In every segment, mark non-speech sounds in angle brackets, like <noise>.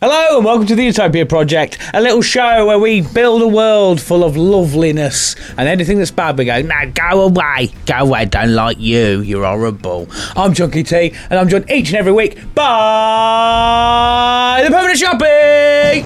Hello and welcome to the Utopia Project, a little show where we build a world full of loveliness and anything that's bad we go, no, go away, go away, don't like you, you're horrible. I'm Chunky T and I'm joined each and every week by the Permanent Shopping!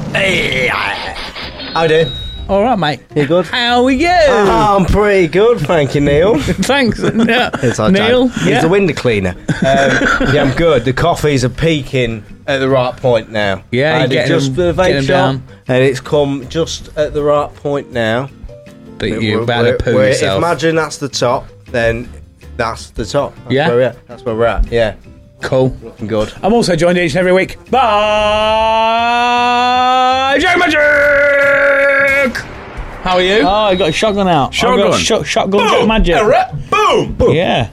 I do. Alright mate. You good? Ah. How are you? I'm pretty good, thank you, Neil. <laughs> Thanks. Neil. <laughs> It's our Neil? joke. He's yeah. the window cleaner. Um, yeah, I'm good. The coffees are peaking at the right point now. Yeah, I you're had it getting just for the them- vape getting shop, them and it's come just at the right point now. But you're We're- about to we're- poo we're- yourself. Imagine that's the top, then that's the top. That's Yeah. where we're at. That's where we're at. Yeah, cool. looking good. I'm also joined each and every week by Joe Magic! How are you? Oh, I got a shotgun out. Shotgun? Oh, I've got a shot- shotgun Joe Magic. Boom! Boom! Yeah.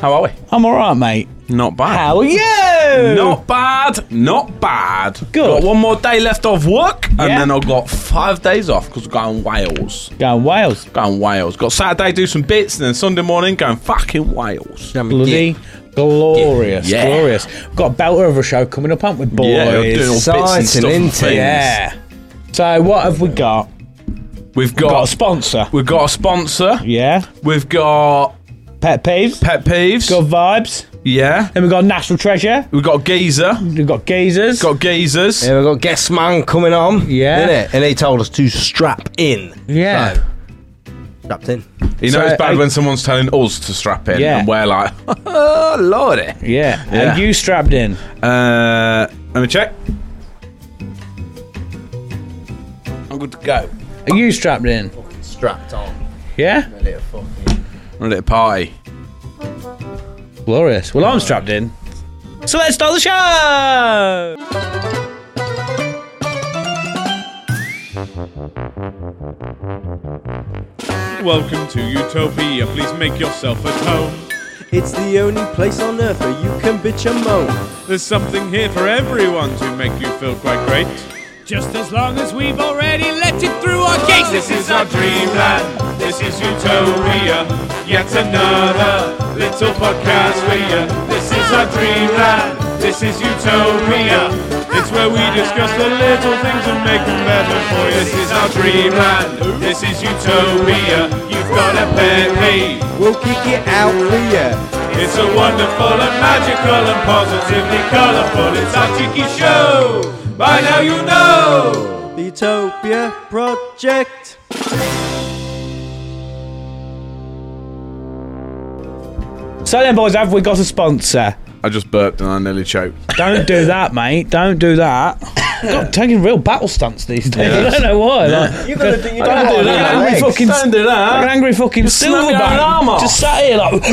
How are we? I'm alright, mate. Not bad. How are you? Not bad. Not bad. Good. Got one more day left of work, and Yeah. then I've got five days off because going Wales. Going Wales. Going Wales. Got Saturday do some bits, and then Sunday morning going fucking Wales. Yeah, Bloody glorious. Yeah. Glorious. We've got a belter of a show coming up, haven't we, boys? we're doing all bits and stuff. Exciting, and isn't it? things. Yeah. So what have we got? We've We've got a got. sponsor. We've got a sponsor. Yeah. We've got Pet peeves. pet peeves. Good vibes. yeah. Then we've got National Treasure. We've got geezer. We've got geezers. Got geezers. Yeah, we've got guest man coming on. Yeah. innit? and he told us to strap in. yeah. So, strapped in. You know So, it's bad I- when someone's telling us to strap in, Yeah. and we're like, <laughs> oh, lordy. Yeah. Yeah. And you strapped in. Uh, let me check. I'm good to go. Are you strapped in? Strapped on. Yeah? A little fucking. I'm at a party. Glorious. Well, I'm strapped in. So let's start the show! Welcome to Utopia. Please make yourself at home. It's the only place on earth where you can bitch and moan. There's something here for everyone to make you feel quite great. Just as long as we've already let it through our gates. This is our dreamland. This is Utopia. Yet another little podcast for you. This is our dreamland. This is Utopia. It's where we discuss the little things and make them better for you. This is our dreamland. This is Utopia. You've got a pet peeve. We'll kick it out for It's a wonderful and magical and positively colourful. It's our cheeky show. By now you know. you. The Utopia Project. So then, boys, have we got a sponsor? I just burped and I nearly choked. Don't do that, mate. Don't do that. God, taking real battle stance these days. I don't know why. Like, You're gonna do, you I've got do an angry fucking, Don't do like an that. angry fucking snap your own arm silverback. off. Just sat here like,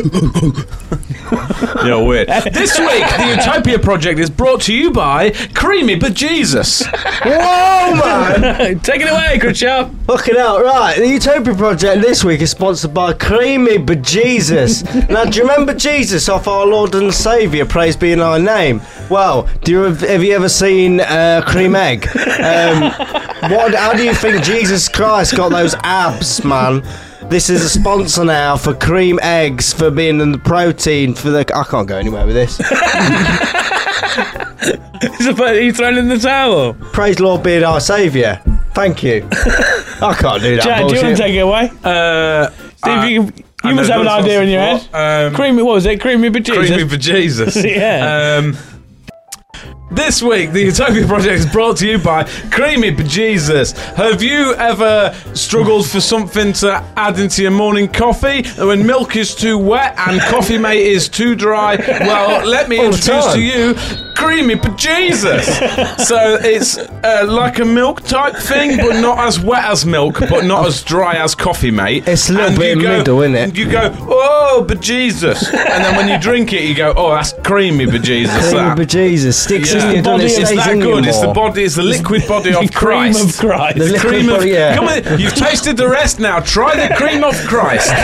<laughs> You're weird. <laughs> this week, the Utopia Project is brought to you by Creamy But Jesus. Whoa, man! take it away, Khrushchev. <laughs> Fucking hell, right. The Utopia Project this week is sponsored by Creamy Bejesus. now, do you remember Jesus off our Lord and Saviour, praise be in our name? Well, do you have, have you ever seen uh, Cream Egg? Um, what, how do you think Jesus Christ got those abs, man? This is a sponsor now for cream eggs for being in the protein for the. I can't go anywhere with this. Are you thrown in the towel? Praise Lord being our saviour. Thank you. I can't do that. Jack, do you bullshit. want to take it away? Uh, See if you can, you must have an idea in your head. Um, Creamy, what was it? Creamy bejesus. <laughs> Creamy for Jesus. Yeah. Um, this week, the Utopia Project is brought to you by Creamy Bejesus. Have you ever struggled for something to add into your morning coffee? And When milk is too wet and coffee mate is too dry? Well, let me introduce time. to you Creamy Bejesus. so it's uh, like a milk type thing, but not as wet as milk, but not as dry as coffee mate. It's a little And bit you in the go- middle, innit? and you go, oh, bejesus. and then when you drink it, you go, oh, that's creamy bejesus. Cream that. bejesus sticks in Yeah. your body body. is It It's stays that in you good. It's the more. body. It's the liquid <laughs> body of Cream of Christ. Christ. The Cream liquid of- body, yeah. Come on, you've tasted the rest now. Try the cream of Christ. Um,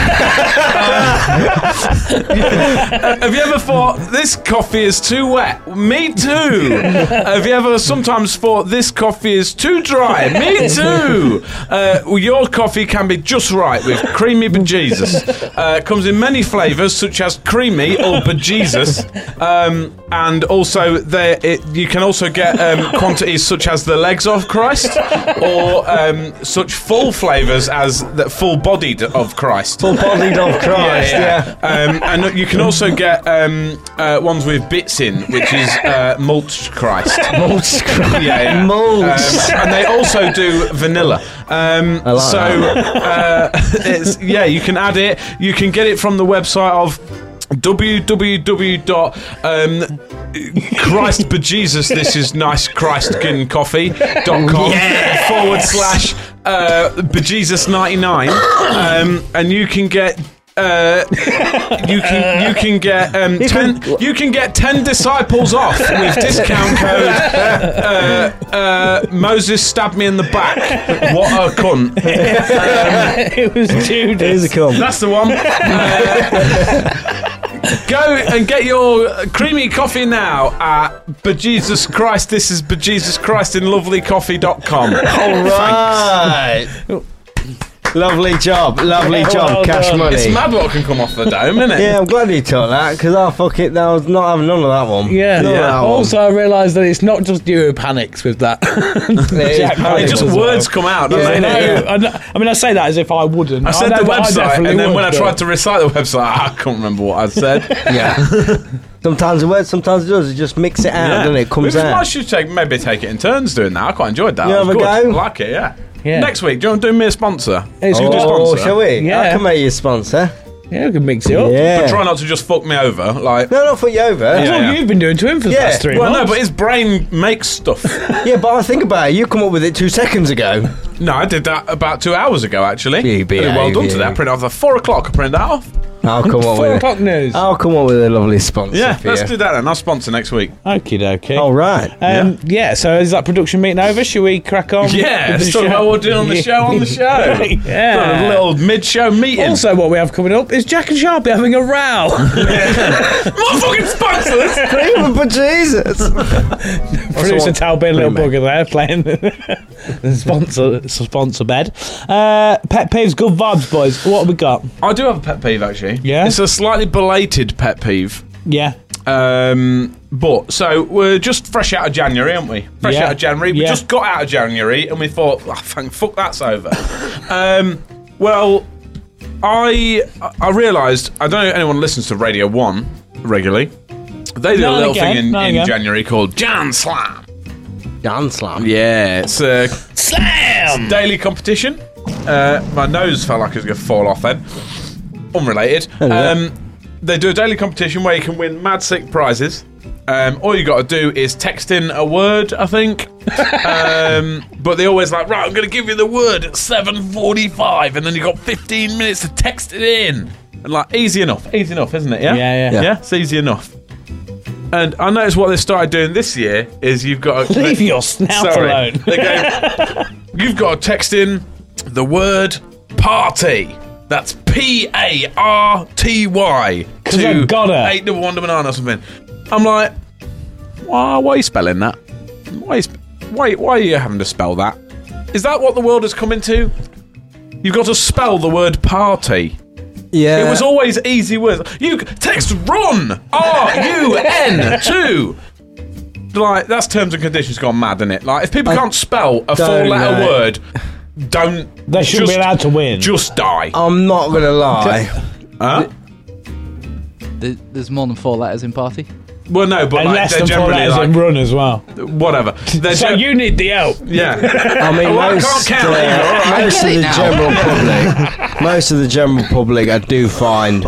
have you ever thought this coffee is too wet? Me Me too. Have you ever sometimes thought this coffee is too dry? Me too. Uh, well, your coffee can be just right with creamy bejesus. Uh, comes in many flavours such as creamy or bejesus, um, and also there it, you can also get um, quantities such as the legs of Christ or um, such full flavours as the full-bodied of Christ. Full <laughs> bodied of Christ, yeah. Um, and you can also get um, uh, ones with bits in, which is uh, mulch Christ. Mulch Christ. Yeah, yeah. Mulch. Um, and they also do vanilla. Um, like so uh, <laughs> it's, yeah, you can add it. You can get it from the website of um, www.christbejesusthisiSniceChristkinCoffee.com Yes! forward slash uh, bejesus99 um, and you can get uh, you can you can get um, ten you can get ten disciples off with discount code uh, uh, Moses stabbed me in the back. What a cunt! it was Here's Judas. a cum. That's <laughs> the one. Uh, go and get your creamy coffee now at bejesus Christ. This is bejesus Christ in lovelycoffee.com. All Right. lovely job, lovely job, Well cash done. money. It's mad what can come off the dome, isn't it? yeah, I'm glad you took that because I fuck it, I was not having none of that one. Yeah. None Yeah. Of Also, I realised that it's not just you who panics with that. <laughs> that Jack one. Panic It just as well. words come out, I doesn't know, it? I, know- I mean, I say that as if I wouldn't. I said Oh, know the that I website, definitely and then when I would, tried to recite the website, I can't remember what I said. <laughs> <laughs> Yeah. sometimes it works, sometimes it does. You just mix it out, doesn't it? It comes Which is why I out. should take, maybe take it in turns doing that. I quite enjoyed that. You That have was a good. go? I like it, yeah. Yeah. Next week, do you want to do me a sponsor? It's You good. do Oh, sponsor. shall we? Yeah. I can make you a sponsor. but- Yeah, we can mix it up. Yeah. But try not to just fuck me over. Like, no, not for you over. That's Yeah. what you've been doing to him for the Yeah. last three well, no, months. but his brain makes stuff. Yeah, but I think about it. You come up with it two seconds ago. no, I did that about two hours ago, actually. You Really well done behave, to that. you. Print off at four o'clock. I print that off. I'll come up Four with it. o'clock news. I'll Oh, come up with a lovely sponsor. Yeah, for let's you. do that then. I'll sponsor next week. Okie dokie. Oh, All right. Um, yeah. so is that production meeting over? Should we crack on? Yeah, with the let's talk show? about what we're doing on the show on the show. Yeah. Got a little mid-show meeting. <laughs> Also, what we have coming up is Jack and Sharpie having a row. <laughs> More fucking sponsors. <laughs> Even for Jesus. Producer Tal being a little Pretty bugger there <laughs> playing the the sponsor sponsor bed. Uh, pet peeves, good vibes, boys. What have we got? I do have a pet peeve actually. Yeah? It's a slightly belated pet peeve. Yeah, Um, but so we're just fresh out of January, aren't we? Fresh Yeah. out of January. We Yeah. just got out of January and we thought, oh, thank fuck that's over. <laughs> um, well, I I realised I don't know if anyone listens to Radio One regularly. They do Now a and little again, thing in, now and in again. January called Jan Slam. Dan slam. Yeah, it's a slam. daily competition. Uh, my nose felt like it was going to fall off then. Unrelated. Oh, Um, they do a daily competition where you can win mad sick prizes. Um, all you got to do is text in a word, I <laughs> think. um, but they always like, right, I'm going to give you the word at 7:45, and then you got 15 minutes to text it in. And like, easy enough, easy enough, isn't it? Yeah, Yeah, yeah. yeah. It's easy enough. And I noticed what they started doing this year is you've got <laughs> to Leave your snout Sorry. alone. They go, <laughs> You've got to text in the word party. That's P A R T Y. I to gotta. Eight double one double nine or something. I'm like, why, why are you spelling that? Why, is, why, why are you having to spell that? Is that what the world has come into? You've got to spell the word party. Yeah. It Uh, was always easy words. You c- text run R U N two. Like that's terms and conditions gone mad, isn't it? Like if people can't spell a four letter know. word, don't They shouldn't just, be allowed to win. Uh, Just die. I'm not going to lie. Huh? There- There's more than four letters in party. Well, no, but and like, less they're than four generally letters and like run as well. whatever. They're So gen- you need the help. <laughs> yeah. I mean, Well, I most, can't count uh, either, all right. most I of the get it now. general public, most of the general public, I do find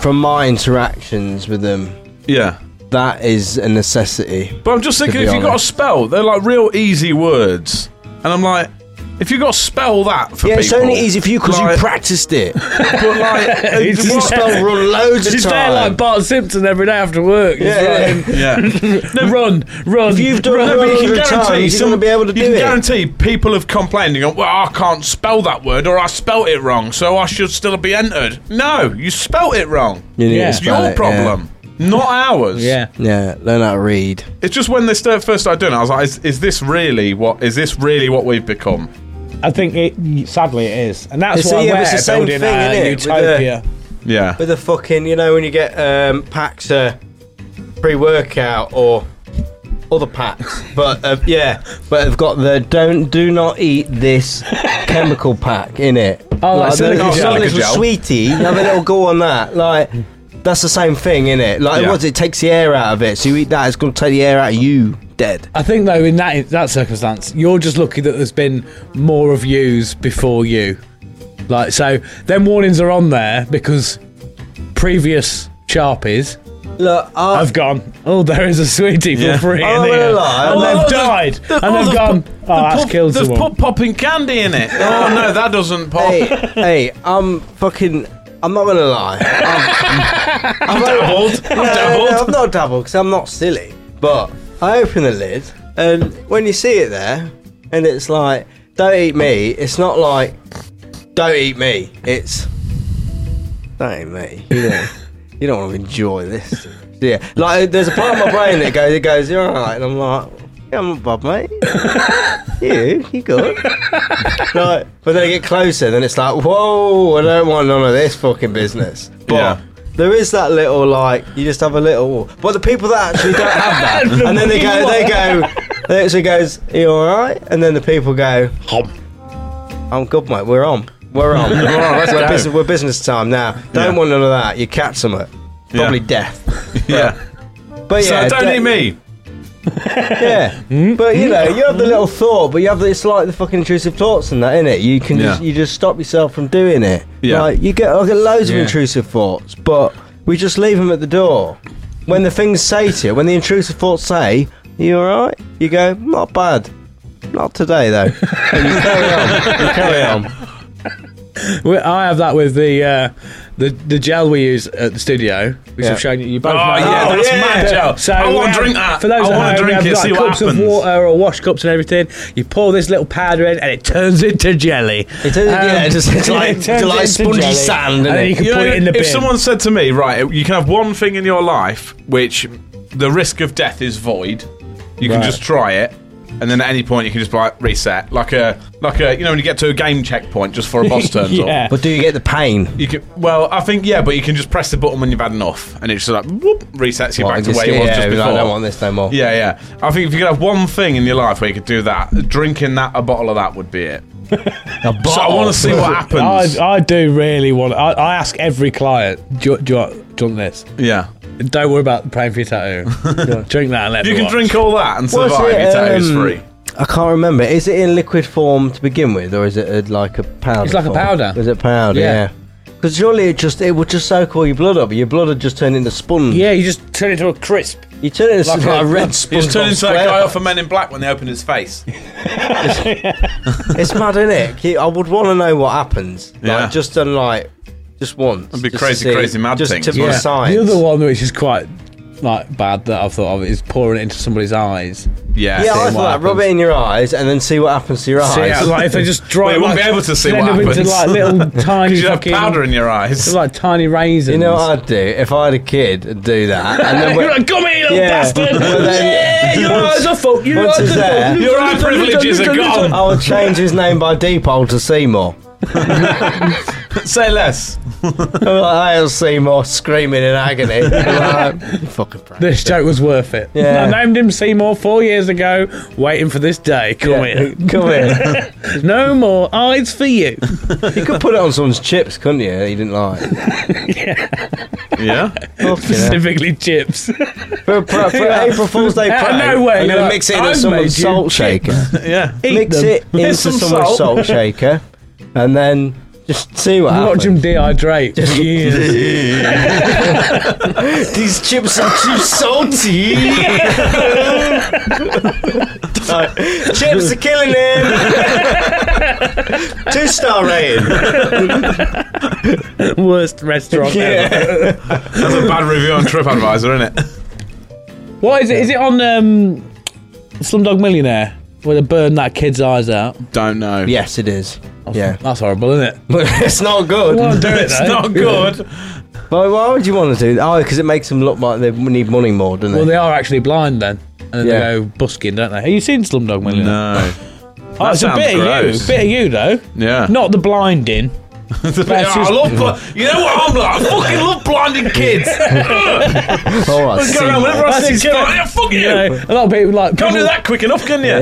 from my interactions with them, yeah. that is a necessity. But I'm just thinking, be if you got a honest. spell, they're like real easy words, and I'm like, if you got to spell that for Yeah, people, it's only easy for you because you like- practiced it. But <laughs> like, It's You just- spell run loads of She's there time. like Bart Simpson every day after work. He's Yeah, yeah. like, yeah. Run, run. If you've done run. that, But you can Hundred guarantee times, you're some- gonna be able to you do can it. guarantee people have complained and gone, well, I can't spell that word or I spelt it wrong, so I should still be entered. No, you spelt it wrong. You need to Yeah. It's spell your it, yeah. problem, not ours. Yeah. Yeah, learn how to read. It's just when they start, first started doing it, I was like, is, is this really what is this really what we've become? I think it. Sadly, it is, and that's You why see, it we're was the same building thing, a innit, with the- utopia. Yeah. With the fucking, you know, when you get um, packs uh, pre-workout or other packs, <laughs> but uh, yeah, but they've got the don't do not eat this chemical pack in it. Oh, like the- silica it's a gel. little Silica gel. sweetie, have a little go on that, like. That's the same thing, is it? Like, Yeah. what it takes the air out of it. So you eat that, it's going to take the air out of you, dead. I think though, in that that circumstance, you're just lucky that there's been more of yous before you. Like so, them warnings are on there because previous sharpies Look, I, have gone. Oh, there is a sweetie for Yeah. free Oh, in well, here, I- and well, they've the- died, the- and oh, they've the gone. pu- oh, that's pop- killed There's someone. pop popping candy in it. Oh <laughs> no, that doesn't pop. hey, hey, I'm fucking. I'm not gonna lie. I'm, I'm Dabbled. No, Dabbled. no, I'm not double because I'm not silly. But I open the lid, and when you see it there, and it's like, "Don't eat me." It's not like, "Don't eat me." It's, "Don't eat me." You know, you don't want to enjoy this. <laughs> Yeah, like there's a part of my brain that goes, "It goes, you're all right," and I'm like, "Yeah, I'm not Bob, <laughs> mate. you, you good?" like, but then I get closer, then it's like, "Whoa, I don't want none of this fucking business." But Yeah. there is that little like you just have a little. But the people that actually don't have <laughs> that, and then they go, they go, they actually goes, Are "You all right?" And then the people go, "I'm good, mate. We're on. We're on. <laughs> We're, on. let's we're, go." business, we're business time now. Don't Yeah. want none of that. You catch them at probably death. yeah. But So yeah, don't de- eat me. <laughs> Yeah, but you know, you have the little thought, but you have the, it's like the fucking intrusive thoughts and that, innit? You can Yeah. just, you just stop yourself from doing it. Yeah. like, you get, I get loads of intrusive thoughts, but we just leave them at the door. When the things say to you, when the intrusive thoughts say, "You all right?" You go, "Not bad." Not today though. <laughs> And you carry on. You carry on. We- I have that with the uh, the the gel we use at the studio, which Yeah. I've shown you. You both Oh, know. yeah, Oh, that's yeah. mad, Joe. So I we want have- to drink that. For those I at want home, to we drink have it, like see what cups happens. of water or wash cups and everything. You pour this little powder in, and it turns into jelly. Um, It turns- yeah, it just- <laughs> it's like- it turns like into spongy jelly, sand, and innit? then you can You know, put it in the if bin. someone said to me, right, you can have one thing in your life which the risk of death is void, you can Right. just try it, and then at any point you can just be like reset, like a like a you know when you get to a game checkpoint just for <laughs> a boss turns Yeah. up. But do you get the pain? You can, well, I think yeah, but you can just press the button when you've had enough, and it's just like whoop, resets you Like, back to just- where you was yeah, just like, before. I don't want this no more. Yeah, yeah. I think if you could have one thing in your life where you could do that, drinking that a bottle of that would be <laughs> it. so I want to see what happens. I, I do really want. I, I ask every client, do you, do, you, want- do you want this? yeah, Don't worry about paying for your <laughs> tattoo. drink that and let you me can watch. drink all that and survive. What's Your it, tattoo's um, free. I can't remember. Is it in liquid form to begin with, or is it uh, like a powder? It's like a form? powder. Is it powder? Yeah. Yeah. Because surely it just it would just soak all your blood up. Your blood would just turn into sponge. Yeah, you just turn it into a crisp. You turn it into Like like, a- <laughs> a red He sponge. was turning on into that square. guy off of Men in Black when they opened his <laughs> face. It's mad, isn't it? I would want to know what happens. Like, Yeah. Just on like, just once. It'd be crazy, crazy mad just things. To Yeah. yeah. signs. The other one, which is quite like bad that I've thought of, is pouring it into somebody's eyes. Yeah, Yeah, I what thought that. Rub happens. it in your eyes and then see what happens to your See, eyes. like if they just dry, Well, you won't like, be able to see blend what them happens. into like little <laughs> tiny you have fucking powder in <laughs> your eyes. like tiny raisins. you know what I'd do if I had a kid and do that, and then <laughs> You're when- like, come here, little Yeah. bastard! Well, yeah, <laughs> then- your Once- eyes are fucked. Your once eyes it's are there- fucked. Your eye privileges are gone. I would change his name by default to Seymour. Say less. I'll see more screaming in <laughs> agony. Like, fucking prank. This joke was worth it. Yeah. I named him Seymour four years ago, waiting for this day. Come here. Come here. No more eyes for <laughs> you. You could put it on someone's chips, couldn't you? That you didn't like. Yeah. Fucking hell. Specifically <laughs> chips. For, for, for April Fool's <laughs> Day Out of prank, nowhere, I'm you're gonna like, mix it "I've into someone's made you salt shaker. Yeah. Eat mix them. it into some someone's salt. salt. shaker, and then just see what Watch him happens. dehydrate. for <laughs> years. <laughs> These chips are <laughs> too salty. Like, chips are <laughs> killing him. Two star rating. Worst restaurant ever. That's a bad review on TripAdvisor, isn't it? What is it? Is it on um, Slumdog Millionaire where they burn that kid's eyes out? Don't know. Yes, it is. Yeah. <laughs> That's horrible, isn't it? But it's not good. Well, do it It's though. not good. Why, why would you want to do that? Oh, because it makes them look like they need money more, doesn't Well, it? they are actually blind then. And then Yeah. they go busking, don't they? Have you seen Slumdog Millionaire? No. Oh, it's a sounds bit gross. of you. Bit of you, though. Yeah. Not the blinding. <laughs> Yeah, I just- love. Bl- you know what I'm like? I fucking love <laughs> blinding kids. Oh, I Go see. around whenever I That's see a stuff. good- Yeah, fuck you. You know, a lot of people like. Can't do that quick enough, can you?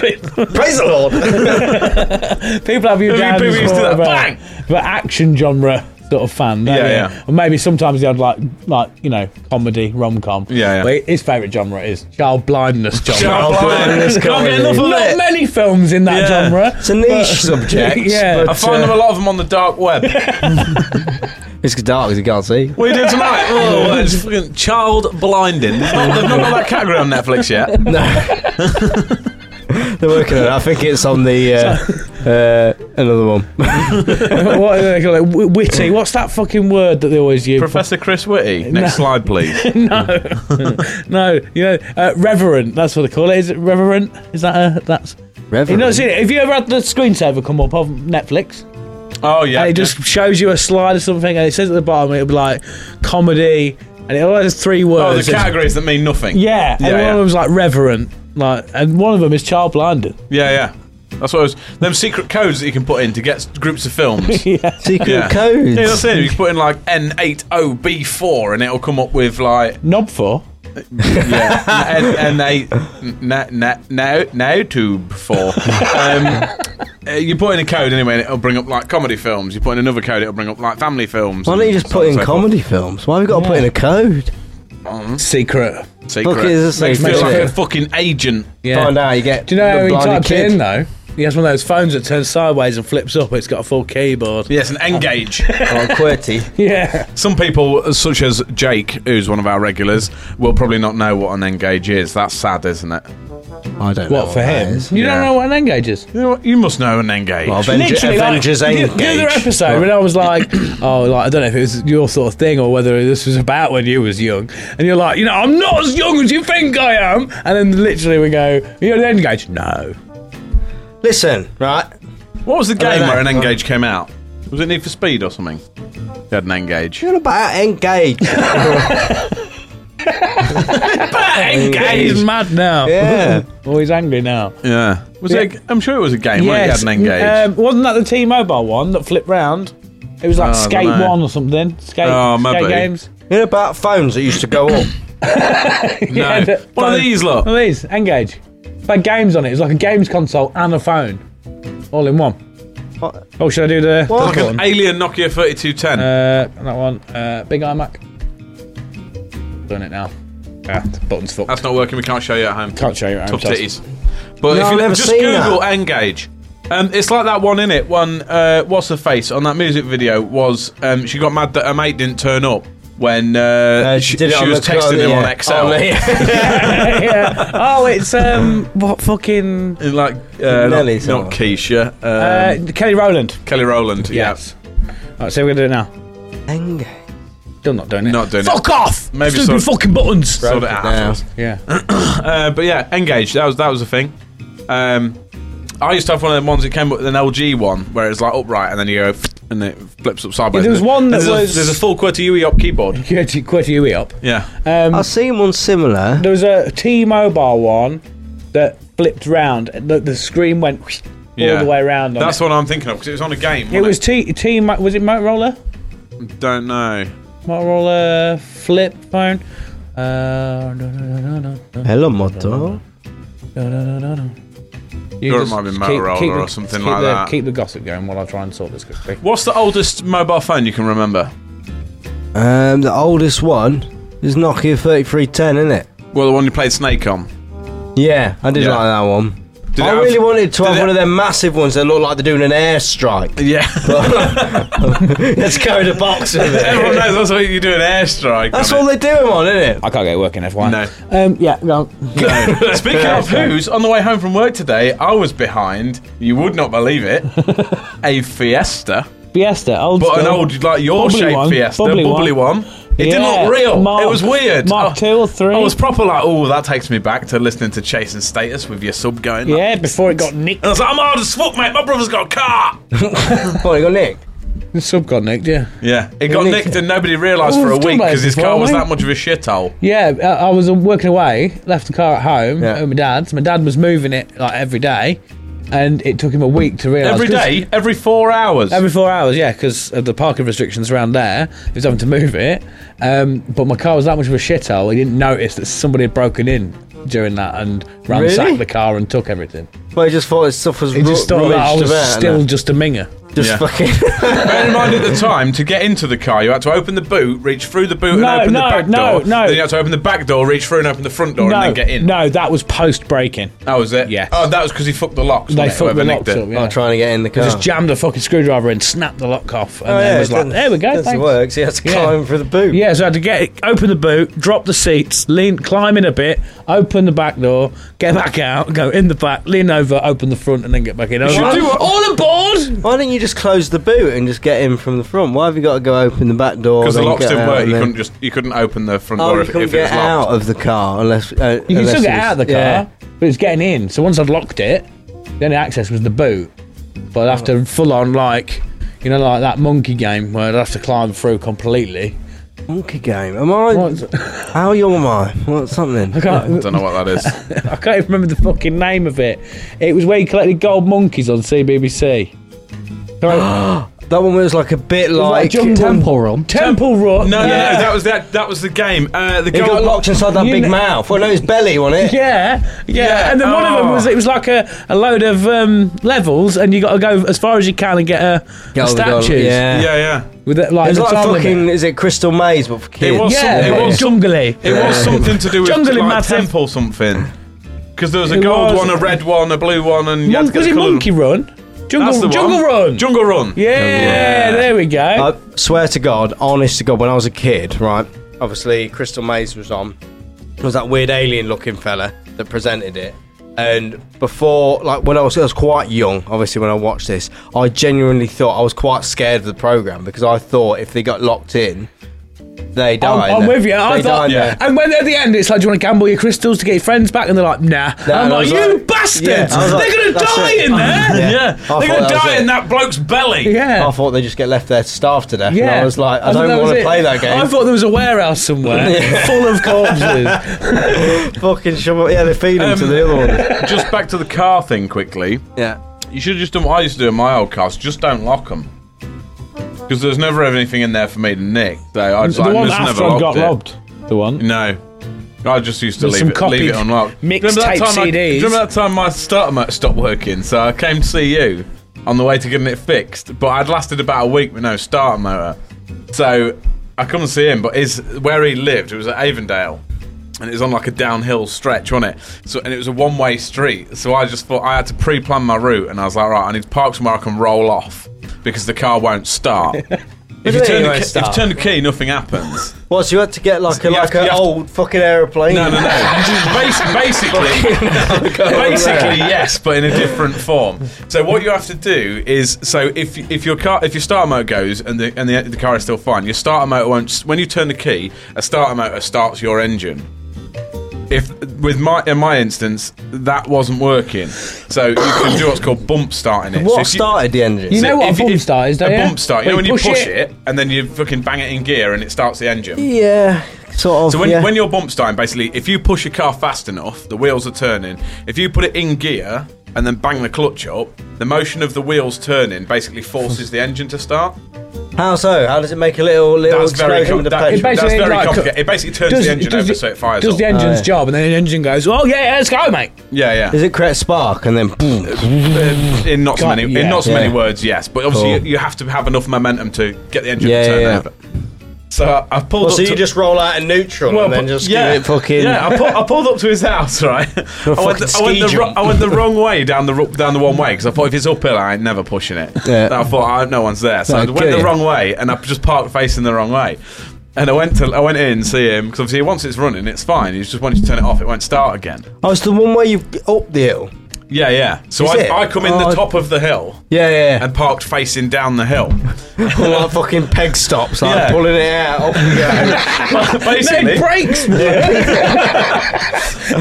people, Praise the <laughs> <laughs> Lord. people have you Who down people as used to do more of that? a- Bang! of an action genre sort of fan. don't Yeah, you? yeah. Or maybe sometimes they had like like you know comedy rom com. Yeah, yeah. But his favourite genre is child blindness genre. Oh, Child blindness Can't get comedy. enough of Not Not many films in that Yeah. genre. It's a niche <laughs> subject. Yeah. I but, find them a lot of them on the dark web. it's dark because you can't see. What are you doing <laughs> tonight? Oh, well, it's fucking child blinding. It's not- they've not got that category on Netflix yet. They're working on it. I think it's on the uh, uh, another one. what do they call it? Wh- Witty. What's that fucking word that they always use? Professor Chris Whitty. Next slide, please. <laughs> no, you know, uh, reverent. That's what they call it. Is it reverent? Is that a that's? You've Reverend. not seen it. Have you ever had the screensaver come up of Netflix? Oh yeah. And it just shows you a slide or something, and it says at the bottom it'll be like comedy, and it always has three Oh, the words. It's- categories that mean nothing. Yeah, and Yeah, one yeah. of them's like reverent, like, and one of them is child blinded. Yeah, yeah. That's what it was. Them secret codes that you can put in to get s- groups <laughs> of films. yeah, Secret Yeah. codes. that's it. You can put in like N80B4 and it'll come up with like Knob for <laughs> yeah, N- N8 na- na- now now tube 4. Um, uh, you put in a code anyway and it'll bring up like comedy films. You put in another code it'll bring up like family films. Why don't you and just so put on in and so forth. comedy films? Why have we got to put in a code? secret. Secret. Look, it's a Makes you secret. feel like Yeah. a fucking agent. Yeah. Find out. You get. Do you know the how he blinded types kid. it in <laughs> though? He has one of those phones that turns sideways and flips up. It's got a full keyboard. Yes, an engage. Oh, QWERTY. <laughs> Yeah. Some people, such as Jake, who's one of our regulars, will probably not know what an engage is. That's sad, isn't it? I don't know. What for that him? is. You Yeah. don't know what an engage is. You, know what? You must know an engage. Well, Avenger, Avengers like, Endgame. The, the other episode when I was like, oh, like I don't know if it was your sort of thing or whether this was about when you was young, and you're like, you know, I'm not as young as you think I am, and then literally we go, you're an engage. No, Listen, right? what was the I game don't where an know. engage came out? Was it Need for Speed or something? You had an engage. You're about engage. engage. He's mad now. <laughs> Yeah. Well, he's angry now. Yeah. Was it? A, I'm sure it was a game where you had an engage. Um, wasn't that the T-Mobile one that flipped round? It was like Oh, I Skate dunno. One or something. Skate, Oh, skate maybe. games. You're about phones that used to go up. no. Yeah, the- one of these lot. One of these. Engage. Played games on it. It was like a games console and a phone, all in one. What? Oh, should I do the What? the Like one? an alien Nokia 3210. Uh, that one. Uh, big iMac. Doing it now. Ah, the button's <laughs> fucked. <laughs> That's not working. We can't show you at home. Can't show you at home, Tough sorry. titties. But No, if you I've never just seen Google engage, um, it's like that one in it. One uh, what's her face on that music video was um, she got mad that her mate didn't turn up when uh, she, she was texting him on XL. Oh, Oh. <laughs> yeah. Oh, it's um, what fucking And like uh, not, Nelly song. not Keisha, uh, uh, Kelly Rowland. Kelly Rowland. Yeah. Alright, so we're gonna do it now. Engage. Still not doing it. Not doing Fuck off. Maybe Stupid sort of- fucking buttons. it. Sort it out. Now. <laughs> Yeah. Uh, but yeah, engage. That was that was a thing. Um, I used to have one of them ones that came up with an LG one where it's like upright and then you go and it flips up sideways. Yeah, there was one that there's was- a, there's a full QWERTY UE op keyboard. Quit quit your ear E up. Yeah. Um, I've seen one similar. there was a T-Mobile one that flipped round. The, the screen went <laughs> all the way around. On That's it. what I'm thinking of because it was on a game. It wasn't was T T. Mo- Was it Motorola? Don't know. Motorola flip phone. Uh, no, no, no, no, no, Hello, Moto. no, no, no, no. You Or it just might be keep- Motorola keep the- or something keep like the, that. Keep the gossip going while I try and sort this <laughs> quickly. What's the oldest mobile phone you can remember? Um, the oldest one is Nokia 3310, isn't it? Well, the one you played Snake on. Yeah, I did Yeah. like that one. I Did it have- really wanted to did have it- one of them massive ones that look like they're doing an airstrike. Yeah. Let's carry the box with it. <laughs> Everyone knows that's what you do an airstrike. That's on all they do them on, isn't it? I can't get it working, FY. No. Um, yeah, no. it. Speaking of who's, on the way home from work today, I was behind, you would not believe it, a Fiesta. Fiesta, old But an school. old, like your Bubbly shaped one, Fiesta, bubbly, bubbly one. It Yeah, didn't look real. Mark- it was weird. Mark I- two or three. I was proper like, oh, that takes me back to listening to Chase and Status with your sub going. like- Yeah, before it got nicked. And I was like, I'm hard as fuck, mate. My brother's got a car. What, you got Nick? The sub got nicked, yeah. Yeah, it got nicked nicked and nobody realised Oh, for a we've done week that because his before, car was haven't that much of a shithole. Yeah, I, I was uh, working away, left the car at home Yeah. at my dad's. My dad was moving it like every day, and it took him a week to realise. Every 'cause- day, every four hours. Every four hours, yeah, because of the parking restrictions around there. He was having to move it. Um, but my car was that much of a shithole, he didn't notice that somebody had broken in during that and ransacked Really? the car and took everything. Well, he just thought his stuff was He just ru- thought that I rummaged was about, still innit? just a minger. just Yeah. fucking. <laughs> Bear in mind at the time, to get into the car, you had to open the boot, reach through the boot, No, and open no, the back no, door. no. Then you had to open the back door, reach through, and open the front door, and then get in. no, that was post breaking. That was it. Yes. Oh, that was because he fucked the locks. They wasn't it, fucked the whoever locks nicked it. up. Yeah. Oh, <laughs> trying to get in the car. Just jammed a fucking screwdriver in, snapped the lock off, and Oh, then yeah, was it like, doesn't- "There we go, doesn't thanks." work, so he had to Yeah. climb through the boot. Yeah, so I had to get open the boot, drop the seats, lean, climb in a bit, open the back door, get back out, go in the back, lean over, open the front, and then get back in. I was should like, do what- all aboard! Why don't you just close the boot and just get in from the front? Why have you got to go open the back door? Because the then locks get didn't out work, and you then- couldn't just you couldn't open the front Oh, door you if, couldn't if it was get out locked. of the car unless uh, You can unless still get it was- out of the car, yeah. but it's getting in. So once I'd locked it, the only access was the boot. But I'd have to full on, like, you know, like that monkey game where I'd have to climb through completely. Monkey game. Am I? What? How young am I? What something? <laughs> I can't, Don't know what that <laughs> <laughs> is. I can't even remember the fucking name of it. It was where you collected gold monkeys on CBBC. That one was like a bit like. jungle- Temple Run. Temple Run. No, no, no, Yeah. that was that. That was the game. Uh, the It got locked inside that You big kn- mouth. Well, no, his belly on <laughs> it. Yeah, yeah, Yeah, and then one of them oh. was it was like a, a load of um, levels, and you got to go as far as you can and get a, a all the gold- statue. Yeah. Yeah, yeah. with it like It was the like time fucking. limit. Is it Crystal Maze but for kids? was- yeah, it like was- jungly. It was something to do with Jungle in like, Mad House. temple something. Because there was a It gold was. one, a red one, a blue one, and you had to Mon- get was the it coloured Monkey one. Run? That's Jungle the Jungle one. Run. Jungle Run. yeah, there we go. I swear to God, honest to God, when I was a kid, right? Obviously, Crystal Maze was on. It was that weird alien looking fella that presented it. And before, like when I was, I was quite young, obviously, when I watched this, I genuinely thought I was quite scared of the program because I thought if they got locked in, they died. I'm, I'm with you. Oh, They I thought, died Yeah. and when at the end, it's like, do you want to gamble your crystals to get your friends back? And they're like, nah. No, I'm and I like, was you like- yeah, bastards! I was like, they're gonna that's die it. in there. <laughs> Yeah. Yeah, I they're thought gonna that was die it. in that bloke's belly. Yeah. I thought they just get left there starved to death. And I was like, I, thought don't was want to it. play that game. I thought there was a warehouse somewhere <laughs> full of corpses. fucking shovel. Yeah, they feed them to the Um, other <laughs> one. <laughs> just back to the car thing quickly. Yeah. You should have just done what I used to do in my old cars. Just don't lock them. Because there's never anything in there for me to nick. So I just, the like, one just never after I locked got it. robbed. The one. No. I just used to There's leave some it, leave copied it unlocked. mixtape Remember that time I, CDs? do you remember that time my starter motor stopped working? So I came to see you on the way to getting it fixed, but I'd lasted about a week with no starter motor. So I come and see him, but his, where he lived, it was at Avondale and it was on like a downhill stretch, wasn't it? So and it was a one way street. So I just thought I had to pre plan my route, and I was like, right, I need to park somewhere I can roll off because the car <laughs> won't start. if, do you you mean it turn the won't key, if you start? turn the key, nothing happens. Well, so you had to get like a You have like to- you an have to- old fucking aeroplane. No, <laughs> no, no. Bas- <laughs> basically, basically, yes, but in a different form. So what you have to do is, so if if your car, if your starter motor goes and the and the, the car is still fine, your starter motor won't. When you turn the key, a starter motor starts your engine. If with my in my instance that wasn't working, so you can do what's called bump starting it. So What if you- started the engine? You know what a bump start is, don't a you? bump start. You Where know when you you push push it? it and then you fucking bang it in gear and it starts the engine. yeah, sort of. So when, yeah. when you're bump starting, basically, if you push your car fast enough, the wheels are turning. If you put it in gear and then bang the clutch up, the motion of the wheels turning basically forces the engine to start. How so? How does it make a little little That's very, explosion com- with the that- petrol? It ba- that's basically, very like, complicated. It basically turns the engine over the- so it fires does up. the engine's yeah. job, and then the engine goes, "Oh yeah, let's go, mate." yeah, yeah. Does it create a spark and then boom? Uh, in not so God, many, yeah. in not so Yeah. many words, yes. But obviously, Cool. you, you have to have enough momentum to get the engine Yeah, to turn yeah, yeah. over. So I- I pulled. Well, up so to- you just roll out a neutron and then but- just give it fucking. yeah. I, pull, I pulled up to his <laughs> house, right? I went, fucking the, I, went ski the ro- jump. I went the wrong way down the ro- down the one way because I thought if it's uphill, I ain't never pushing it. Yeah. And I thought I, no one's there, so No, I get went the it. wrong way and I just parked facing the wrong way. And I went to I went in see him because obviously once it's running, it's fine. You just want to turn it off, it won't start again. Oh, it's the one where you up the hill. Yeah, yeah. So Is I, it? I come in Oh. the top of the hill Yeah, yeah. and parked facing down the hill. <laughs> All like fucking peg stops, like Yeah. pulling it out. Off we <laughs> go. <laughs> Basically, breaks. <laughs>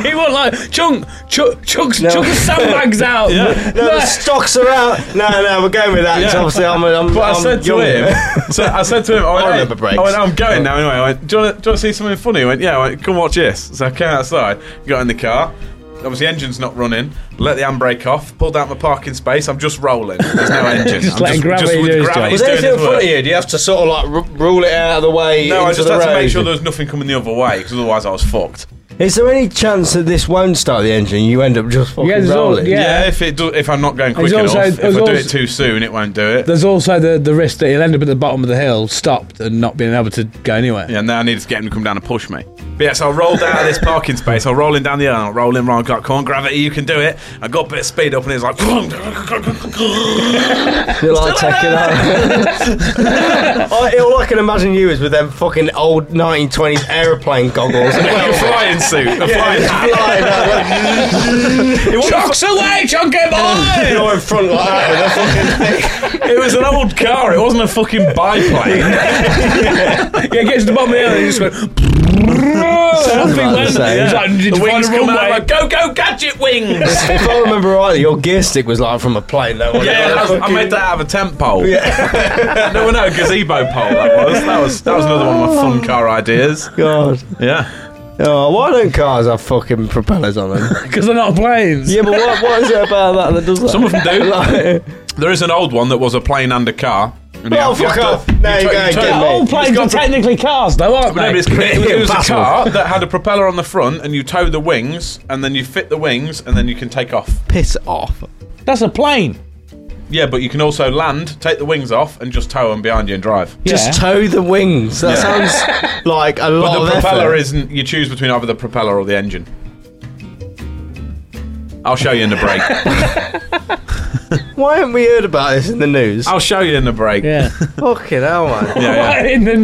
he won't like chunk, chunk, chunks, chunk of sandbags <laughs> out. No, the stocks are out. No, no, we're going with that. 'cause Yeah. Obviously, I'm. I'm But I'm I said to young. him, <laughs> so I said to him, I, went, I "Hey," remember breaks. I went, I'm going now anyway. I went, do you, want to, do you want to see something funny? He went, yeah. I went, come watch this. So I came outside, got in the car. Obviously, engine's not running. Let the handbrake off. Pulled out my parking space. I'm just rolling. There's no engine. Just I'm letting gravity with do its job. gravity's Was there doing anything in its front work. of you? Do you have to sort of like r- rule it out of the way? No, I into just the had to road? make sure there was nothing coming the other way because otherwise I was fucked. Is there any chance that this won't start the engine? You end up just fucking Yeah, there's all- rolling. yeah. Yeah, if it do, if I'm not going quick There's enough, also- if I there's do also- it too soon, it won't do it. There's also the, the risk that he'll end up at the bottom of the hill, stopped, and not being able to go anywhere. Yeah, now I need to get him to come down and push me. But yeah, so I rolled out of this parking space. I roll in down the aisle. I roll in right. Got corn gravity. You can do it. I got a bit of speed up, and it's like. You're like <laughs> taking that. <laughs> I, all I can imagine you is with them fucking old 1920s aeroplane goggles. <laughs> Well, flying suit. <laughs> A flying hat. Flying out, Chunks away, chunky boy! like, you're in front like that with a fucking It was an old car. It wasn't a fucking <laughs> biplane. yeah, gets to the bottom of the hill and he just went. about the same. The wings come out like go. go go gadget wings. if I remember rightly, your gear stick was like from a plane though. wasn't it? Yeah, I, I Fucking- made that out of a tent pole. <laughs> no, no, a gazebo pole. That was. That was. That was another one of my fun car ideas. God. Yeah. Oh, why don't cars have fucking propellers on <laughs> them? Because they're not planes. yeah, but what, what is it about that that does that? Some of them do. <laughs> <laughs> Like, There is an old one that was a plane and a car. And you Oh, have- you fuck have to- off. No, you you turn- go you turn- again, mate. All planes are got to- technically cars, though, aren't No, but it's, they? it, was, it was a Impossible. car that had a propeller on the front, and you tow the wings, and then you fit the wings, and then you can take off. piss off. That's a plane. Yeah, but you can also land, take the wings off, and just tow them behind you and drive. Yeah. Just tow the wings. That <laughs> sounds like a lot But the of propeller effort. isn't. You choose between either the propeller or the engine. I'll show you in the break. Why haven't we heard about this in the <laughs> news? I'll show you in the break. Yeah. Fucking hell, man. Yeah, yeah. <laughs> In the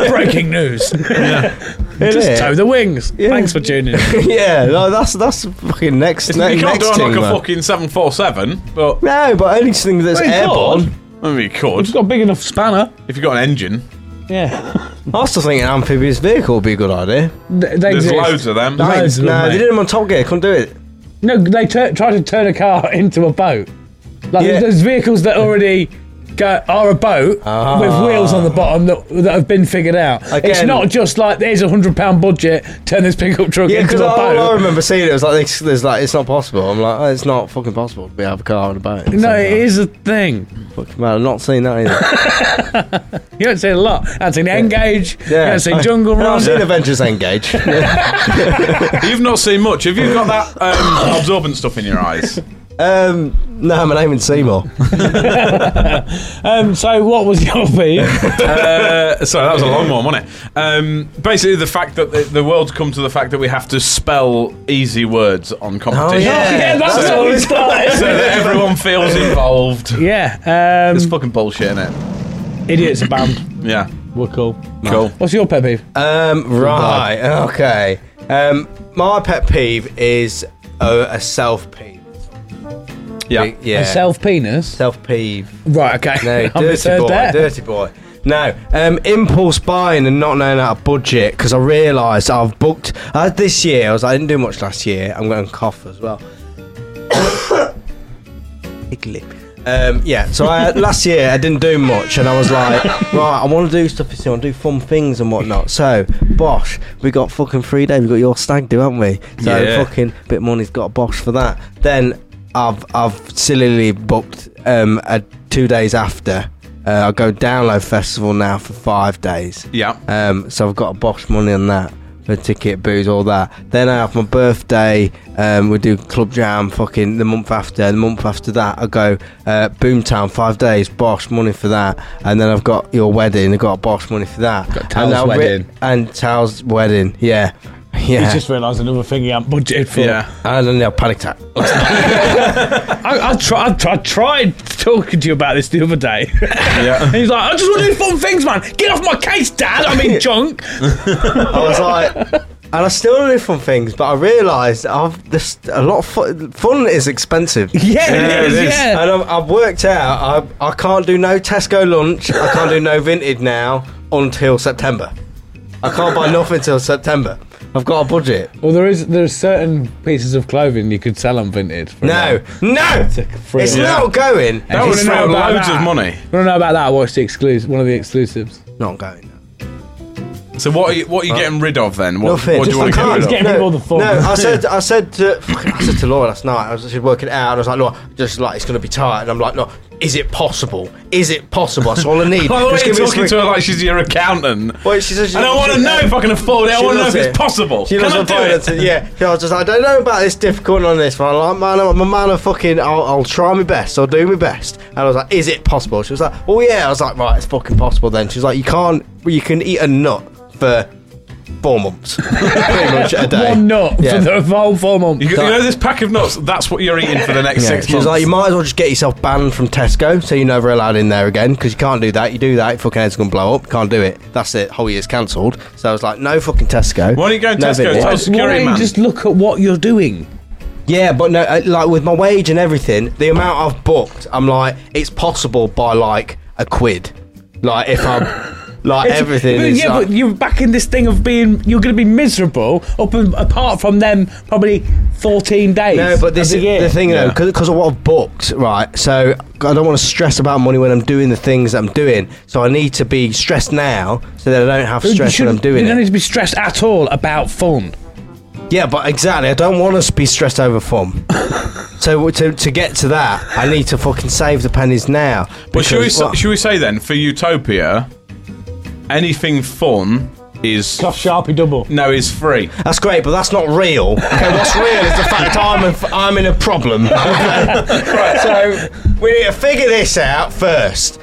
<laughs> news. Breaking news. Just tow the wings. Thanks for <laughs> tuning in. <laughs> yeah, no, that's that's fucking next It's- ne- you can't next do it on thing. like a man. fucking seven four seven, but No, but only thing that's Well, you airborne. could. I mean, you It's could got a big enough spanner. if you got an engine. Yeah. I still think an amphibious vehicle would be a good idea. They, they There's exist. loads of them. Loads of them, no, mate. they did them on Top Gear. Couldn't do it. No, they tur try to turn a car <laughs> into a boat. Like Yeah. there's, there's vehicles that already go, are a boat with wheels on the bottom that, that have been figured out. it's Ah. Again- not just like there's a hundred pound budget, turn this pickup truck Yeah, into a because all I boat. remember seeing it was like, this, there's like, it's not possible. I'm like, oh, it's not fucking possible to be have a car and a boat. oh, No, it is a thing. Fucking man, I've not seen that either. You don't see it a lot. I've seen Engage. <laughs> Yeah. You don't see Jungle Well, Run. <laughs> I've seen Avengers Engage. <laughs> You've not seen much. Have you got that um, absorbent stuff in your eyes? um, no, my name is Seymour. Um, so what was your <laughs> beef? <laughs> Uh, sorry, that was a long one, wasn't it? Um, basically, the fact that the, the world's come to the fact that we have to spell easy words Oh, on competition. Oh, yeah, that's So- how we started. <laughs> So that everyone feels involved. yeah, It's um, fucking bullshit, isn't it? idiots are banned. Yeah. We're cool. Cool. What's your pet peeve? Um, right, okay. Um, my pet peeve is oh, a, a self peeve. Yeah. A Yeah. self penis. self peeve. Right. Okay. <laughs> I No, dirty misheard boy, that. dirty boy. No, um, impulse buying and not knowing how to budget because I realised I've booked uh, this year. I was like, I didn't do much last year. I'm going to cough as well. Hickly. Um, yeah, so I, <laughs> last year I didn't do much, and I was like, right, I want to do stuff this year, I want to do fun things and whatnot. So, Bosch, we got fucking three days. We got your stag do, haven't we? So, Yeah. fucking bit of money's got a Bosch for that. Then I've I've sillily booked um a, two days after. Uh, I go download festival now for five days. Yeah. Um, so I've got a Bosch money on that for ticket, booze, all that. Then I have my birthday. Um, we do club jam. Fucking the month after, the month after that, I go uh, Boomtown five days. Bosch money for that, and then I've got your wedding. I've got Bosch money for that. Got Tal's and I re- wedding. and Tal's wedding. <laughs> Yeah, yeah. He's just realised another thing he hadn't budgeted for. <laughs> Yeah. and then they'll panic attack. I, I, try, I, try, I tried talking to you about this the other day. <laughs> Yeah. and he's like, I <laughs> just want to do fun things, man. Get off my case, Dad. <laughs> I mean, junk. I was like, and I still live from things, but I realised I've this a lot of fu- fun is expensive. Yeah, it is. <laughs> it is. Yeah. And I've, I've worked out I, I can't do no Tesco lunch. I can't do no vintage now until September. I can't buy nothing until September. I've got a budget. Well, there is there's certain pieces of clothing you could sell on vintage. for No, no, free it's one. not going. I That would just know throw about loads that. of money. You want to know about that? I watched the exclusive, one of the exclusives. Not going. So what are you, what are you getting rid of then? What, Nothing. what do Just you want I to can't. get rid of? He's getting no, rid of all the fun. No, <laughs> I said, I said to, I said to Laura last night. I was just working it out. I was like, Laura, just like it's going to be tight. And I'm like, no, is it possible? Is it possible? That's all I <laughs> need. By the way, Just you're give me a talking swig. to her like she's your accountant. Well, she says she- and I want to she- know if I can afford it. I She want to know if loves it's it. possible. She can I doesn't do find it? it. yeah, yeah. I was just, I don't know about this difficult on this one. I'm like, man, I'm a man of fucking. I'll, I'll try my best. I'll do my best. And I was like, is it possible? She was like, well, yeah. I was like, right, it's fucking possible. Then she was like, you can't. You can eat a nut for four months, <laughs> pretty much a day. One nut Yeah. for the whole four months. You, you know this pack of nuts? That's what you're eating for the next Yeah, six she was months. like, you might as well just get yourself banned from Tesco, so you're never allowed in there again, because you can't do that. You do that, your fucking head's gonna blow up. You can't do it. That's it. Whole year's cancelled. So I was like, no fucking Tesco. Why don't you go in No Tesco? vintage. Tell us- Why don't security you man. just look at what you're doing? Yeah, but no, uh, like with my wage and everything, the amount I've booked, I'm like, it's possible by like a quid. Like if <laughs> I'm, like everything But, is. yeah, like, but you're back in this thing of being. You're going to be miserable up and, apart from them probably 14 days. No, but this of is the year. the thing though, because of what I've booked, right? So I don't want to stress about money when I'm doing the things that I'm doing. So I need to be stressed now, so that I don't have You stress when I'm shouldn't- doing You don't it. need to be stressed at all about fun. Yeah, but exactly, I don't want to be stressed <laughs> over fun. so to, to get to that, I need to fucking save the pennies now. But should we, because- say, well, should we say then, for Utopia, anything fun is. Cough Sharpie double. No, is free. That's great, but that's not real. Okay, what's real is the fact <laughs> I'm in, I'm in a problem. <laughs> right, so we need to figure this out first.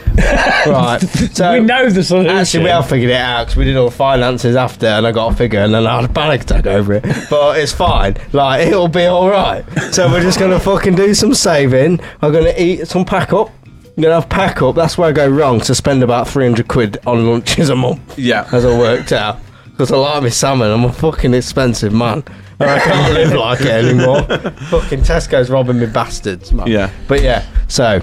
Right. So we know the solution. Actually, we have figured it out because we did all the finances after, and I got a figure, and then I had a panic attack over it. But it's fine. Like it'll be all right. So we're just gonna fucking do some saving. I'm gonna eat some pack up. I'm gonna have pack up. That's where I go wrong. To spend about three hundred quid on lunches a month Yeah. as I worked out. Because I like my salmon, I'm a fucking expensive man. And I <laughs> can't live like it anymore. fucking Tesco's robbing me bastards, man. Yeah. But yeah, so.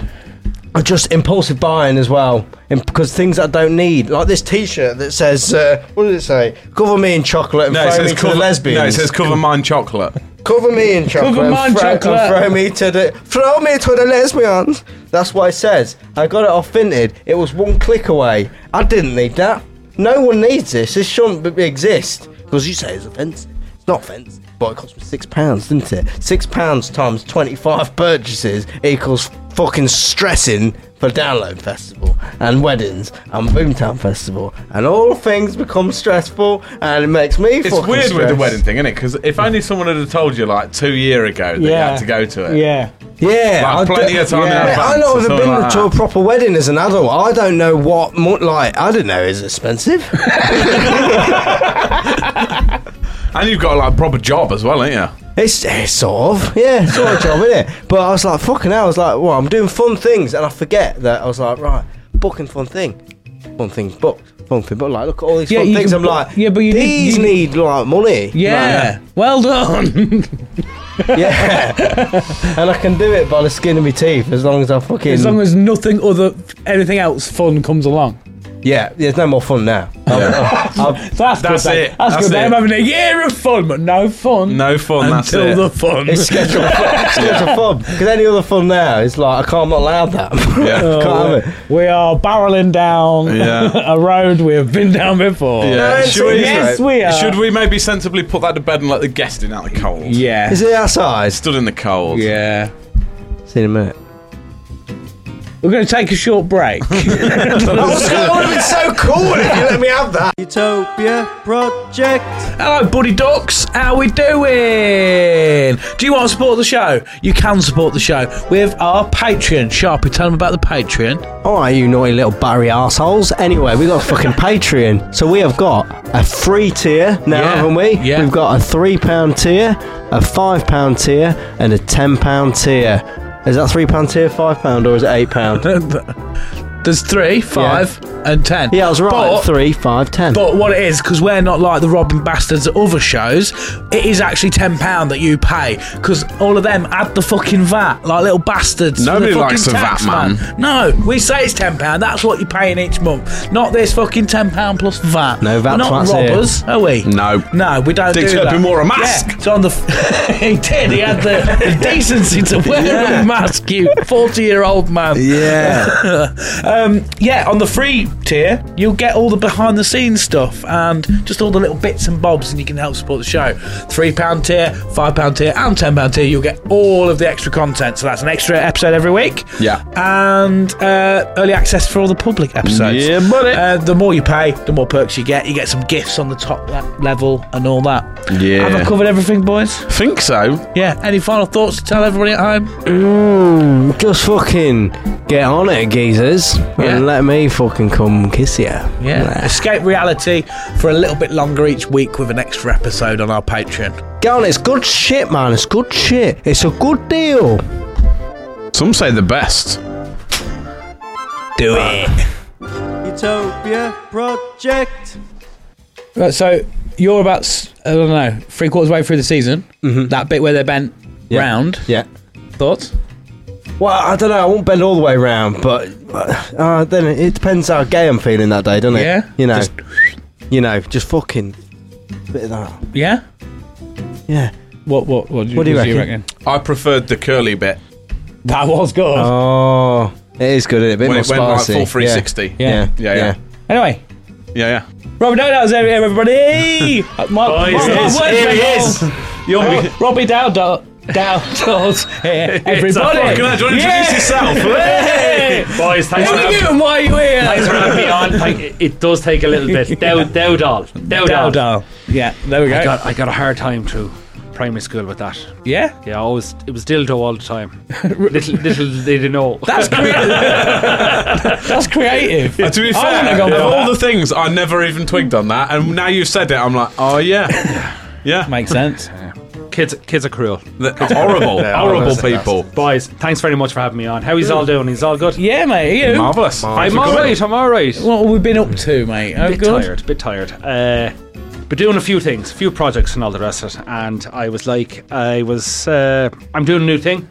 I Just impulsive buying as well, and because things I don't need, like this T-shirt that says, uh, "What does it say? Cover me in chocolate and No, it throw me says to cover, the lesbians." no, it says cover mine chocolate. cover me in chocolate, Cover and mine throw, and chocolate. throw me to the throw me to the lesbians. That's what it says. I got it off Vinted. It was one click away. I didn't need that. No one needs this. This shouldn't be- exist because you say it's offensive. It's not offensive, but it cost me six pounds, didn't it? Six pounds times twenty-five purchases equals fucking stressing for Download Festival and weddings and Boomtown Festival and all things become stressful and it makes me. It's fucking weird with the stressed. wedding thing, isn't it? Because if only someone had told you like two year ago that you Yeah. had to go to it. Yeah. Yeah, Like, I plenty do- of time in Mate, advance I or know I've something been like to a that. proper wedding as an adult. I don't know what, mo- like, I don't know, is <laughs> it expensive? And you've got like a proper job as well, ain't you? it's, it's sort of, yeah, it's sort of job, isn't it? But I was like, fucking hell, I was like, well, I'm doing fun things, and I forget that I was like, right, booking fun thing, fun things booked, fun thing booked. Like, look at all these Yeah, fun you things. can I'm book- like, yeah, but you need- these you- need, like money. Yeah. Well <laughs> done. <laughs> Like, yeah, <laughs> and I can do it by the skin of my teeth as long as I fucking. as long as nothing other, anything else fun comes along. yeah, there's no more fun now. I'm- I'm- So that's, That's good. then. it. That's, That's good. then. it. I'm having a year of fun, but no fun. No fun. that's until it. the fun. It's scheduled <laughs> for, scheduled fun. Because any other fun now is like, I can't, I'm not allowed that. <laughs> Yeah. can't have it. uh, we are barreling down <laughs> Yeah. a road we have been down before. yeah. it's Should we, Yes, we are. should we maybe sensibly put that to bed and let the guest in out of the cold? Yeah. Is it outside? Stood in the cold. Yeah. See you in a minute. We're going to take a short break. <laughs> <laughs> That would have been so cool if you let me have that. Utopia Project. Hello, buddy ducks. How we doing? Do you want to support the show? You can support the show with our Patreon. Sharpie, tell them about the Patreon. <laughs> Alright, you naughty little Barry assholes. Anyway, we got a <laughs> fucking Patreon. So we have got a free tier now, Yeah. haven't we? Yeah. We've got a £3 tier, a £5 tier, and <laughs> a £10 tier. Is that £3 tier, £5, or is it £8? The There's three, five, and ten. Yeah, I was right. But, Three, five, ten. but what it is, because we're not like the robbing bastards at other shows, it is actually ten pound that you pay. Because all of them add the fucking VAT, like little bastards. for Nobody the fucking likes the tax, VAT, man. No, we say it's ten pound. That's what you're paying each month. Not this fucking ten pound plus VAT. No VAT, We're not that's it. robbers, are we? No. No, we don't Dick do that. Turpin wore a mask. Yeah, it's on the. F- <laughs> he did. He had the, the decency to <laughs> wear a mask. You forty-year-old man. Yeah. <laughs> Um, yeah, on the free tier, you'll get all the behind the scenes stuff and just all the little bits and bobs, and you can help support the show. £3 tier, £5 tier, and £10 tier, you'll get all of the extra content. So that's an extra episode every week. Yeah. And uh, early access for all the public episodes. Yeah, buddy. Uh, the more you pay, the more perks you get. You get some gifts on the top le- level and all that. Yeah. Have I covered everything, boys? <laughs> Think so. Yeah. Any final thoughts to tell everybody at home? Mm, just fucking get on it, geezers, Yeah. and let me fucking come kiss you. Yeah. Escape reality for a little bit longer each week with an extra episode on our Patreon. Get on it. It's good shit, man. It's good shit. It's a good deal. Some say the best. Do it. Utopia Project. Right, so you're about s- I don't know three quarters way through the season. That bit where they're bent round. Yeah. Thoughts? Well, I don't know. I won't bend all the way round, but uh, then it, it depends how gay I'm feeling that day, doesn't it? Yeah. You know. Just- you know. Just fucking. Bit of that. Yeah. Yeah. What? What? What do you, What do you what do you reckon? reckon? I preferred the curly bit That was good. Oh, it is good. Isn't it? A bit when more it went like spicy. full Yeah. 360. Yeah. Yeah, yeah. Anyway, yeah, Robbie Dowd, that was every- <laughs> everybody. my, my, Boys, my it words is. Here he went is. wrong. Ro- Robbie Dowd. Dowd. Dowd. <laughs> Here, everybody. Can I do you Yeah. <laughs> introduce yourself? Hey! Boys, thanks What for are you having doing? Why are you Thanks for here? having me on. Like, it- It does take a little <laughs> bit. Dowdall. Dowdall. Dowd. Yeah. There we go. I got, I got a hard time through primary school with that. yeah. Yeah, I always it was dildo all the <laughs> time. little little did they know. That's creative. That's creative. Uh, to be I wouldn't fair, have gone of for all that. the things, I never even twigged on that, and now you've said it, I'm like, oh yeah, yeah, Makes sense. Kids kids are cruel. They're <laughs> horrible, Yeah, horrible honestly, people. Boys, thanks very much for having me on. How he's all doing? He's all good. Yeah, mate. You. Marvelous. I'm all right. I'm all right. What have we been up to, mate? Oh, bit good. tired, bit tired. Uh, but doing a few things, a few projects and all the rest of it. And I was like, I was, uh, I'm doing a new thing.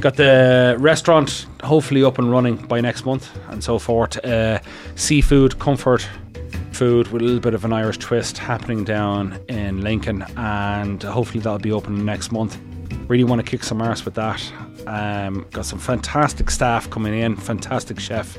Got the restaurant hopefully up and running by next month and so forth. Uh, seafood, comfort food with a little bit of an Irish twist happening down in Lincoln. And hopefully that'll be open next month. Really want to kick some arse with that. Um, got some fantastic staff coming in, fantastic chef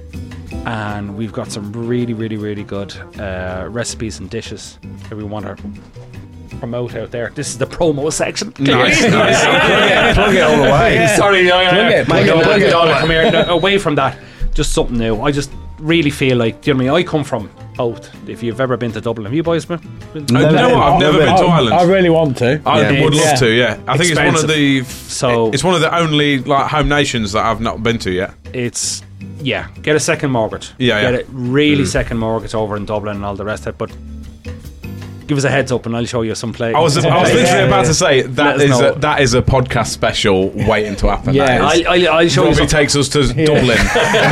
and we've got some really, really, really good uh, recipes and dishes that we want to promote out there. This is the promo section. Nice, <laughs> Clearly. nice. Plug it all the way. Sorry, I, I, it, my plug it, God, plug it. God, come here. No, away from that, just something new. I just really feel like, do you know what I mean? I come from out. If you've ever been to Dublin, have you boys been? No, you know what? I've never been to Ireland. I really want to. I Yeah. would love Yeah. to. Yeah, I think it's one of the So- so it's one of the only like home nations that I've not been to yet. it's yeah, get a second mortgage. Yeah, Mm. get yeah. it really second mortgage over in Dublin and all the rest of it. But give us a heads up and I'll show you some place. I was I was literally about to say Let that us is know. a, that is a podcast special waiting to happen. Yeah. that is. I'll, I'll, I'll show you Robbie some. takes us to Dublin.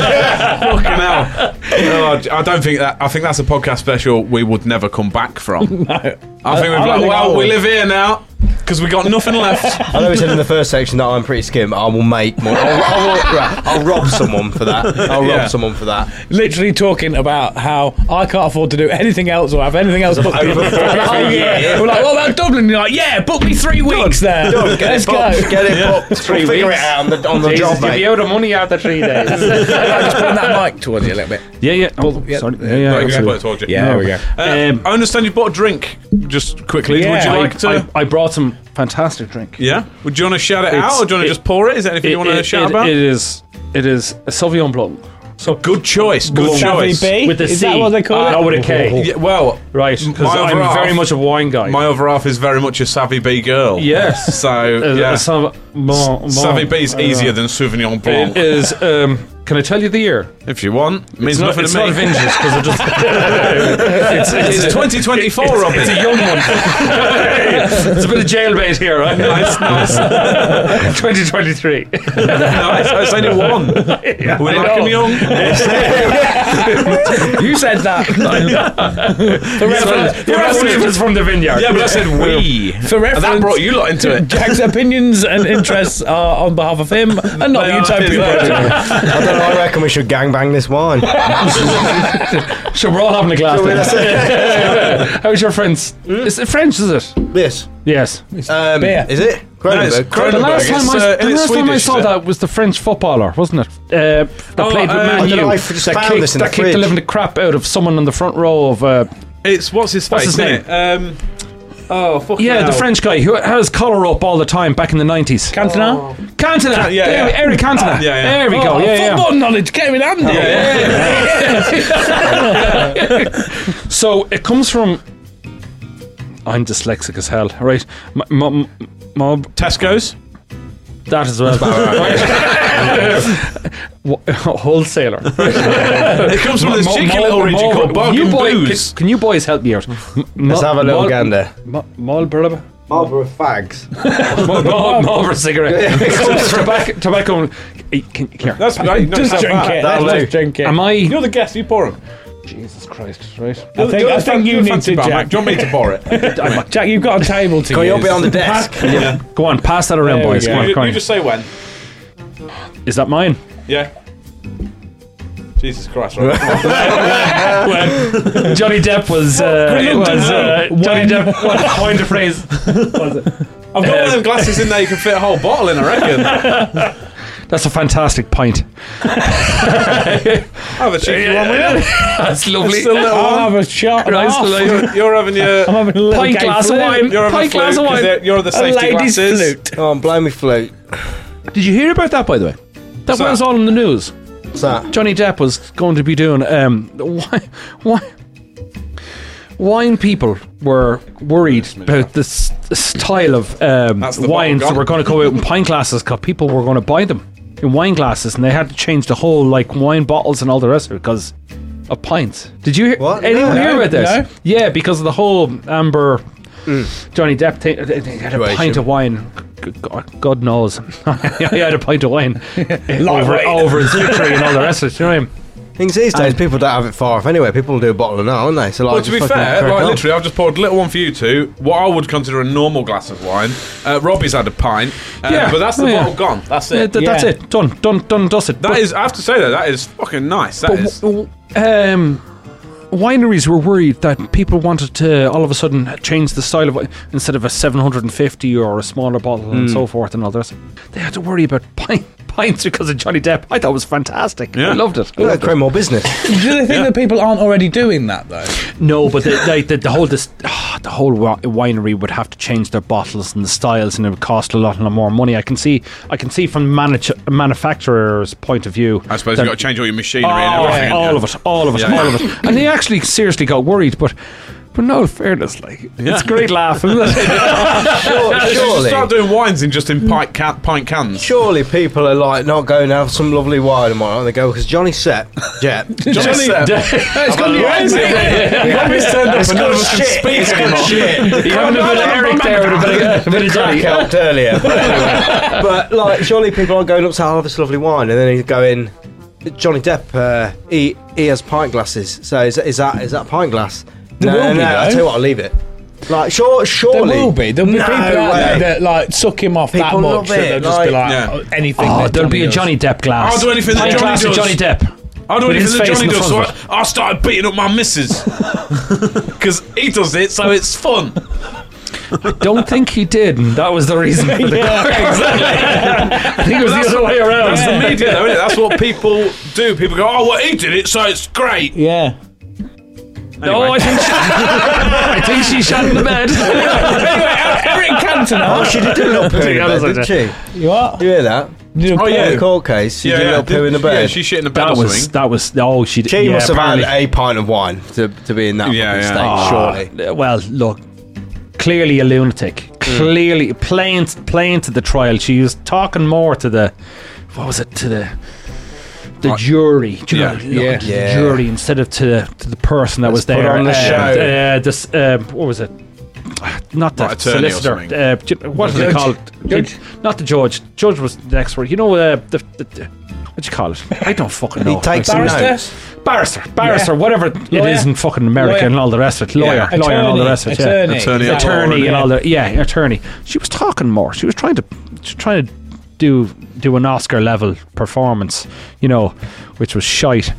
Fucking hell! No, I- I don't think that. I think that's a podcast special we would never come back from. No, I think we've I don't like, think I well, would. we live here now because we got nothing left. I know we said in the first section that I'm pretty skim. I will make more. I'll, I'll, right, I'll rob someone for that. I'll rob Yeah. someone for that. Literally talking about how I can't afford to do anything else or have anything else booked. in. oh, yeah. We're like, what about Dublin? You're like, yeah, book me three weeks there. Let's go. Booked, Get it booked. we'll figure weeks. it out on the, on the job, mate. out of money after <laughs> three days. Just putting that mic towards you a little bit. yeah, yeah. Oh, yeah. sorry. Yeah, No, Yeah, you yeah. can put it towards you. Yeah, there we go. Uh, Um, I understand you bought a drink just quickly. Would Yeah. you I, like to? I, I brought some fantastic drink. yeah. Would you want to shout it It's- out, or do you want it- to just pour it? Is there anything you want to it, shout it- about? It is. It is a Sauvignon Blanc so good choice. Oh, Good Savvy choice. B? with a Is C. that what they call Uh, it? no, with a K. Yeah, well, Right, m- because my other I'm very half- much a wine guy. My other half is very much a savvy B girl. Yes. So uh, yeah, Sauv- Mon- Mon- savvy B is easier than Sauvignon Blanc. It is um, Can I tell you the year? If you want, it means it's not, nothing it's to me. not Avengers because I just. <laughs> it's, It's 2024, Robin. It's a young one. <laughs> it's a bit of jailbait here, right? Nice, nice. <laughs> 2023. no, I, I said it <laughs> one. we I like know. him <laughs> young. You said <laughs> that. for, reference, The rest of it's from the vineyard. Yeah, but I said we. for And reference, that brought you lot into <laughs> it. Jack's opinions and interests are on behalf of him and not the They are his Utopia opinions. Project. I don't know. I reckon we should gangbang this wine. So we're all having a glass. then. <laughs> How's your French? Hmm? Is it French? Is it? this. Yes. Um, Beer. Is it? it's Cronenberg. Cronenberg. The last It's, time I, uh, the it's last time I Swedish, saw isn't it? that was the French footballer, wasn't it? Uh, that played with uh, I Man don't U. know, oh, I just that found kicked, this in that the kicked fridge. the living crap out of someone in the front row of. Uh, It's what's his What's face? his isn't it? Um, oh fuck. yeah, hell. the French guy who has collar up all the time back in the nineties. Oh. Cantona? Cantona, yeah, There we- yeah. Eric Yeah, Cantona. yeah. There we go. Oh, yeah, yeah. football knowledge came in handy. Yeah, yeah, yeah. So it comes from. I'm dyslexic as hell, right? My, my, my, Tesco's. that as <laughs> well. Wha- <laughs> <laughs> Wholesaler. It comes from this Mo- cheeky Mo- little Mo- region called Mo- Bog you and boy- Booze. Can, can you boys help me out? Let's have a little Mal- gander. Ma- Marlboro, Marlboro fags. Mal- Mal- Marlboro cigarette. It comes <laughs> from tobacco. tobacco eh, can, here. That's right. Just drink it. Let's That'll just drink it. Am I? You're the guest. You pour him. Jesus Christ! Right. I think, I think you need to, fancy bar, Jack. Mac. Do you want me to pour it? Jack, you've got a table to Can use. you be on the desk? Go on, pass that around, There we boys. go. Come on, you, come you on. just say when. Is that mine? Yeah. Jesus Christ, right? Johnny Depp was. Uh, it was uh, Johnny Depp <laughs> was coined the phrase. I've got one of them glasses in there you can fit a whole bottle in, I reckon. That's a fantastic pint. Have a cheeky one with you. <laughs> That's lovely. It's a little I'll one. have a shot. and a Christ half. alive. You're, you're having <laughs> your. I'm having a little Pint gay glass of flute. wine. You're having Pint a glass flute, of 'cause wine. they're- You're the A safety lady's glasses. flute. Come on, blow me flute. Did you hear about that, by the way? That that? was all in the news. What's that? Johnny Depp was going to be doing um <laughs> why why wine people were worried about this style of um, That's the wines bottle that were going to go out in pint glasses because people were going to buy them in wine glasses and they had to change the whole like wine bottles and all the rest of it because of pints. Did you hear, What? anyone No. hear about this? No. Yeah, because of the whole Amber Johnny Depp thing. They they had a Situation. pint of wine. G- God, God knows, <laughs> I had a pint <laughs> of wine over Lightweight. over his victory and all the rest of it. You know what I mean? Things these days, people don't have it far off anyway. People do a bottle of now, aren't they? So like, Well, to be just fucking fair, crack like on. literally, I've just poured a little one for you two. What I would consider a normal glass of wine. Uh, Robbie's had a pint. Uh, Yeah. But that's the Oh, yeah. bottle gone. That's Yeah, it. th- That's Yeah. it. Done. Done. Done. Dusted. That is, I have to say that that is fucking nice. That is. um, wineries were worried that people wanted to all of a sudden change the style of wi- instead of a 750 or a smaller bottle and Hmm. so forth and all the rest. They had to worry about pint, <laughs> pints because of Johnny Depp. I thought it was fantastic. Yeah. I loved it. I Look at loved the criminal business. Do they think that people aren't already doing that though? it. No, but the, like the, the whole this, ah, the whole wi- winery would have to change their bottles and the styles, and it would cost a lot and more money. I can see, I can see from manage, manufacturer's point of view. I suppose that- you've got to change all your machinery Oh, and everything. all haven't of it, all of it, Yeah. all of it. And they actually seriously got worried, but but no fairness, like it's great laugh, isn't it? Sure, you? You should surely, start doing wines in just in pint, ca- pint cans. surely people are like not going to have some lovely wine and whatnot. They go because Johnny Set, yeah, <laughs> Johnny, It's got <laughs> Robbie's turned up and none of us can shit. speak anymore. shit. You haven't been Eric there, would have been a bit of Jack Johnny. helped earlier, but, anyway. But, like surely people aren't going up to have this lovely wine and then he's going. Johnny Depp, uh, he he has pint glasses. So is, is that is that a pint glass? no, will no, be, no, I though. tell you what, I'll leave it. Like sure, There surely will be. There'll be No people out there way. that like suck him off that People much love that they'll it, just be like like- Yeah. oh, anything. Oh, that there'll be a does. Johnny Depp glass. I'll do anything that Pint Johnny glass of does. Johnny Depp. I don't With even his think face Johnny in the does, so front of I, I started beating up my missus. <laughs> Because he does it, so it's fun. Don't think he did. and That was the reason. For the <laughs> I think it was But the other way around. That's the media, though, isn't it? That's <laughs> what people do. People go, oh, well, he did it, so it's great. Yeah. No, I think she, <laughs> I think she shot in the bed. Eric Cantona. Oh, she did do a little poo <laughs> in that the was bed, like didn't she? You what? You hear that? Oh yeah. In the court case, she did a little poo in the Yeah, bed. she shit in the bed That or was something. that was oh she. did- She yeah, must have apparently. had a pint of wine to, to be in that Yeah, fucking yeah. state, Ah. surely. Uh, Well, look, clearly a lunatic. Clearly playing playing to the trial. She was talking more to the what was it to the the jury. Do you Yeah. know, you Yeah. know, to Yeah. the jury instead of to the, to the person that was put there. on the uh, show. uh, this, uh, what was it? Not the Right, attorney or something. solicitor. Uh, ju- what was Judge. it called? Judge. Not the judge. Judge was the next word. You know, uh, the, the, the, what do you call it? I don't fucking know. He takes a Barrister? note. barrister, barrister, whatever Lawyer. it is in fucking America Lawyer. and all the rest of it. Lawyer, Attorney, lawyer, and all the rest of it. yeah attorney. Attorney at law. attorney Yeah. and all that. Yeah, attorney. She was talking more. She was trying to, she was trying to do do an Oscar level performance, you know, which was shite.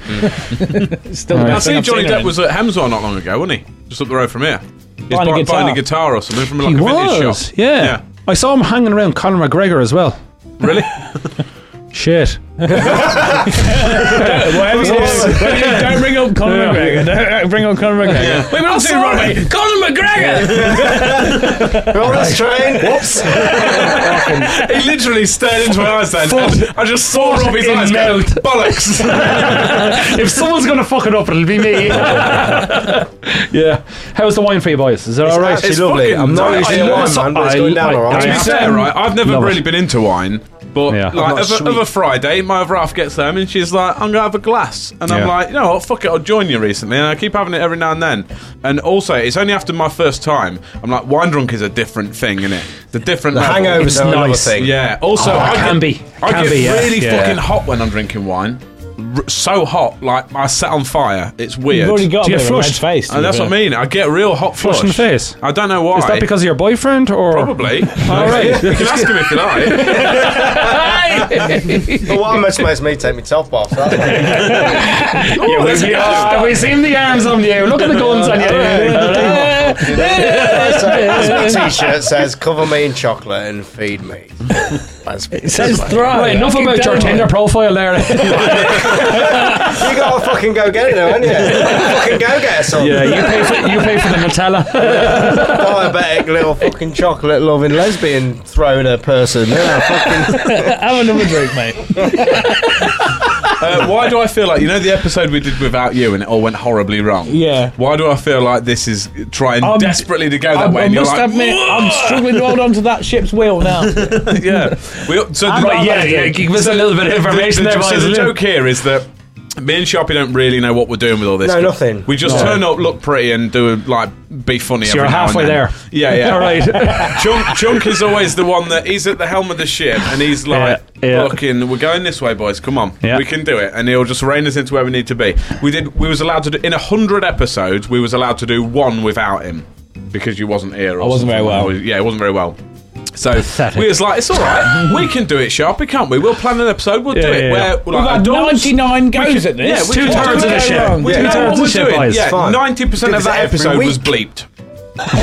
Still Right. I see Johnny Depp was at Hemsworth not long ago, wasn't he? Just up the road from here. He's Buying a bu- guitar. buying a guitar or something from like He a vintage was, shop. yeah. I saw him hanging around Conor McGregor as well. Really? <laughs> <laughs> Shit. <laughs> Whatever you do, don't bring up Conor McGregor. <laughs> Don't bring up Conor McGregor. We've been on to Robbie. Conor McGregor. We're on this train. <laughs> Whoops. <laughs> he literally stared into my eyes then. and <laughs> I just saw Robbie's in eyes go, <laughs> bollocks. if someone's gonna fuck it up, it'll be me. <laughs> yeah. How's the wine for you, boys? Is it all right? It's lovely. fucking I'm not nice. usually a I wine love- man, but it's um, I- going down I- alright. to be I- fair, right, I've never Love really it. been into wine, but Yeah. I'm like not other, sweet. other Friday, my other half gets home and she's like, "I'm gonna have a glass," and Yeah. I'm like, "You know what? Fuck it, I'll join you." Recently, and I keep having it every now and then. And also, it's only after my first time. I'm like, wine drunk is a different thing, isn't it? The different The level. hangovers are another nice. thing. Yeah. Also, Oh, I can get, be. I Can get be, yeah. really Yeah. fucking hot when I'm drinking wine. R- so hot, like I set on fire. It's weird. You've already got Do a you bit get of a red flushed? face. to and be that's fair. what I mean. I get real hot flush. Flush in the face? I don't know why. Is that because of your boyfriend or Probably. <laughs> All right. you can ask him if you like. The wine must makes me take my top off. that's why. Oh, there's a gas. Ah, we seen the arms on you. Look at the guns on you. So, as my T-shirt says, "Cover me in chocolate and feed me." That's it Says thrive. Right, enough Fucking about your terrible. Tinder profile there. You gotta fucking go get it now, ain't you? fucking go get us some you pay for you pay for the Nutella. diabetic little fucking chocolate loving lesbian throner person. Yeah, fucking Have another drink, mate. Uh, why do I feel like you know the episode we did without you and it all went horribly wrong? Yeah. Why do I feel like this is trying Um, I'm- desperately to go that I, way? I and you're must like, admit, <laughs> I'm struggling to hold on to that ship's wheel now. yeah. We, so I'm the, not allowed to. Give us a little bit of information the, there, So boys. the joke here is that me and Sharpie don't really know what we're doing with all this. No, nothing. We just turn up, look pretty, and do like be funny. So you're every now and halfway then. there. Yeah, yeah. <laughs> All right. Chunk, Chunk is always the one that he's at the helm of the ship, and he's like, Yeah, yeah. "Fucking, we're going this way, boys. Come on, Yeah. we can do it." And he'll just rein us into where we need to be. We did. We was allowed to do in a hundred episodes. We was allowed to do one without him because you wasn't here. Or I wasn't very well. Yeah, it wasn't very well. So Pathetic. we was like, it's all right. we can do it, Sharpie, can't we? We'll plan an episode. We'll do Yeah, it. yeah, Where yeah. we're We've like, had adults, 99 goes can- at this. yeah, we can- Two-thirds What of could the go shit. wrong? We Yeah. we know two-thirds what of we're shit, doing. boys. Yeah, Fine. ninety percent Did of this that every episode was week. bleeped.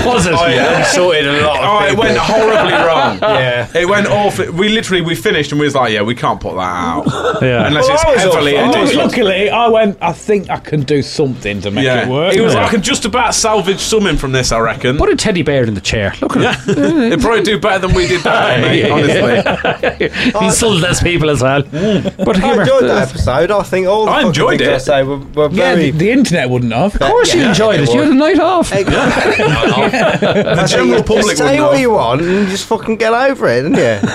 Was it? yeah. <laughs> sorted a lot. Oh, it went <laughs> horribly wrong. Yeah. It went awful. We literally we finished and we was like, yeah, we can't put that out Yeah. unless Well, it's I was heavily awful. Well, edited. Luckily, I went, I think I can do something to make yeah, it work. was. I could just about salvage something from this, I reckon. Put a teddy bear in the chair. Look at him. It'd probably do better than we did that, <laughs> mate, honestly. He sold less people as well. But I humor. enjoyed that episode. I think all the I fucking enjoyed things I it. say were, were yeah, very. the, the internet wouldn't have. Of course you Yeah, enjoyed it it. You was. had a night off. The general public Just say would what you want and just fucking get over it, didn't <laughs> you?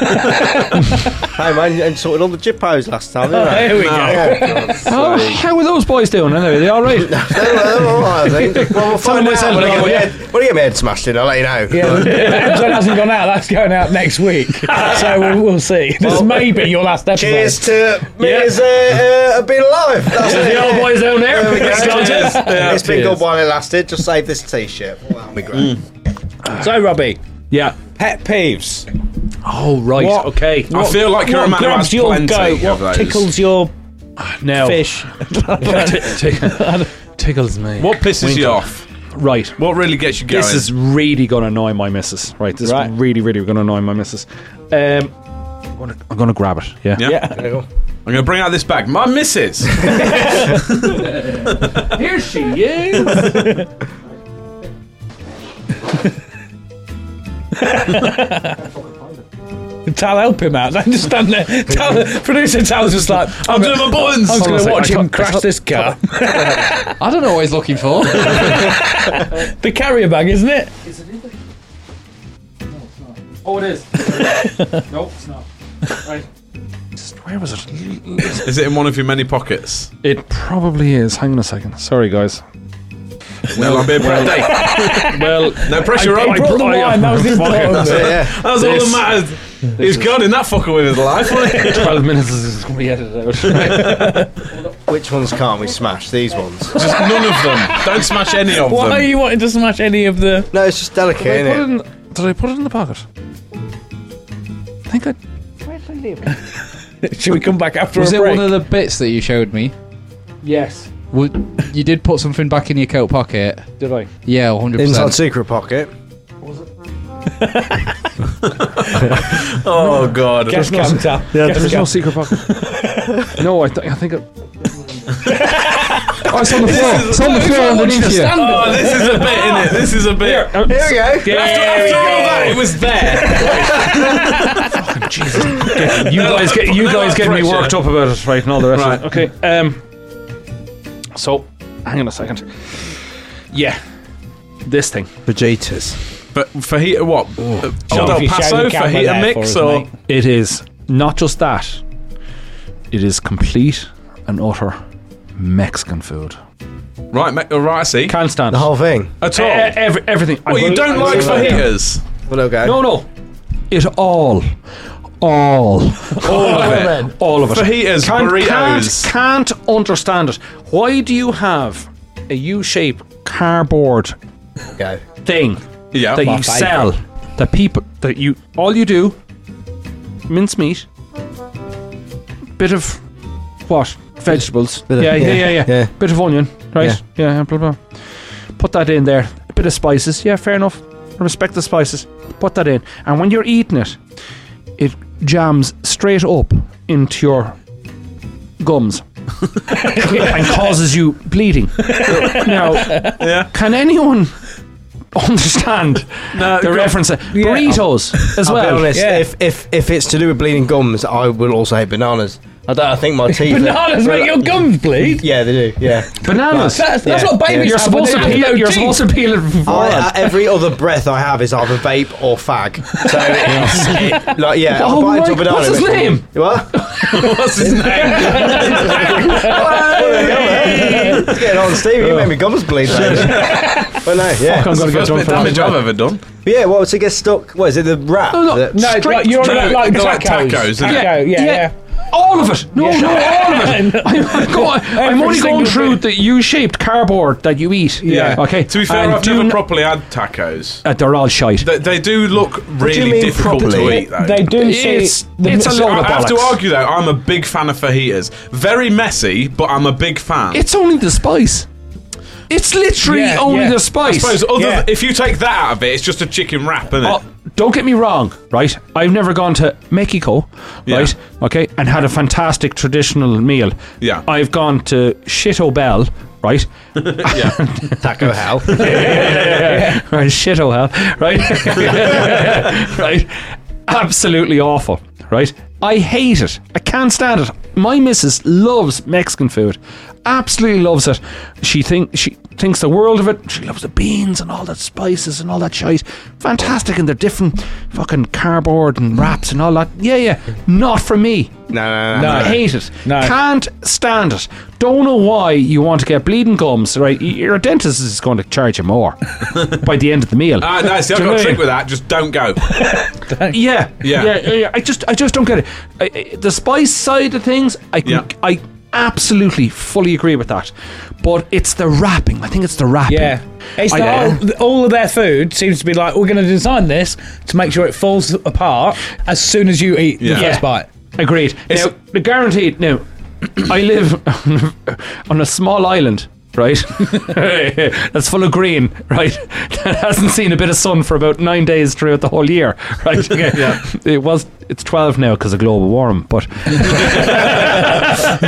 hey man, you and sorted all the jippos last time, didn't <laughs> I? There we go. Yeah, God, <laughs> Oh, sorry. how were those boys doing anyway? They all right? <laughs> They were- they were all right, I <laughs> think. Well, we'll find out. When I get my head- when I get my head smashed in, I'll let you know. Yeah, the episode hasn't gone out. That's going out next week. So we'll, we'll see. This may be your last episode. Cheers to me as uh, uh, being <laughs> alive. That's it. the old boys down there. we go. Scoundrels. It's been good while it lasted. Just save this T-shirt. Well, that'll be great. Mm. So, Robbie, Yeah. pet peeves. Oh right. What- Okay. I feel like you're a what man who grabs has your plenty goat? of What those. tickles your <laughs> Now. fish? tickles me. What pisses you off? Right. What really gets you going? This is really going to annoy my missus. Right. This Right. is really, really going to annoy my missus. Um, I'm gonna, I'm gonna grab it. Yeah. Yeah. I'm going to bring out this bag. My <laughs> missus. Here she is. Tal, help him out. <laughs> I understand that. Tal, producer Tal's just like, I'm doing my buttons. I'm just going on a to sec, watch I him can't- I crash can't- this <laughs> car. I don't know what he's <laughs> looking for. The carrier bag, isn't it? oh, it is. nope, it's not. Right. Just- Where was it? Is it in one of your many pockets? It probably is. Hang on a second. Sorry, guys. No, I'll be a proud day. <laughs> Well, No pressure I on. brought the I- wine. That was the Fuck it. important bit. yeah. That's all that matters. He's gone in that fucker with his life, wasn't he? 12 minutes is going to be edited out. Which ones can't we smash? These ones. <laughs> Just none of them. Don't smash any of Why are them. you wanting to smash any of the? No, it's just delicate, Did I put it isn't it? in, did I put it in the pocket? I think I. Should we come back after Was a it break? one of the bits that you showed me? Yes. Would, you did put something back in your coat pocket. Did I? Yeah, 100%. Inside secret pocket. Oh god. Gas can tap. Yeah, Gas there is no can. secret pocket. <laughs> no, I, th- I think. It... oh, it's on the floor. It's on the floor underneath you. Oh, this is a bit, innit? This is a bit. Here we go. After, after all that, it was there. You No, guys get you no guys get me pressure. worked up about it, right? And all the rest. Right. Of it. Okay. Um. So, hang on a second. Yeah, this thing. Vegetas. But fajita what? Uh, If Old El you show the Paso camera fajita there for mix us, or mate. It is not just that. It is complete and utter Mexican food. right? Me- oh, right, I see. Can't stand The it. whole thing. At E- all. e- every- everything. well, you don't like fajitas. Well, okay. No, no. It all, all, All of it. all of it. Fajitas, can't, burritos. Can't, can't understand it. Why do you have a U-shaped cardboard Go. thing Yeah. that you favourite. sell? That people that you all you do mince meat, bit of what vegetables? bit of- yeah, yeah, yeah, yeah, yeah, yeah. Bit of onion, right? Yeah, blah blah. Put that in there. A bit of spices. Yeah, fair enough. Respect the spices. Put that in, and when you're eating it, it jams straight up into your gums and causes you bleeding. now, can anyone understand the reference? Burritos as I'll well. be honest. Yeah. If, if if it's to do with bleeding gums, I will also hate bananas. I don't. I think my teeth. Bananas make your gums bleed. Yeah, they do. Yeah. Bananas. That's, that's Yeah. what babies You're have when supposed to they have peel. no You're teeth. supposed to peel it before. I, uh, every other breath I have is either vape or fag. So it's it, like yeah. Oh I'll bite into a my- banana. what's his if it- name? What? <laughs> What's his name? Let's get on, Steve. You made me gums <laughs> bleed. But no, yeah. I'm gonna get First done bit for damage that. I've ever done. But yeah, what was it get stuck? What is it? The wrap? Oh, No, no, that- No, it's like, you're Straight- like, like no, like tacos. tacos, isn't it? Taco, yeah, yeah. All of it. No, no, all of it. <laughs> I'm, go- I'm Every only single going through bit. the U-shaped cardboard that you eat. Yeah. Okay. To be fair, And I've do never n- properly had tacos. uh, they're all shite. They, they do look really mean difficult to properly? eat, though. They do see. It's- it's a so- lot I of I have to bollocks. argue though, I'm a big fan of fajitas. Very messy, but I'm a big fan. It's only the spice. It's literally Yeah, only yeah. the spice. I suppose uh, other Yeah. if you take that out of it, it's just a chicken wrap, isn't it? Oh, don't get me wrong, right? I've never gone to Mexico, right? Okay, and had a fantastic traditional meal. Yeah. I've gone to Shito Bell, right? Taco Hell. <laughs> right, Shito Hell, right? <laughs> right? Absolutely awful, right? I hate it. I can't stand it. My missus loves Mexican food. Absolutely loves it. She think she thinks the world of it. She loves the beans and all that spices and all that shite. Fantastic and they're different fucking cardboard and wraps and all that. Yeah, yeah. Not for me. No, no, no. Uh, I hate it. No. Can't stand it. Don't know why you want to get bleeding gums, right? Y- Your dentist is going to charge <laughs> you more by the end of the meal. Ah, no, see, I've Do you know got what a I trick mean? with that. Just don't <laughs> go. Yeah, Yeah. yeah, yeah, yeah. I just, I just don't get it. I, I, the spice side of things, I can, Yeah. I absolutely fully agree with that. But it's the wrapping. I think it's the wrapping. Yeah. It's I- the whole, all of their food seems to be like, we're going to design this to make sure it falls apart as soon as you eat Yeah. the Yeah. first bite. Agreed. It's- now, the guaranteed. Now, I live <coughs> on a small island, right? <laughs> That's full of green, right? That hasn't seen a bit of sun for about nine days throughout the whole year, <laughs> right? Okay. yeah. It was. It's twelve now because of global warming, but <laughs>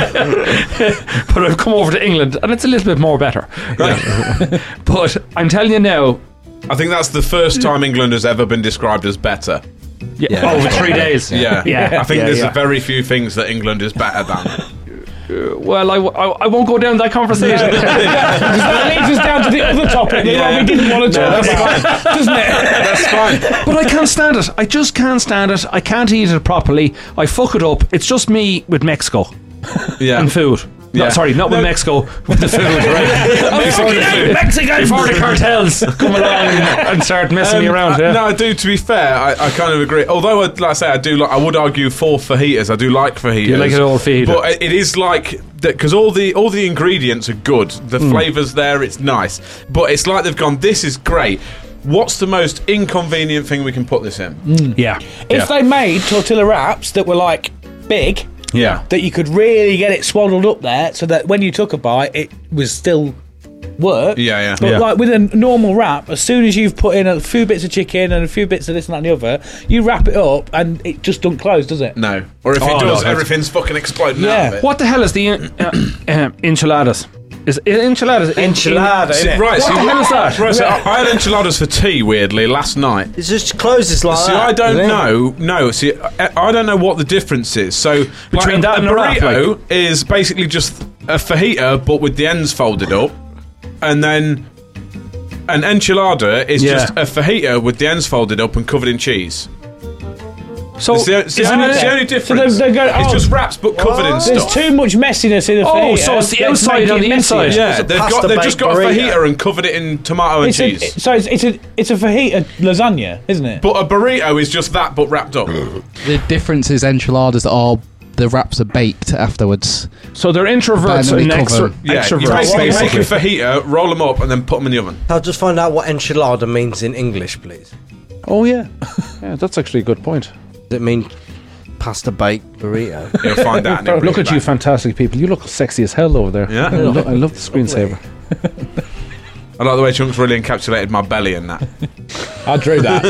but I've come over to England and it's a little bit more better, right? but I'm telling you now, I think that's the first time England has ever been described as better. yeah, over Oh, three days, Yeah, yeah. I think yeah, there's yeah. <laughs> very few things that England is better than. uh, well, I, w- I, I won't go down that conversation. <laughs> that leads us down to the other topic the one we didn't want to talk about, doesn't it? That's fine. but I can't stand it. I just can't stand it. I can't eat it properly. I fuck it up. It's just me with Mexico Yeah. and food. No, Yeah. sorry, not with No. Mexico, with the food, right? <laughs> Mexican food. Mexico Before the <laughs> cartels come along and start messing me Um, around. I- yeah. No, I do. To be fair, I, I kind of agree. Although, I'd, like I say, I do. Like, I would argue for fajitas. I do like fajitas. You like an old fajita. but it- it is like that because all the all the ingredients are good. The Mm. flavors there, it's nice. But it's like they've gone. This is great. What's the most inconvenient thing we can put this in? yeah. If they made tortilla wraps that were like big, Yeah. that you could really get it swaddled up there so that when you took a bite, it was still work. Yeah, yeah. But Yeah. like with a normal wrap, as soon as you've put in a few bits of chicken and a few bits of this and that and the other, you wrap it up and it just don't close, does it? No. Or if Oh, it no, does, that's- everything's fucking exploding Yeah. out of it. What the hell is the in, uh, um, enchiladas? Is, is enchiladas? in- Enchilada. See, innit? Right, so What the hell is that? Right, so I, I had enchiladas for tea, weirdly, last night. It just closes Uh, like See, that. I don't doesn't it? know. No, see, I, I don't know what the difference is. So, like, Between that and a a wrap, burrito is basically just a fajita, but with the ends folded up, and then an enchilada is Yeah. just a fajita with the ends folded up and covered in cheese. So It's the, it's the is only, Oh, it- it's the only difference. they're go- it's oh. just wraps, but covered in There's stuff. too much messiness in the Oh, fajita. so it's the Let's outside make on it the messier. inside. yeah, they've got they've pasta-baked just got burrito. a fajita and covered it in tomato and It's a, cheese. it- so it's, it's a it's a fajita lasagna, isn't it? but a burrito is just that, but wrapped <gasps> up. The difference is enchiladas are the wraps are baked afterwards. So they're introverts Dynamic and cover. extro- Yeah, you extroverts. Oh, basically, Basically. make a fajita, roll them up, and then put them in the oven. I'll just find out what enchilada means in English, please. Oh yeah, yeah. That's actually a good point. Does it mean pasta baked burrito? You'll find <laughs> out. and it'll Look bring at it you, back. fantastic people. You look sexy as hell over there. Yeah. I, lo- I love the screensaver. I like the way Chunks really encapsulated my belly in that. I drew that.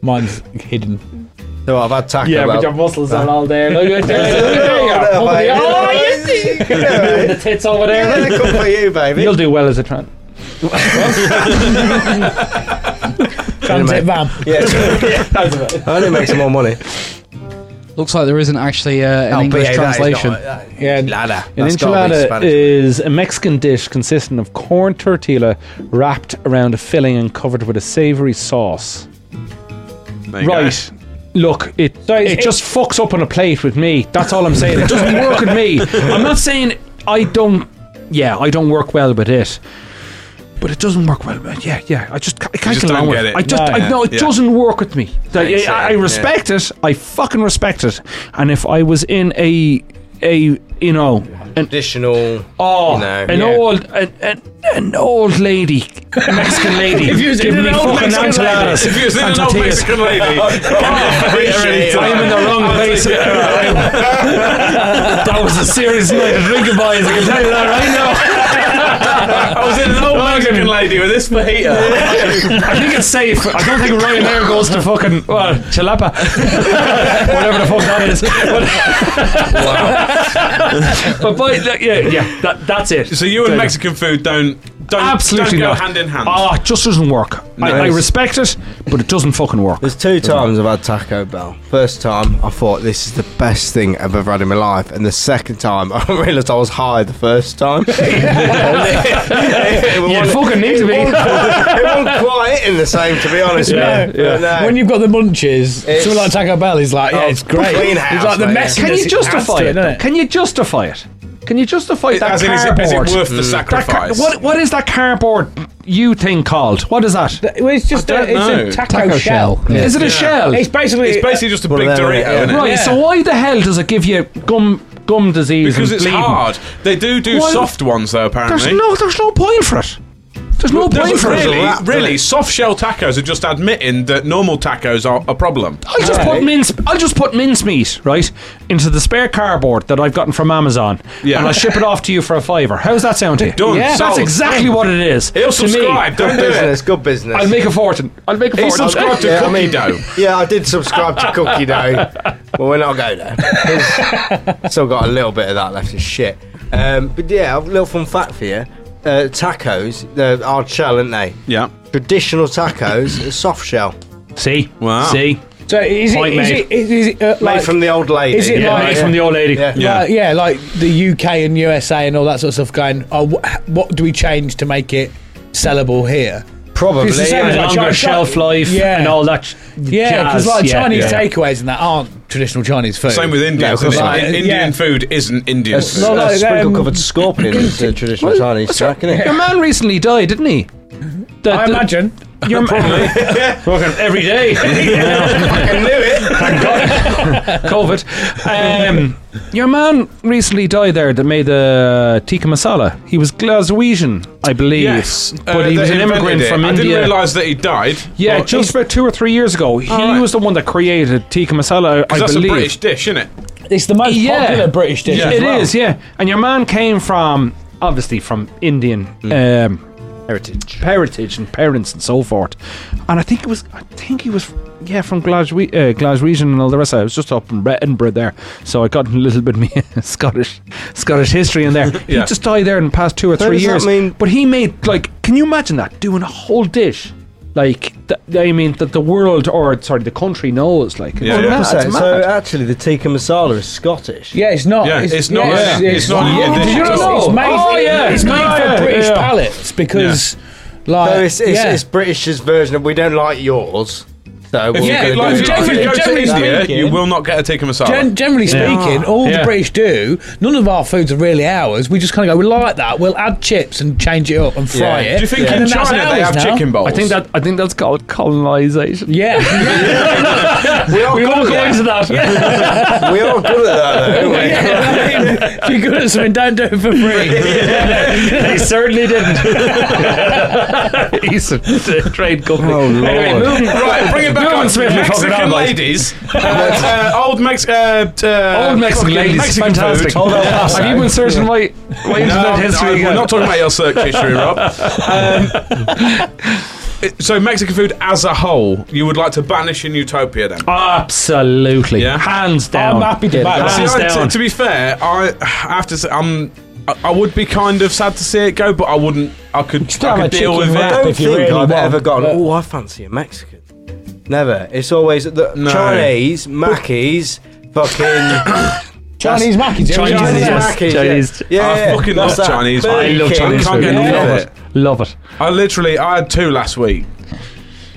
Mine's hidden. <laughs> so I've had taco Yeah, Bell. with your muscles on all day. Look <laughs> at that. Oh, mate. Oh, you Yeah, the mate. tits over there. Yeah, good for you, baby. You'll do well as a tran. Transit van. <laughs> yeah. I only make some more money. <laughs> Looks like there isn't actually uh, an Oh, Oh, English translation. Yeah. An enchilada is a Mexican dish consisting of corn tortilla wrapped around a filling and covered with a savory sauce. There you Right. Look, it it's- it just fucks up on a plate with me. That's all I'm saying. <laughs> It doesn't work with me. I'm not saying I don't. Yeah, I don't work well with it. But it doesn't work well. with- Yeah, yeah. I just ca- I can't just get along don't with get it. it. I just No, I, yeah, no, it yeah. doesn't work with me. That- I, Makes I, sense, respect it. I fucking respect it. And if I was in a a you know an Additional. Oh, You know, an yeah. old, an, an, an old lady, Mexican lady, <laughs> If you was giving in me an old fucking Mexican lady- enchiladas. Oh, If you was in and an old tortillas. Mexican <laughs> lady, I'm <laughs> in the wrong <laughs> place. that was a serious night of drinking, boys. I can tell you that right <laughs> I was in an old Mexican lady with this <laughs> fajita. now. I think it's safe. I don't think Ryanair goes to fucking well, Chilapa, <laughs> whatever the fuck that is. But, <laughs> but boy, that- yeah, yeah, that, that's it. So you and Mexican food don't don't Absolutely don't go not. hand in hand. Ah, it just doesn't work. I, I Nice. respect it, but it doesn't fucking work. There's two times I've had Taco Bell. First time, I thought this is the best thing I've ever had in my life. And the second time, <laughs> I realised I was high the first time. <laughs> It You wasn't- fucking need to be. it wasn't quite in the same, to be honest. Yeah, no, but yeah. no. When you've got the munchies, It's- something like Taco Bell is like, yeah, Oh, it's great. clean It's house, like the mate, yeah. messiness. Can you justify adds to it? doesn't though? Can you justify it? Can you justify that As in, is cardboard? it, is it worth the that car- sacrifice? what what is that cardboard you thing called? What is that? Is Well, it's just I a, don't know. it's a taco, shell. Taco shell. Yeah. it a shell? It's basically It's basically just a Well, big then, Dorito, yeah. isn't it? right. yeah. So why the hell does it give you gum gum disease? Because and it's bleeding? hard. They do do Well, soft ones though. Apparently, There's no there's no point for it. There's no There's point for really, it. really, soft shell tacos are just admitting that normal tacos are a problem. I'll just eh? put mince. I'll just put mincemeat right into the spare cardboard that I've gotten from Amazon, Yeah. and I'll ship it off to you for a fiver. How's that sound to you? Done. Yeah. That's Sold. exactly what it is. He'll to me. subscribe. Don't do it. <laughs> business, good business. I'll make a fortune. I'll make a He fortune. subscribed to Yeah, I Cookie mean- Dough. yeah, I did subscribe to Cookie Dough. Well, we're not going there. 'Cause Still got a little bit of that left as shit. Um, but yeah, a little fun fact for you. Uh, tacos, they're hard shell, aren't they? Yeah. Traditional tacos, are soft shell. See, Wow. see, So is it, Point is made. it, is it, is it uh, Made like, from the old lady. is it Yeah, like- made from the old lady. Yeah. yeah. Like, yeah, like the UK and USA and all that sort of stuff going, oh, wh- what do we change to make it sellable here? Probably. It's the same yeah. as And Like longer Chi- Chi- shelf life Yeah. and all that. Yeah, because like Chinese take. takeaways and that aren't traditional Chinese food. Same with India, No, isn't it? right, In- Indian yeah. food isn't Indian That's- food. No, that's like, sprinkle um, uh, covered scorpion is the traditional Chinese snack, isn't it? Your man recently died, didn't he? The- I the- imagine. You're probably working every <laughs> day. I knew it. COVID. Um, your man recently died there that made the tikka masala. He was Glaswegian, I believe. Yes, But uh, he they was an invented immigrant it. from I didn't Oh, India. realise that he died. Yeah, but just it's- about two or three years ago, he Alright. was the one that created tikka masala, I that's believe. a British dish, isn't it? It's the most Yeah. popular British dish. Yeah. as It is, well. yeah. And your man came from, obviously, from Indian um, heritage, heritage, and parents and so forth. And I think it was, I think he was, yeah, from Glaswe- uh, Glaswegian and all the rest of it. I was just up in Edinburgh there, so I got a little bit of me <laughs> Scottish Scottish history in there. He Yeah. just died there in the past two or three does that years. mean- But he made like, can you imagine that doing a whole dish? Like, th- I mean, that the world or sorry, the country knows. Like, Yeah, yeah. that's So, so mad. actually, the tikka masala is Scottish. Yeah, it's not. Yeah, it's not, yeah, yeah. It's not an Indian Did dish you not at all. know? It's made, Oh, it- yeah. it's made Yeah, yeah, for British yeah. palates because, like, So it's, it's, yeah. it's British's version of we don't like yours. So we're If Yeah, you, gonna go- like, do if you- if you generally- go to generally India, speaking- you will not get a tikka masala. Gen- generally speaking, all Yeah. the British do, none of our foods are really ours. We just kind of go, we like that. We'll add chips and change it up and fry Yeah. it. Do you And think in then that's China they ours have now. chicken bowls? I think that I think that's called colonization. Yeah. <laughs> We are We won't good go at into <laughs> that. that. We are good at that, though. aren't we? Yeah, I mean, if you're good at something, don't do it for free. They certainly <laughs> didn't. He's a trade company. Oh, Anyway, Lord. moving Right, bring it back Go on. on, Smith, you're fucking Mexican on, mate. ladies, uh, uh, old Mex, uh, t- uh, Old Mexican fucking ladies, Mexican fantastic. food. Have you been searching my, my No, internet no, history we're again? not talking about your search history, Rob. Um, it- <laughs> so Mexican food as a whole, you would like to banish in utopia then? Absolutely, Yeah. hands down. I'm happy to back Hands See, I- to- down. to be fair, I, I have to say, I'm. I- I would be kind of sad to see it go, but I wouldn't. I could, Still I have could a deal chicken with I wrap it. don't if you think really I've want, ever gone, but- oh, I fancy a Mexican. Never. It's always the No. Chinese, Mackies, fucking. Chinese mac Chinese, Chinese yes. Mackies. Chinese. Yeah, yeah, I yeah. fucking That's love that. Chinese. I Burger love King. Chinese Can't food. get Yeah. enough of Love it. it. Love it. I literally, I had two last week,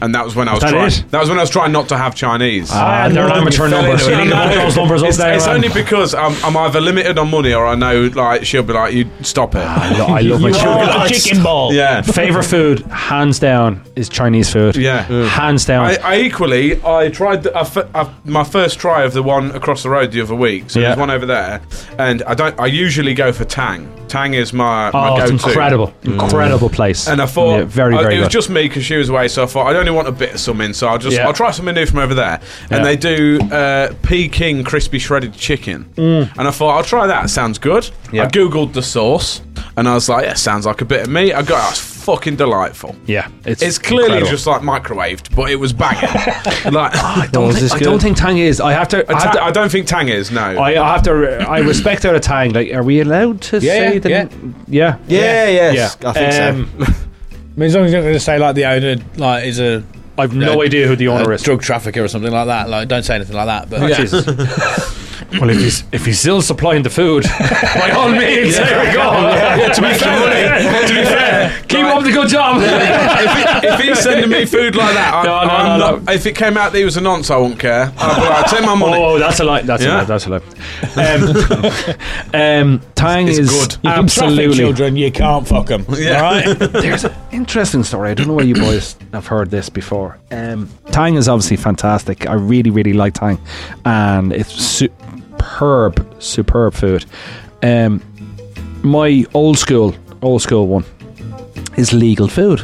and that was when I was that trying. it? That was when I was trying not to have Chinese. Ah, they're Lord, amateur you fell numbers. into You it. need to put those numbers up it's, there. it's man. only because I'm, I'm either limited on money or I know like she'll be like you stop it. I lo- I love my children. a chicken ball. yeah, Favorite food, hands down, is Chinese food. Yeah. Mm. hands down. I, I equally I tried the, I f- I- my first try of the one across the road the other week. So Yeah. there's one over there, and I don't. I usually go for Tang. Tang is my my Oh, go-to. it's incredible, incredible place. And I thought Yeah, very, I- very it was good. just me because she was away, so I thought I'd only want a bit of something, so I'll just Yeah. I'll try something new from over there. Yeah. And they do uh, Peking crispy shredded chicken, and I thought I'll try that. Sounds good. Mm. Yeah. I googled the sauce, and I was like, yeah, sounds like a bit of meat. I got that's fucking delightful. yeah, it's It's clearly incredible. just like microwaved, but it was <laughs> banging. like <laughs> I Oh, don't, is I this don't good? think Tang is. I have to. I have to I don't think Tang is no. I I have to. I respect our Tang. Like, are we allowed to Yeah, say yeah, the? yeah. n- Yeah. Yeah, yes. Yeah. I think Um, so. I mean, as long as you're not going to say like the owner like is a, I've no Yeah. idea who the a owner is. drug trafficker or something like that, like don't say anything like that. But Oh, <laughs> Jesus. well, if he's if he's still supplying the <laughs> food, by all means, there we go. <laughs> to be fair, to be fair, keep up the good job. if, he, if he's sending me food like that, I, <laughs> No, no, I'm no, not, if it came out that he was a nonce, I wouldn't care. I'd be like, take my money. Oh, that's a lie. That's Yeah. a lie. That's <laughs> a lie. Um, <laughs> um, Tang It's is good. You you can traffic <laughs> absolutely. children, you can't fuck them. Yeah. There's an interesting story. I don't know whether you boys have heard this before. Um, Tang is obviously fantastic. I really, really like Tang, and it's superb, superb food. Um, my old school, old school one is legal food.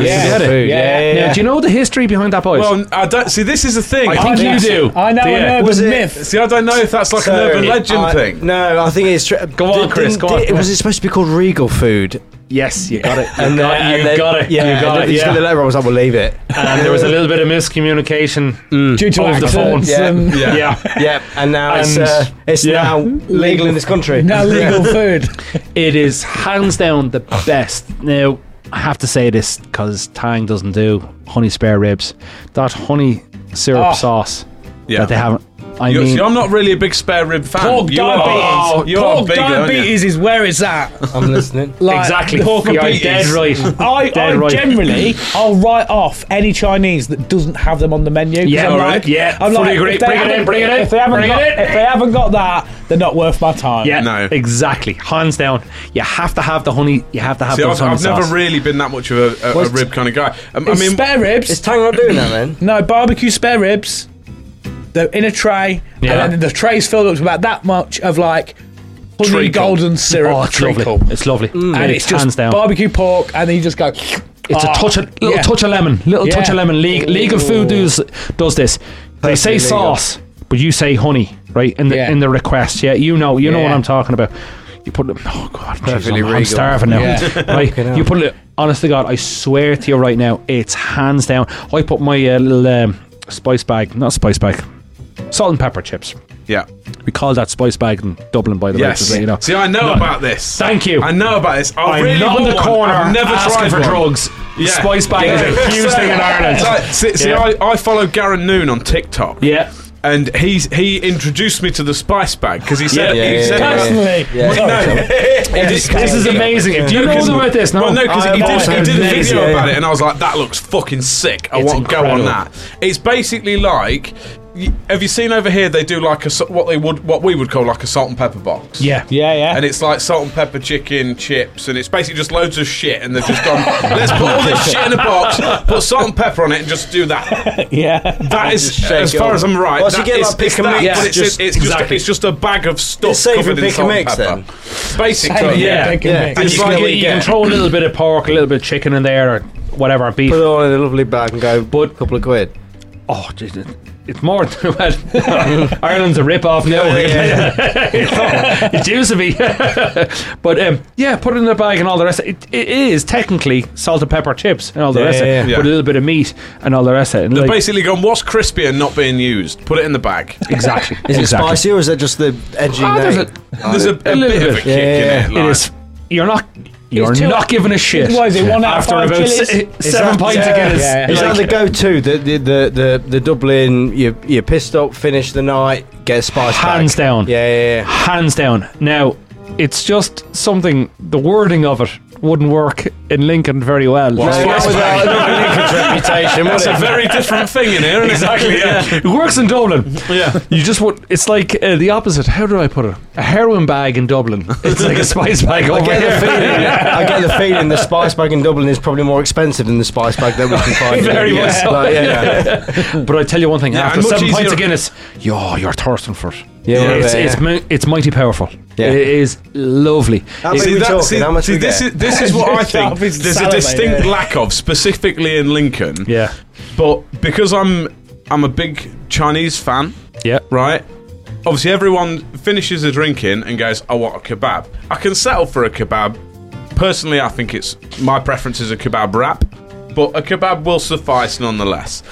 Yeah. Get it? Yeah, yeah, Now, do you know the history behind that, boys? Well, I don't see. This is the thing. I think you do. I know Yeah. an Was urban it- myth. See, I don't know if that's like an So, urban legend I- thing. No, I think it's. Tr- Go on, Chris, go on. It, was it supposed to be called Regal Food? Yes, you got it. You And got, then- it. and you then- got it. Yeah, you got it. You just got the Yeah. letter. I was like, we'll leave <laughs> it. And there was a little bit of miscommunication. Due to Over the phone. accidents Um, and Yeah. Yeah, Yep. And now it's And- uh, it's yeah. now legal in this country. now legal food. it is hands down the best. Now, I have to say this because Tang doesn't do honey spare ribs. That honey syrup Oh. sauce Yeah. that they haven't. I You- mean, see, I'm not really a big spare rib fan. Pork you diabetes. Are, you pork are big, aren't you? diabetes is where it's at. I'm listening. Like, exactly. Pork You're diabetes. dead right. <laughs> I, <laughs> Dead I right. generally I'll write off any Chinese that doesn't have them on the menu. 'cause Yeah, I'm all like, right. Yeah, I'm fully like, agree. if they Bring it in, haven't- bring it in, If they haven't bring it got, in. if they haven't got that, they're not worth my time. Yeah, No. exactly. Hands down, you have to have the honey. You have to have See, the I've, honey I've never sauce. really been that much of a, a, a What's- rib kind of guy. Um, I It's mean, spare ribs. Is Tang not doing that then? No, barbecue spare ribs. They're in a tray, Yeah. and then the tray's filled up to about that much of like honey Treacle. golden syrup oh, it's treacle. lovely. It's lovely. Mm. And it's hands just down. barbecue pork, and then you just go. It's a touch of little Ah. yeah. touch of lemon. Little touch Yeah. of lemon. League League of Food does does this. They Perfectly say legal. sauce, but you say honey, right? In the Yeah. in the request. Yeah, you know, you know what Yeah. I'm talking about. You put it. Oh God, jeez, Perfectly I'm, I'm legal. starving now. Yeah. <laughs> Right, you put it. Honest to God, I swear to you right now, it's hands down. I put my uh, little um, spice bag, not spice bag, salt and pepper chips. yeah. We call that spice bag in Dublin, by the way. Yes. just let you know. See, I know about this. Thank you. I know about this. I I'm really not in want the one. corner I've never asking tried for one. drugs. Yeah. Spice bag is Yeah. a huge thing in Ireland. It's like- see, see, Yeah. I, I follow Garen Noon on TikTok. Yeah. And he's he introduced me to the spice bag because he said Yeah, he yeah, said yeah, about- Personally, Yeah. Sorry, No. Tom. <laughs> This- This is amazing. Do you know 'cause- all about this? No. Well, no, because I've he did, also he did a heard this, video yeah. about it, and I was like, "That looks fucking sick. I It's want to go on incredible. that." It's basically like, y- have you seen over here? They do like a s- what they would what we would call like a salt and pepper box. Yeah. Yeah, yeah. And it's like salt and pepper chicken chips, and it's basically just loads of shit. And they've just gone, let's put all this shit in a box, put salt and pepper on it, and just do that. yeah. That is, shake as it far up. as I'm right, What's you that get, is- like, pick it's and that, mix? but it's, Just- it's, just, exactly. it's just a bag of stuff It's safe covered for in pick salt and and mix, pepper. then. Basically, Yeah, yeah. pick and mix. yeah. And And It's you, like can, what you you can get. throw a little bit of pork, a little bit of chicken in there, or whatever, beef. Put it all in a lovely bag and go. But- But couple of quid. Oh, geez, it- it's more than <laughs> well, Ireland's a rip-off now. <laughs> it used to be, but um, yeah, put it in a bag and all the rest. Of it, it is technically salt and pepper chips and all the Yeah, rest. of it, yeah, yeah. But a little bit of meat and all the rest. Of it. And They've like- basically gone, what's crispy and not being used? Put it in the bag. exactly. Is it exactly. spicy or is that just the edgy Ah, there's name? a- There's a, a, little bit of a bit. Yeah, kick in it. It like. is. You're not. You're too- not giving a shit. What is it, one out of After five about chilies? se- seven that- pints yeah, of Guinness, yeah, yeah. Is that like- the go-to? The the the the, the Dublin. You you pissed up, finish the night, get a spice Hands bag. down. Yeah, yeah, yeah. Hands down. Now, it's just something. The wording of it wouldn't work in Lincoln very well. No, <laughs> not without not with Lincoln's reputation, would It's a it? very different thing in here, isn't Exactly. it? Yeah. It works in Dublin. Yeah. You just would. It's like uh, the opposite. How do I put it? A heroin bag in Dublin. It's like a spice bag I over <laughs> get the here. feeling. I get the feeling the spice bag in Dublin is probably more expensive than the spice bag that we can find. here. Very much so. Like, yeah, yeah. But I tell you one thing. Yeah, after and much seven pints easier- of Guinness, yo, you're thirsting for it. Yeah, well, it's, yeah. It's, mi- it's mighty powerful. Yeah. It is lovely. How It's- big we that- talking? How much see, we this, get? is, this is what <laughs> I think. Stop, it's There's a salivating. distinct lack of, specifically in Lincoln. yeah, But because I'm, I'm a big Chinese fan, yeah. right? Obviously, everyone finishes a drinking and goes, "I want a kebab." I can settle for a kebab. Personally, I think it's my preference is a kebab wrap, but a kebab will suffice nonetheless.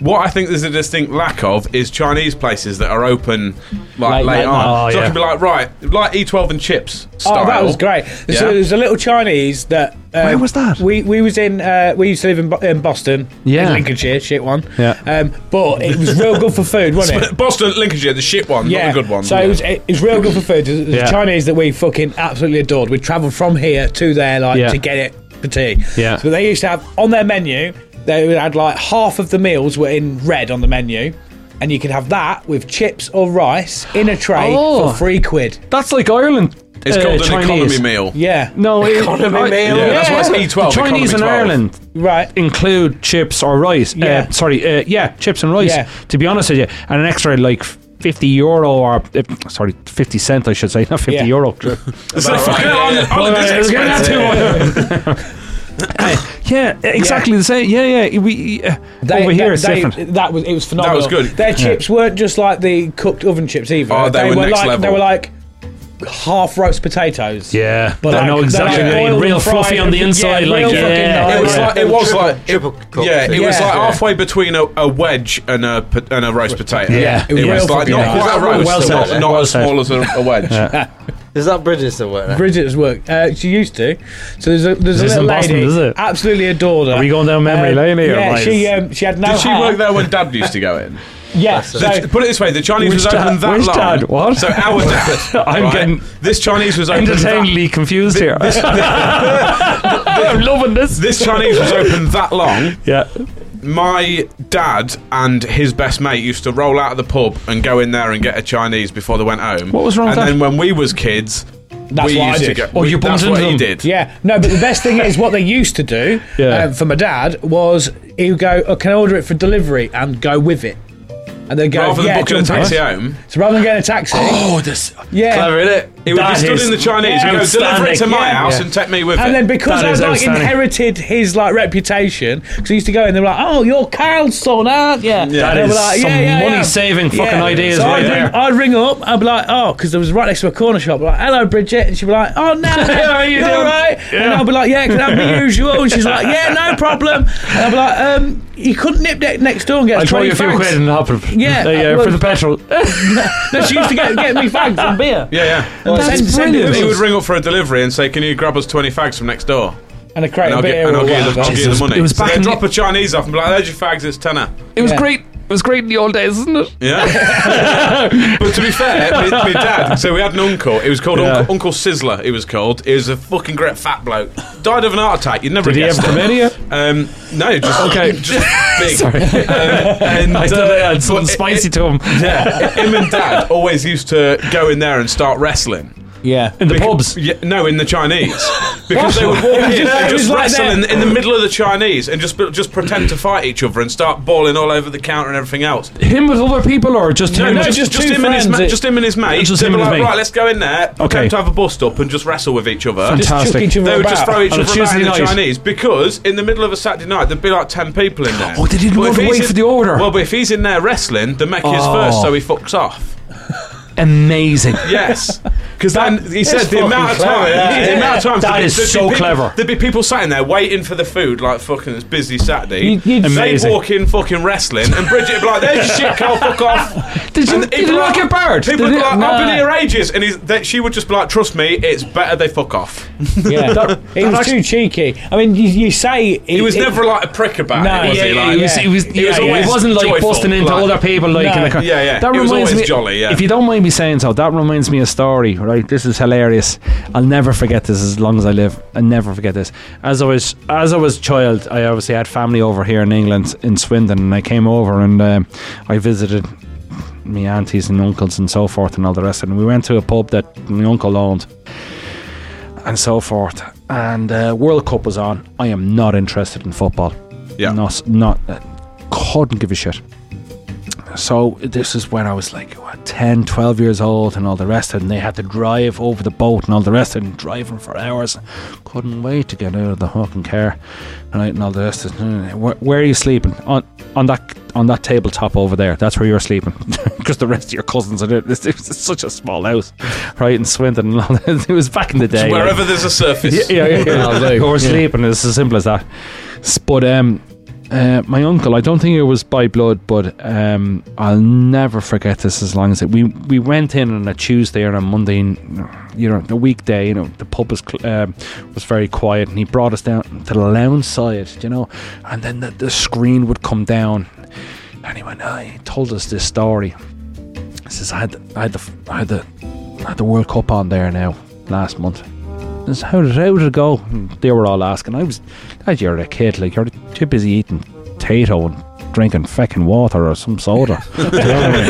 What I think there's a distinct lack of is Chinese places that are open like Late- late late on. night. Oh, so I yeah. can be like, right, like E12 and chips style. Oh, that was great. Yeah. So there's a little Chinese that. Um, Where was that? We we was in. Uh, we used to live in, Bo- in Boston. Yeah. In Lincolnshire, shit one. Yeah. Um, but it was real good for food, wasn't it? Boston, Lincolnshire, the shit one, Yeah. <laughs> not the good one. So it was it, was real good for food. There's, there's Yeah. a Chinese that we fucking absolutely adored. We'd travel from here to there like Yeah. to get it for tea. Yeah. So they used to have on their menu. They had like half of the meals were in red on the menu. And you could have that with chips or rice in a tray Oh. for three quid. That's like Ireland. it's uh, called an Chinese. economy meal. Yeah. No, it- Economy I- meal. Yeah, that's why it's Yeah. E12. The economy Chinese in 12. Ireland Right. include chips or rice. Yeah. Uh, sorry, uh, yeah, chips and rice. Yeah. To be honest with you, and an extra like fifty euro or uh, sorry, fifty cent, I should say, not fifty Yeah. euro. So <laughs> fucking hell, Ireland- Ireland is <laughs> Well, uh, it's getting expensive. uh, yeah, exactly the same. Yeah, yeah. We uh, They- over that- here it's they- different. That was it was phenomenal. That was good. Their chips weren't just like the cooked oven chips either. Oh, they were next like level. they were like half roast potatoes. yeah, But I like- know they're exactly. like what you mean. boiled real and fried fluffy on the and- inside, yeah, like real fucking yeah. nice. It was Yeah. like it was Triple- like triple it, cooked yeah, it was thing. like Yeah. halfway between a, a wedge and a, po- and a roast potato. Yeah. it Yeah. was like Yeah. not quite a Well roast, said, not, eh? not Well as said. small as a, a wedge. Is that Bridges that work? there? Bridget's work. Uh, she used to. So there's a there's a This little isn't Boston, lady. is it? Absolutely adored her. Are we going down memory Uh, lane here? Yeah, Like- she um, she had no. Did she heart. work there when Dad used to go in? Yeah. So, The- put it this way: the Chinese Which was open dad- that which long. dad? What? So our dad. I'm right? getting this Chinese was open. That, entertainingly confused here. <laughs> I'm loving this. this Chinese was open that long. Yeah. My dad and his best mate used to roll out of the pub and go in there and get a Chinese before they went home. What was wrong And with then when we was kids, That's we what I used did. to go. Oh, we- you bumped that's what into he them. did. yeah, no, but the best thing is what they used to do <laughs> Yeah. uh, for my dad was he would go, oh, "Can I order it for delivery?" and go with it, and they go, Rather than "Yeah, booking a jump in." taxi home, So rather than getting a taxi, <gasps> Oh, this. yeah, Clever, innit? he would be That stood is in the Chinese. He'd go deliver it to outstanding. my Yeah. house Yeah. and take me with And it. then because That I've is like outstanding. inherited his like reputation, because he used to go in, they were like, "Oh, you're Carl's son, aren't you?" Yeah. That is some money-saving fucking ideas so right I'd there. Ring, I'd ring up, I'd be like, "Oh," because it was right next to a corner shop. Like, "Hello, Bridget," and she'd be like, "Oh, <laughs> no, How are you you doing?" all right?" And Yeah. I'd be like, "Yeah, can I have the usual?" And she's like, "Yeah, no problem." And I'd be like, "Um, you couldn't nip ne- next door and get I'll us throw twenty you a few quid fags." and happen. Yeah, Uh, well- for the petrol. No, she used to get, get me fags and beer. yeah, yeah. And That's send- send it brilliant. to He us. would ring up for a delivery and say, "Can you grab us twenty fags from next door?" and a crate And I'll, of get, beer and or I'll give you the, whatever. I'll give you Jesus, the money. it was back They'd in drop the- a Chinese off and be like, "There's your fags. It's tenner." It was Yeah. great. It was great in the old days, isn't it? Yeah. <laughs> but to be fair, my, my dad, so we had an uncle. It was called Uncle, Uncle Sizzler, he was called. He was a fucking great fat bloke. Died of an heart attack. You'd never Did he guess ever come in here? Um, no, just, okay. just big. <laughs> Sorry. Um, and, <laughs> I thought uh, I had something but it- spicy it- to him. yeah, him and dad always used to go in there and start wrestling. <laughs> Yeah. In the Beca- pubs. Yeah, no, in the Chinese. <laughs> Because they would walk in Yeah, and it was just like wrestle that. in, in the middle of the Chinese and just just pretend to fight each other and start bawling all over the counter and everything else. Him with other people or just him? no, with- just two him and his friends. ma- It- just him and his mate. Just They'd be him and his like, mate. Right, let's go in there. Okay. Okay. to have a bust up and just wrestle with each other. Fantastic. Just chuck each other They would just about. throw each On a other about in the Tuesday night. Chinese because in the middle of a Saturday night there'd be like ten people in there. Oh, they didn't But want if to he's wait in- for the order. Well, but if he's in there wrestling, the mech is Oh. first, so he fucks off. Amazing. <laughs> Yes, because then he said the amount of time, the amount of times That there'd be- is there'd be so people- clever. There'd be people sat in there waiting for the food, like fucking it's busy Saturday. You'd- you'd- They'd Amazing. walk in fucking wrestling, and Bridget would be like, "There's your shit, Carl, fuck off." <laughs> Did you, And he'd be did you not like- get barred? People would Did be it- like, "I've been Nah. here ages," and he's, that she would just be like, "Trust me, it's better they fuck off." <laughs> Yeah, he was too cheeky. I mean, you, you say He was it- never like a prick about No, it, was yeah, he? yeah, Like, It was, it was, He yeah, was it always wasn't like joyful, busting into like- other people like in No. the car. Yeah, yeah. That It was reminds always me, jolly, yeah. If you don't mind me saying so, that reminds me of a story, right? This is hilarious. I'll never forget this as long as I live. I'll never forget this. As I was as I was a child, I obviously had family over here in England in Swindon and I came over and um, I visited my aunties and uncles and so forth and all the rest. And we went to a pub that my uncle owned and so forth. And uh, World Cup was on. I am not interested in football. Yeah. Not, not, uh, couldn't give a shit. So this is when I was like what, 10, 12 years old and all the rest of it. And they had to drive over the boat and all the rest of it and driving for hours. Couldn't wait to get out of the fucking car. And, I, and all the rest of it. Where, where are you sleeping? On, on that on that tabletop over there. That's where you're sleeping. <laughs> Because the rest of your cousins are there. This is such a small house. Right in Swindon. And all that. <laughs> It was back in the day. like- Wherever there's a surface, yeah, yeah, yeah. or sleeping. It's as simple as that. S- But um, uh, my uncle, I don't think it was by blood, but um, I'll never forget this as long as it. We we went in on a Tuesday or a Monday, n- you know, the weekday. You know, the pub was cl- um, was very quiet, and he brought us down to the lounge side, you know, and then the, the screen would come down, and he went, oh, he told us this story. He says, I had, I had the, I had the, I had the World Cup on there now last month. I says, how did, how did it go? And they were all asking. I was, Dad, you're a kid. Like, you're too busy eating potato and drinking fucking water or some soda. Do you know what I mean?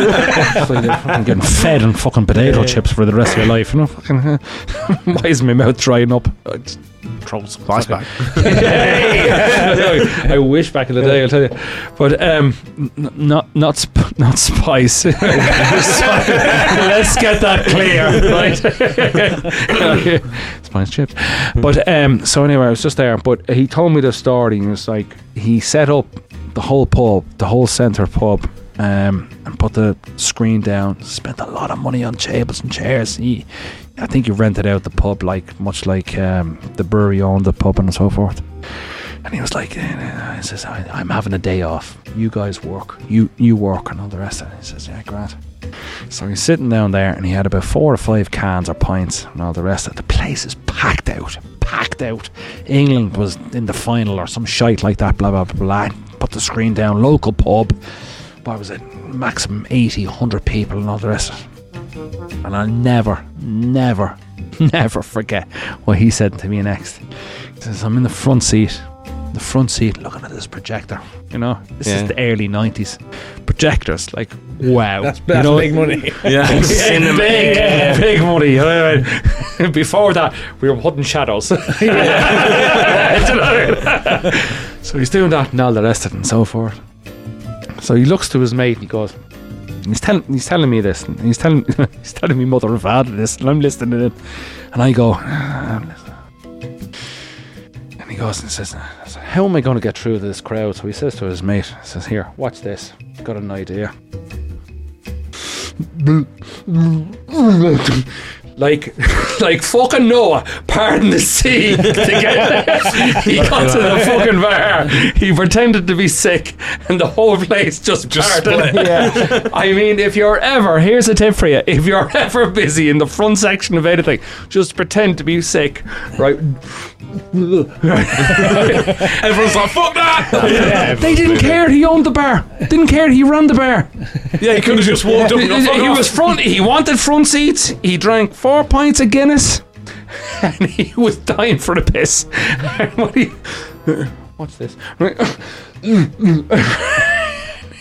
It's like you're fucking getting fed on fucking potato chips for the rest of your life. You know, <laughs> fucking, why is my mouth drying up? I just throw some back. <laughs> <laughs> I wish back in the day, I'll tell you. But um, n- not not sp- <laughs> not spice. Sorry. Let's get that clear, right? <laughs> spice chips. But um, so anyway, I was just there. But he told me the story, and it's like he set up the whole pub, the whole centre pub. Um, and put the screen down. Spent a lot of money on tables and chairs. He, I think he rented out the pub, like much like um, the brewery owned the pub and so forth And he was like, eh, eh, eh, he says, I, I'm having a day off. You guys work. You you work and all the rest of it. He says, yeah, Grant. So he's sitting down there and he had about four or five cans or pints and all the rest of it. The place is packed out. Packed out. England was in the final or some shite like that, blah, blah, blah, blah. Put the screen down, local pub. What was it? Maximum 80, 100 people and all the rest of it. And I'll never, never, <laughs> never forget what he said to me next. He says, I'm in the front seat, the front seat looking at this projector. You know, this Yeah. is the early 90s. Projectors, like, wow. That's, you that's know, big money. yeah, big, <laughs> big money. All right. <laughs> Before that, we were putting shadows. <laughs> so he's doing that and all the rest of it and so forth. So he looks to his mate and he goes, he's telling, he's telling me this, and he's telling, <laughs> he's telling me mother and father this, and I'm listening in, and I go, "Ah, I'm listening." and he goes and says, "Ah," I said, "How am I going to get through this crowd?" So he says to his mate, he "says Here, watch this. Got an idea." <laughs> like <laughs> like fucking Noah pardon the sea to get- <laughs> he got to the fucking bar he pretended to be sick and the whole place just, Just parted. I mean if you're ever here's a tip for you if you're <laughs> ever busy in the front section of anything just pretend to be sick right Everyone's like, fuck <laughs> that! they didn't care he owned the bar didn't care he ran the bar yeah, he could have just walked up and gone, <laughs> he, fuck he off. was front. He wanted front seats. He drank four pints of Guinness, <laughs> and he was dying for the piss. <laughs> And what he, what's this? <laughs>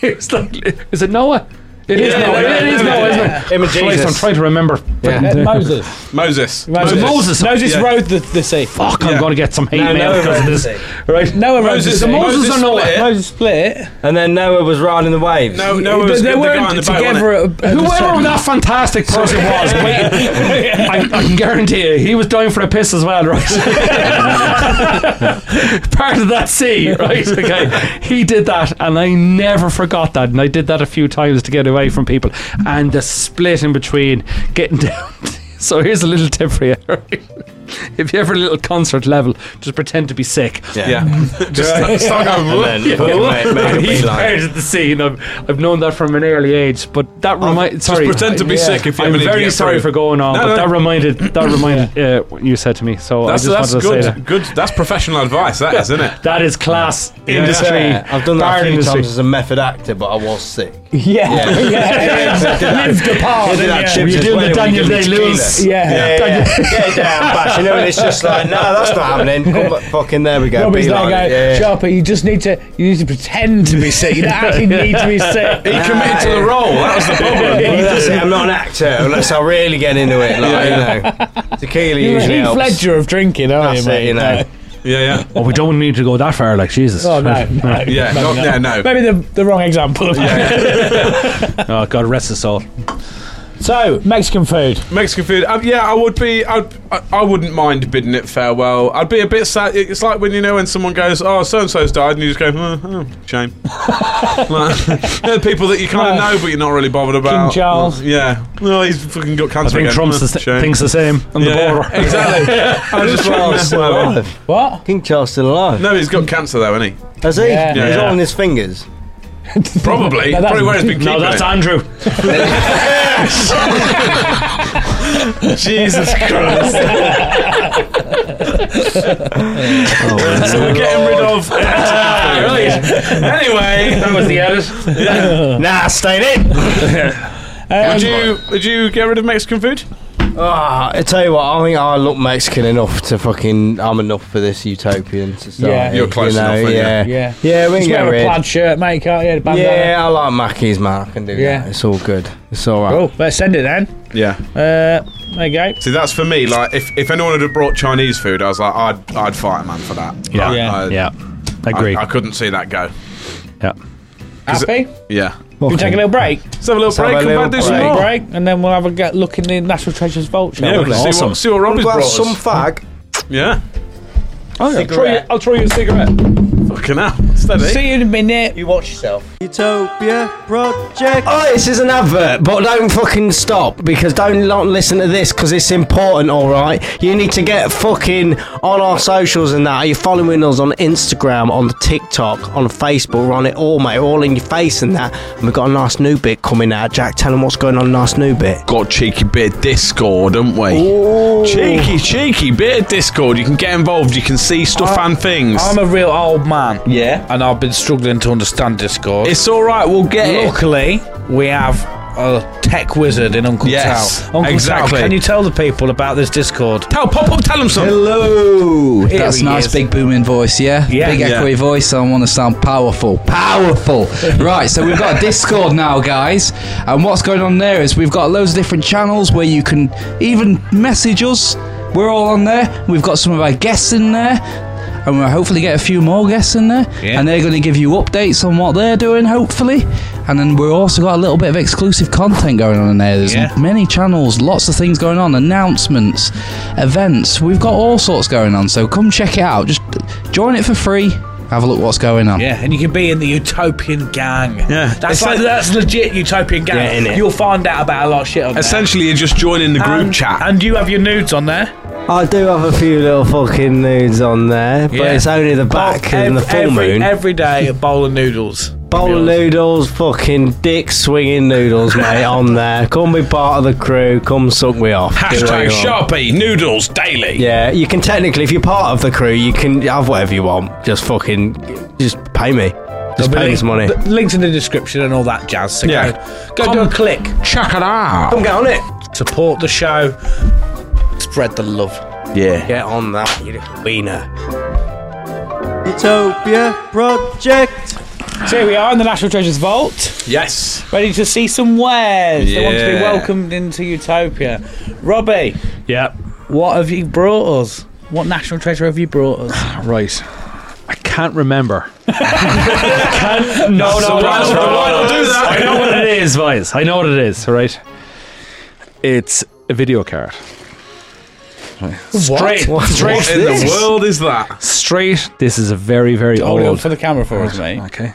it was like, is it Noah? It is Yeah, Noah. yeah, it is yeah, Noah, yeah. isn't it? Him and Christ, I'm Jesus. trying to remember. Uh, Moses. Moses. Moses. Moses. Moses Yeah. rode the, the sea. Fuck, I'm Yeah. going to get some hate No, mail no, because of this. Right. Noah rode the Moses. sea. Moses or Noah? split. Moses split. And then Noah was riding the waves. No, no, it was they the guy weren't on the boat, wasn't together. it? At, at the Whoever same- <laughs> that fantastic person was, wait, I, I can guarantee you, he was dying for a piss as well, right? <laughs> Part of that sea, right? Okay, he did that, and I never forgot that. And I did that a few times to get away from people, and the split in between getting <laughs> down. So here's a little tip for you. <laughs> right? If you ever a little concert level, just pretend to be sick. Yeah. just start, start going, And then <laughs> fucking <laughs> make, make a He's beeline. part of the scene. I've, I've known that from an early age, but that reminds. Oh, just Sorry, pretend to be sick if you I'm ever need to very get sorry through. for going on, No, but no. that <coughs> reminded that reminded uh, what you said to me. So That's, I just that's wanted to say good. that. Good. That's professional advice. That is, isn't it? That is class industry. Yeah, I've done bar that a few industry. times as a method actor, but I was sick. Yeah. <laughs> Yeah. Lived apart. Did that yeah. chips You're as doing well, the we Daniel did Day tequila. Lewis. Yeah. Yeah, yeah. Get down, bash. You know, and it's just like, no, that's not happening. Come back, fucking, there we go. Robbie's like, beeline it, going, yeah, yeah. Sharpie, you just need to, you need to pretend to be sick. You don't <laughs> actually need to be He sick. committed to the role. That was the problem. <laughs> Well, that's it. I'm not an actor unless I really get into it. Like, you know, tequila You're a usually Heath helps. Ledger of drinking, aren't That's you, it, mate? you know. Yeah, yeah. Oh, we don't need to go that far, like Jesus. Oh, <laughs> no. <laughs> no. Yeah, Maybe no, not. yeah, no. Maybe the, the wrong example of that. Oh, God rest his soul. <laughs> So, Mexican food. Mexican food. Um, yeah, I would be. I'd, I I wouldn't mind bidding it farewell. I'd be a bit sad. It's like when you know when someone goes, "Oh, so and so's died," and you just go, "Oh, oh, shame." like, <laughs> they're people that you kind of know, but you're not really bothered about. Charles. Yeah. No, he's fucking got I cancer. think again. Trump's Oh, the s- shame. thinks the same on Yeah, yeah, the border. Exactly. I was just Charles like, still well, well. alive. What? King Charles still alive. No, he's got cancer though, hasn't he? Has he? Yeah. He's Yeah. all on his fingers. Probably. No, that's- Probably where he's been keeping No, that's it. Andrew. <laughs> Jesus Christ. so we're getting rid of. <laughs> Anyway, That was the edit. Nah, stayed in. would you would you get rid of Mexican food? Ah, I tell you what, I think I look Mexican enough to fucking. I'm enough for this utopian society. Yeah. You're close you know, enough, aren't you? Yeah. Yeah. Yeah, we Just can get wear a rid. plaid shirt, mate, can't you? Bandana. Yeah, I like Mackey's, man. I can do Yeah. Oh, that. It's all good. It's all right. Cool. Let's send it then. Yeah. Uh, there you go. See, that's for me. Like, if, if anyone had brought Chinese food, I was like, I'd I'd fight a man for that. Yeah. Like, Yeah. I, Yeah, I, agree. Uh, I couldn't see that go. Happy? Yeah. We take a little break. Let's have a little have break. a Come little back, do some break. more. Break, and then we'll have a get look in the National Treasures vault. shall Oh. Yeah, we? we can see Awesome. what, see what Robbie's brought Well, us. some fag. yeah. I'll throw you- Cigarette. I'll throw you a cigarette. Fucking hell. It's steady. See you in a minute. You watch yourself. Utopia Project. Oh, this is an advert, but don't fucking stop because don't not listen to this because it's important, alright? You need to get fucking on our socials and that. Are you following us on Instagram, on TikTok, on Facebook? We're on it all, mate. We're all in your face and that. And we've got a nice new bit coming out. Jack, tell them what's going on, nice new bit. got a cheeky bit of Discord, haven't we? Cheeky, cheeky bit of Discord. You can get involved. You can see stuff and things. I'm a real old man. Yeah. And I've been struggling to understand Discord. it's all right. We'll get it. Luckily, we have a tech wizard in Uncle Yes, Tal. Uncle exactly. Tal, can you tell the people about this Discord? Tell pop up. Tell them something. Hello. That's a nice, big booming voice, yeah? Yeah. big echoey voice. I want to sound powerful. Powerful! <laughs> right, so we've got a Discord now, guys. And what's going on there is we've got loads of different channels where you can even message us. We're all on there. We've got some of our guests in there. And we'll hopefully get a few more guests in there. Yeah. And they're going to give you updates on what they're doing, hopefully. And then we've also got a little bit of exclusive content going on in there. There's Yeah. many channels, lots of things going on, announcements, events. We've got all sorts going on, so come check it out. Just join it for free. Have a look what's going on. Yeah, and you can be in the Utopian Gang. Yeah. that's It's like, like- that's legit Utopian Gang. Yeah, innit? You'll find out about a lot of shit on there. Essentially, you're just joining the group and, chat. And you have your nudes on there. I do have a few little fucking nudes on there, but Yeah. it's only the back Oh, and the ev- full every, moon. Every day, a bowl of <laughs> noodles. Bowl of noodles, fucking dick swinging noodles, mate, on there. Come be part of the crew, come suck me off. Do what Hashtag you want. Sharpie noodles daily. Yeah, you can technically, if you're part of the crew, you can have whatever you want. Just fucking, just pay me. Just There'll be pay link- this money. th- Links in the description and all that jazz. So Yeah. Go, go do a click. Check it out. Come get on it. Support the show. Spread the love. Yeah. Get on that, you little wiener. Utopia Project. So here we are in the National Treasures Vault, Yes. ready to see some wares. They want to be Yeah. welcomed into Utopia. Robbie, Yeah. what have you brought us? What national treasure have you brought us? Right. I can't <laughs> remember. No, no, no, no, I'll do I that. know what it is, guys. I know what it is, all right? It's a video card. Straight. What in the world is that? Straight. This is a very, very Hold it up old. for the camera for us, mate. Okay.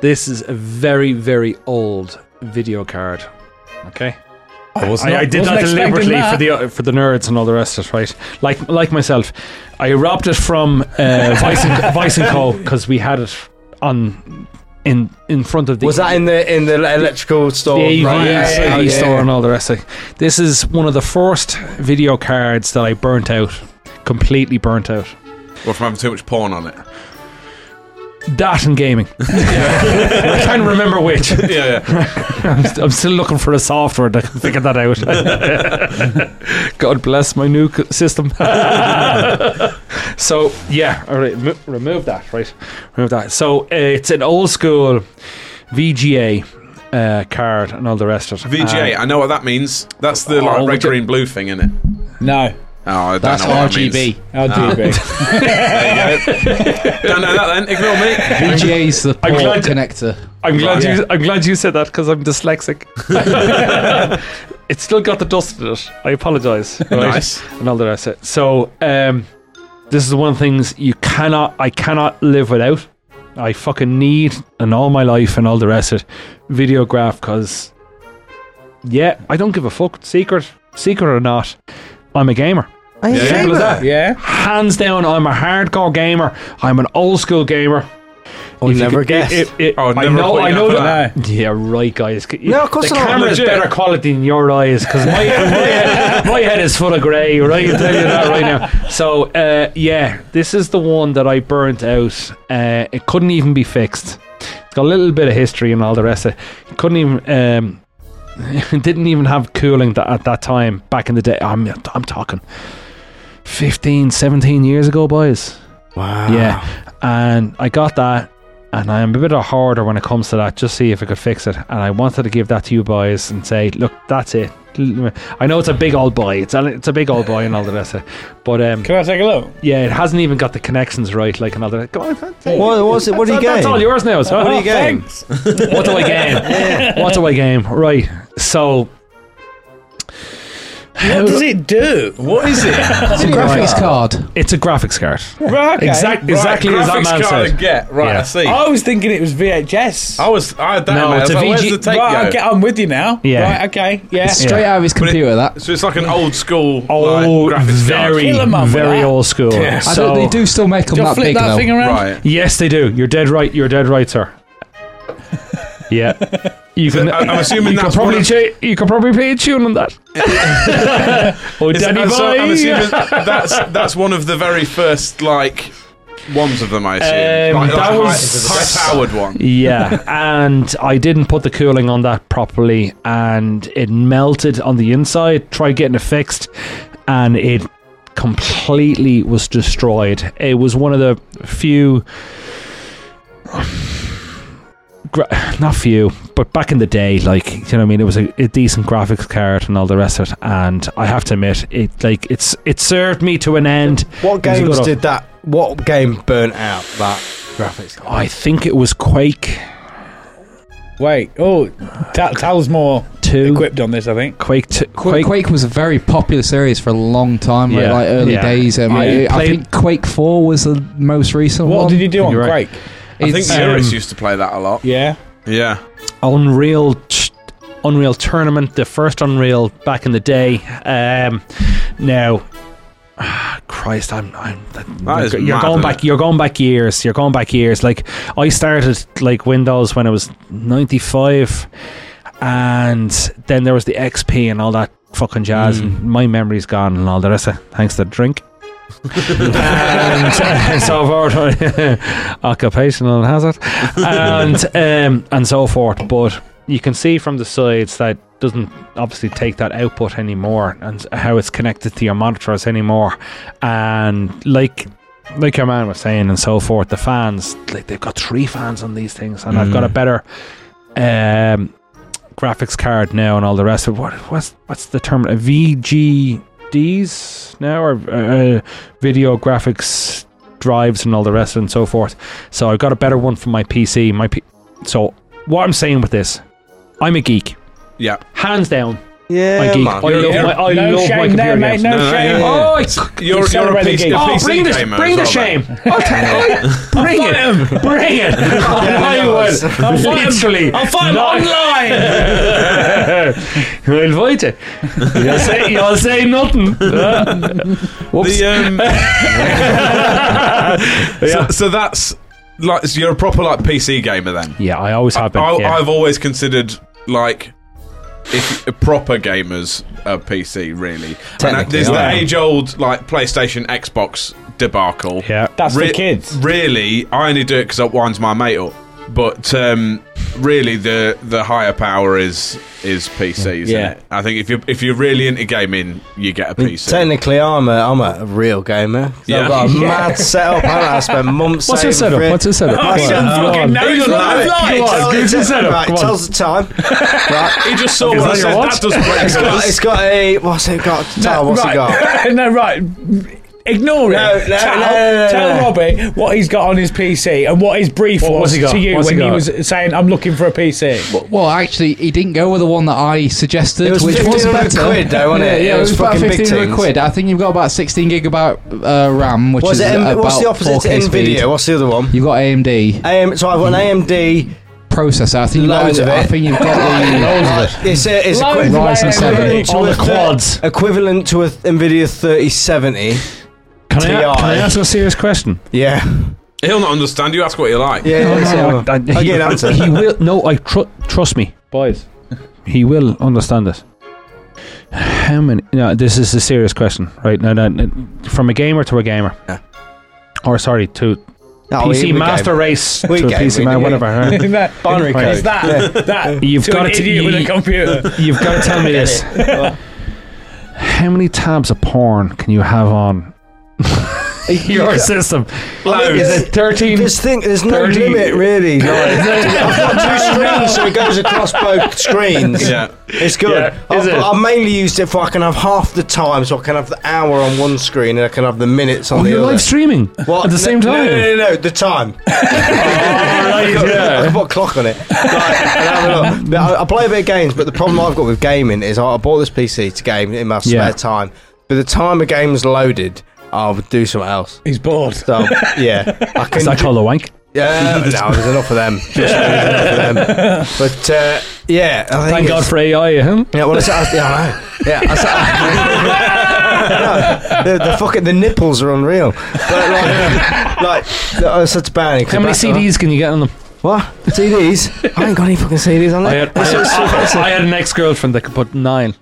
This is a very, very old video card. Okay. I, wasn't- I did wasn't that expecting deliberately that. for the uh, for the nerds and all the rest of it, right? Like like myself, I robbed it from <laughs> uh, Vice and, Vice and Co because we had it on in in front of the E Was that in the in the electrical store? the AV Right, AV yeah, yeah, store yeah. and all the rest. Of it. This is one of the first video cards that I burnt out, completely burnt out. Well, from having too much porn on it. That and gaming. <laughs> I can't remember which. <laughs> Yeah, yeah. I'm still looking for a software that can figure that out. God bless my new c- system. so yeah, all right, remo- remove that, right? Remove that. So uh, it's an old school VGA uh, card and all the rest of it. VGA. I know what that means. That's the like Oh, red, would you- green, blue thing, isn't it? No, Oh, I don't That's know what that RGB. means. RGB. Don't know that then. Ignore <laughs> me. VGA's the port glad- connector. I'm glad Yeah. you. I'm glad you said that because I'm dyslexic. <laughs> it's still got the dust in it. I apologise. right? Nice. and all the rest of it. So um, this is one of the things you cannot, I cannot live without. I fucking need and all my life and all the rest of it. Videograph because yeah, I don't give a fuck. Secret, secret or not, I'm a gamer. Are you Yeah. sure? yeah. Hands down, I'm a hardcore gamer. I'm an old school gamer. Would If you Oh, never could- guess. it- it- I would I Oh, never know. put I you know up for that. No. Yeah, right, guys. C- No, of course the not. camera's Legit. better quality in your eyes because my, my, head, my head is full of grey. Right, I tell you that right now. So uh, yeah, this is the one that I burnt out. Uh, it couldn't even be fixed. It's got a little bit of history and all the rest of it. It couldn't even. Um, <laughs> it didn't even have cooling tha- at that time back in the day. I'm I'm talking 15, 17 years ago, boys. Wow. Yeah, and I got that, and I am a bit of a hoarder when it comes to that. Just see if I could fix it, and I wanted to give that to you boys and say, look, that's it. I know it's a big old boy. It's a it's a big old boy and all the rest of it. But um, Can I take a look? yeah, it hasn't even got the connections right. Like another. Come on, that's it. What was it? What do you That- get? That's all yours now. So "Oh, What do you game? Oh, Thanks. <laughs> what do I game? What do I game? Right. So What does it do? What is it? It's a graphics card. It's a graphics card. Right, okay. Exact, exactly right, as that graphics man card said. I get. Right, Yeah. I see. I was thinking it was VHS. I was. I had that. No, in my head. it's I was like, a VG Where's the tape right, go? I get, I'm with you now. Yeah. Right, okay. Yeah. Straight out of his computer, that. so it's like an old school. Mm. Oh, like, graphics card. very, Kill 'em up with very that. old school. Yeah. I So- don't, they do still make them Just that flip big, that though. thing around. Right. Yes, they do. You're dead right. You're dead <laughs> right, sir. Yeah. You can. I- I'm assuming you can that's one probably of- cha- you can probably play a tune on <laughs> that. oh, Is- daddy and so I'm boy. <laughs> assuming that's that's one of the very first like ones of them. I assume Um, like, that like, was- high powered <laughs> one. yeah, and I didn't put the cooling on that properly, and it melted on the inside. Tried getting it fixed, and it completely was destroyed. It was one of the few. Gra- not few, but back in the day, like you know, what I mean, it was a, a decent graphics card and all the rest of it. And I have to admit, it like it's it served me to an end. What It was a games good- did that? What game burnt out that graphics card? I think it was Quake Wait. Oh, Ta- Tal's more Two, equipped on this, I think. Quake, two, Quake, Quake was a very popular series for a long time, like- Yeah, like early yeah. days. Um, I I, I played- think Quake 4 was the most recent one. What did you do on You're right. Quake? I think It's- Zurich um, used to play that a lot. Yeah. Yeah, Unreal t- Unreal Tournament, the first Unreal back in the day. Um, now, <sighs> ah, Christ, I'm, I'm That is you're, you're mad, going isn't back. it? You're going back years. You're going back years. Like I started like Windows when it was ninety five, and then there was the XP and all that fucking Mm. jazz. And my memory's gone and all the rest. Of, thanks to the drink. and <laughs> uh, so forth, <laughs> occupational hazard, and um, and so forth. But you can see from the sides that doesn't obviously take that output anymore, and how it's connected to your monitors anymore. And like like your man was saying, and so forth, the fans like they've got three fans on these things, and I've got a better um, graphics card now, and all the rest of what what's what's the term Uh, VGDs now or uh, video graphics drives and all the rest and so forth. So I got a better one for my PC. My P- so what I'm saying with this, I'm a geek, yeah. hands down. Yeah, I geek. man. I love my, I no love shame Oh, my computer there, mate. games. No, No, no, shame. yeah. Oh, I You're, you're a Accelerated PC, game. a Oh, PC bring gamer the, bring as the well, shame. <laughs> I'll ta- I'll- bring it. Bring it. <laughs> I knows? will. I'll Literally. I'll find <laughs> online. I'll invite you. You'll say, you'll say nothing. <laughs> The, um, <laughs> so, Yeah. so that's like so you're a proper like PC gamer then. yeah, I always have been. I, yeah. I've always considered like if uh, proper gamers a PC really. And that- there's the yeah. age old like PlayStation Xbox debacle. yeah. That's Re- for kids. Really, I only do it because it winds my mate up. But um, really, the the higher power is is PCs. isn't Yeah. it? I think if you if you're really into gaming, you get a PC. Technically, I'm a I'm a real gamer. Yeah. I've Yeah. got a <laughs> mad setup. and I spent months. What's your saving setup? for it. What's it said? My setup- fucking knows Who's what like- I've Right, liked. tell Come us on, give us the a setup, Right, come on. tells the time. Right, He just saw Is what I that your said. That watch? doesn't break. it's got, us. it's got a what's it got? Tal, Oh, what's it got? right. <laughs> no, right. Ignore No, it. no, tell, no, no, no, tell no. Robbie what he's got on his PC and what his brief what's was he got? to you What's he when he, got? was saying, "I'm looking for a PC." Well, actually, he didn't go with the one that I suggested, It was which was 1500 better. quid though, wasn't yeah, it? Yeah, It was about fucking big 1500 teens. quid. I think you've got about 16 gigabyte uh, RAM, which What's is it? M- about what's the opposite to 4K Nvidia? speed. What's the other one? You've got AMD AM, so I've got an AMD. processor. I think you've Loads got. of I it. think <laughs> you've got the. It's a, it's Loads of equivalent to Ryzen 7. a All the thir- quads. Equivalent to a th- Nvidia 3070. Can I, TI. can I ask a serious question? Yeah, He'll not understand you. Ask what you like. yeah. No, I- I- I'll he- get an answer. He will. No, I tru- trust me, boys. He will understand this. How many? No, this is a serious question, right? No, no, no, from a gamer to a gamer, Yeah. or sorry, to No, we- PC we master gave- race <laughs> We to a game, PC we man, game. whatever. huh? <laughs> Isn't that, Binary it's code. that that You've to got an it. idiot with a <laughs> You, computer. you've got to tell me this. <laughs> How many tabs of porn can you have on? your system. There's- Is it 13? This thing, there's no 30. limit <laughs> really. Like, I've got two screens, so it goes across both screens. Yeah. It's good. is I've, it? I've mainly used it for I can have half the time, so I can have the hour on one screen and I can have the minutes on Oh, the you're other. live streaming What? at the same No, time. No, no, no, no, the <laughs> time. I can- I can put a clock on it. Right, and have a look. But I, I play a bit of games, but the problem I've got with gaming is I, I bought this PC to game in my spare Yeah. time. But the time a game's loaded, I'll do something else. He's bored. So yeah, I can. Is that called a wank? Uh, yeah, no, there's enough of <laughs> them. Just there's enough of them. But uh, yeah, I think Thank God it's- for eh? AI, huh? yeah, well, I said, I, yeah, I know. Yeah, I said, <laughs> I- no, the, the fucking the nipples are unreal. But like, <laughs> like I said to Barney, How many CDs can you get on them? What CDs? I ain't got any fucking CDs on I there. had, I This had, is so expensive. I had an ex-girlfriend that could put nine.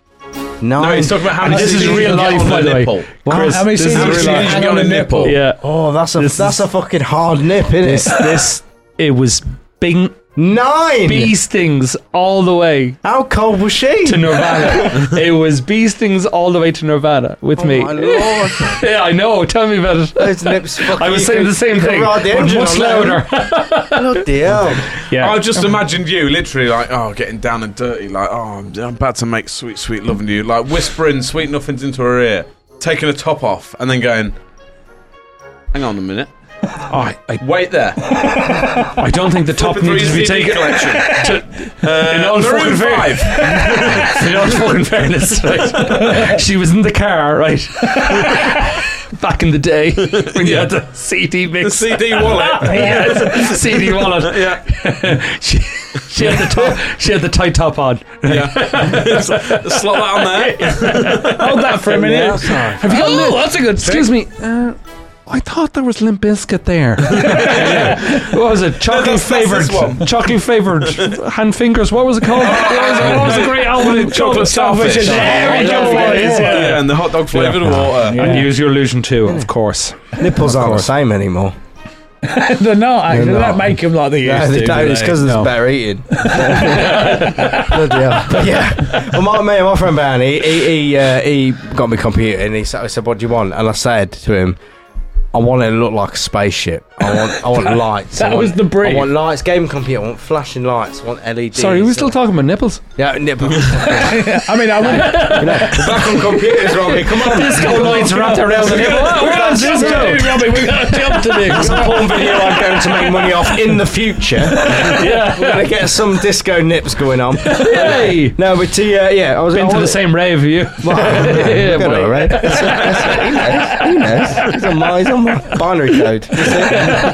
Nine. No, he's talking about how And many this is CDs you real can get life, on by the the way. nipple. Chris, How many this is CDs How many real CDs life. you Hang can get on on the a nipple? nipple. Yeah, oh, that's a This that's is- a fucking hard nip, isn't this it? this it was Bing Nine. bee stings all the way How cold was she? <laughs> to Nirvana. it was bee stings all the way to Nirvana with me. Oh my lord! yeah, I know. Tell me about it. Those nips. Fucking, I was saying the same thing, ride the but engine much on that. louder. Bloody hell! yeah, I just imagined you literally like, oh, getting down and dirty, like, oh, I'm, I'm about to make sweet, sweet love to you, like whispering sweet nothings into her ear, taking a top off, and then going, hang on a <laughs> minute, I, I, wait there. I don't <laughs> think the <laughs> top Flipping through needs to be his CD taken. <laughs> collection. Uh, in all fucking Maroon fair- Five. in all fucking fairness, <laughs> right? she was in the car, right? <laughs> Back in the day when you had the CD The mix. CD <laughs> wallet. yes, CD wallet. <laughs> Yeah, She, she had the top. She had the tight top on. <laughs> yeah. Slot that on there. Hold that for a minute. Have you got oh, that's a good. Excuse me. Uh, I thought there was Limp Bizkit <laughs> there. What was it? Chocolate that's- that's flavored. this one. Chocolate flavored. Hand fingers. What was it called? what was, it? What was the great album? Chocolate starfish. Oh, Starfish. Oh, There we go, Yeah. boys. Yeah. Yeah, and the hot dog flavoured water. And use your illusion too, of course. Nipples aren't the same anymore. <laughs> They're not actually. They're They not. don't make them like they <laughs> used Yeah, to. they do don't. It's they? because there's <laughs> better eating. Bloody hell. But yeah. Well, my mate, my friend Ben, he he he, uh, he got me a computer and he said, I said, "What do you want?" And I said to him, "I want it to look like a spaceship. I want I <laughs> want lights. I that want- was the brief. I want lights, game computer. I want flashing lights. I want LEDs. Sorry, we're still talking about nipples. Yeah, <laughs> nip- <laughs> back I <laughs> mean, I would. on computers, Robbie. Come on. Disco lights wrapped <laughs> around the nipple. We're on disco, Robbie. We've got a job to do. Porn video I'm going to make money off in the <laughs> future. yeah, we're gonna get some disco nips going on. Hey, No, but uh, yeah, I was been I to the was- same rave you. <laughs> yeah, Good, boy. all right. That's- that's- He knows. He knows. He's on my, he's on my binary code.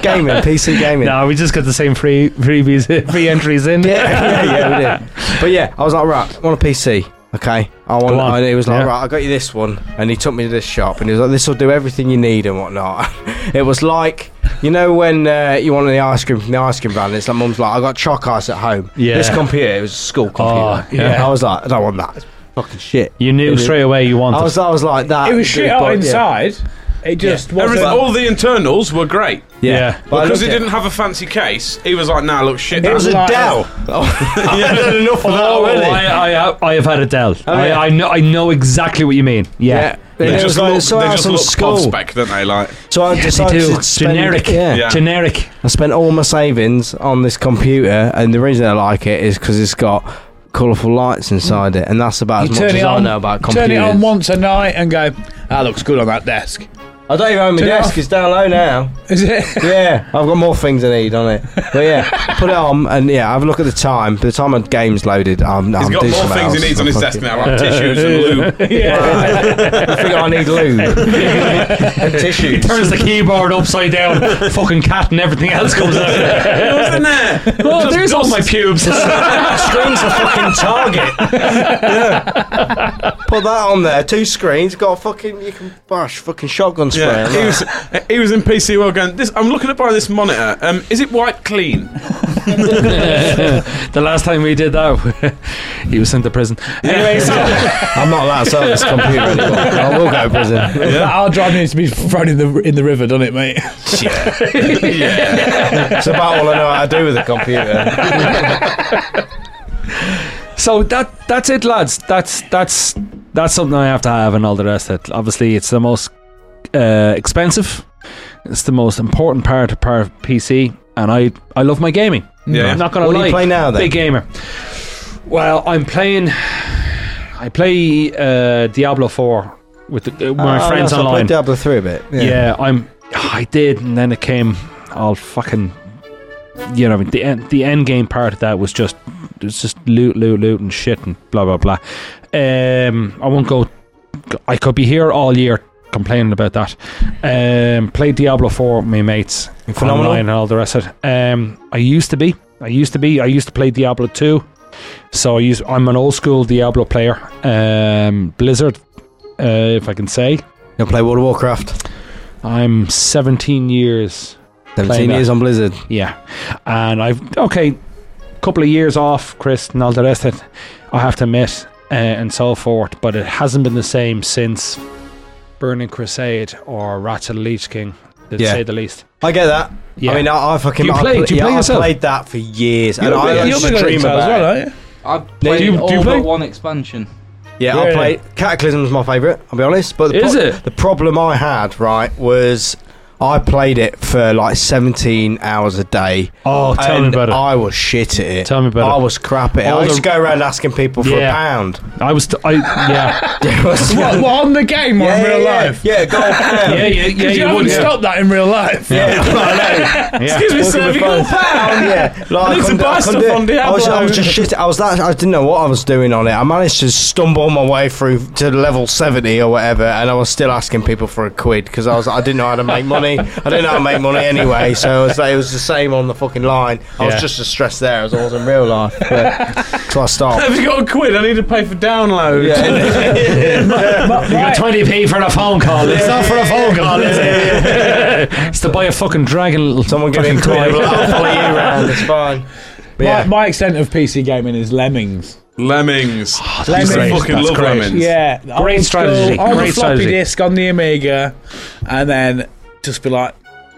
gaming, PC gaming. No, we just got the same free freebies, free entries in. Yeah, <laughs> yeah, yeah, we did. But yeah, I was like, right, I want a PC. Okay, I want. Go on. And he was like, Yeah. right, I got you this one, and he took me to this shop, and he was like, this will do everything you need and whatnot. <laughs> it was like, you know, when uh, you want the ice cream from the ice cream van, it's like mum's like, I got chalk ice at home. Yeah. Oh, This computer, it was a school computer. yeah. I was like, I don't want that. It's fucking shit. You knew straight away you wanted. I was, I was like that. It was shit but- out yeah. inside. It just Everything, wasn't. all the internals were great. yeah. But I Because he looked at- didn't have a fancy case, he was like, nah, look, shit. It was a Like- Dell. I've had enough of that Oh, already. Oh, I, I, have- I have had a Dell. yeah. I, I know. I know exactly what you mean. Yeah. yeah. But They <laughs> It just was like, look, so I they had just some look school. spec, don't they? Like, So I They decided do. to spend, Generic. Yeah. Yeah. Generic. I spent all my savings on this computer, and the reason I like it is because it's got colourful lights inside it, and that's about You as much turn as it I on. know about computers. Turn it on once a night and go. That looks good on that desk. I don't even own my Turn it desk; off. it's down low <laughs> now. Is it? yeah, I've got more things I need on it. But yeah, put it on, and yeah, have a look at the time. By the time my game's loaded, I'm, he's I'm got doing more something things he else. needs on his Fuck desk it. now, like tissues <laughs> and lube. I think I need lube <laughs> and tissues. <laughs> Turns the keyboard upside down. fucking cat and everything else comes out. Wasn't there? oh, there's all my <laughs> pubes. screen's a fucking target. Put that on there. Two screens. Got a fucking. You can bash fucking shotgun spray. Yeah, on he that. was he was in PC World going. This, I'm looking at by this monitor. Um, is it wiped clean? the last time we did that, <laughs> he was sent to prison. Anyway, I'm not allowed to have this computer anymore. I will go to prison. That hard drive needs to be <laughs> thrown in the in the river, doesn't it, mate? It's about all I know how to do with a <laughs> computer. So that that's it, lads. That's that's that's something I have to have, and all the rest. Of it. Obviously, it's the most uh, expensive. It's the most important part of part of PC, and I I love my gaming. Yeah. I'm not gonna What do you lie. play now, then? Big gamer. Well, I'm playing. I play uh, Diablo Four with the, uh, my Oh, friends that's- I online. played Diablo 3 a bit. yeah. I'm. I did, and then it came all fucking. You know, the end, the end game part of that was just it's just loot, loot, loot, and shit, and blah blah blah. Um, I won't go. I could be here all year complaining about that. Um, played Diablo Four with my mates Phenomenal. online and all the rest of it. Um, I used to be. I used to be. I used to play Diablo Two. So I use. I'm an old school Diablo player. Um, Blizzard, uh, if I can say. You play World of Warcraft. I'm 17 years. 17 that. years on Blizzard. Yeah. And I've, okay, couple of years off, Chris, and all the rest of it, I have to admit, uh, and so forth. But it hasn't been the same since Burning Crusade or Ratchet and Leech King, to Yeah. say the least. I get that. Yeah. I mean, I, I fucking. You I played- pl- you yeah, played I yourself. played that for years, <laughs> and You're a I bit- like, you're a bit into stream it about as well, it. aren't you? I've played you- do all you but play? one expansion. Yeah, I Really? played Cataclysm's my favourite. I'll be honest, but the Is it? the problem I had right was I played it for like 17 hours a day. Oh, tell me and about it. I was shit at it. Tell me about I it. was crap at it. All I used the- to go around asking people for Yeah. a <laughs> pound. I was, t- I, <laughs> yeah. It was- What, what, on the game or in yeah, real yeah, life? Yeah, go on, <laughs> pound. yeah, yeah, yeah, Because you, you would, haven't yeah. stopped that in real life. Excuse me, sir, Have you got a pound? <laughs> Yeah, like, need couldn't to buy do- couldn't stuff do it. on I was, I Diablo. was just shit. I was that. I didn't know what I was doing on it. I managed to stumble my way through to level seventy or whatever, and I was still asking people for a quid because I was. I didn't know how to make money. I didn't know how to make money anyway, so it was, it was the same on the fucking line. I Yeah. was just as stressed there as I was in real life. But, so I stopped. <laughs> Have you got a quid? I need to pay for download. You got 20p for a phone call. It's not for a phone call, is it? <laughs> it's to buy a fucking dragon little Someone give me a fucking quid. toy. I'll <laughs> follow you around. It's fine. But yeah. My, my extent of PC gaming is Lemmings. Lemmings. Lemmings. I fucking That's love great. Lemmings. Yeah, Great old strategy, School, on great the floppy strategy. disk on the Amiga, and then just be like,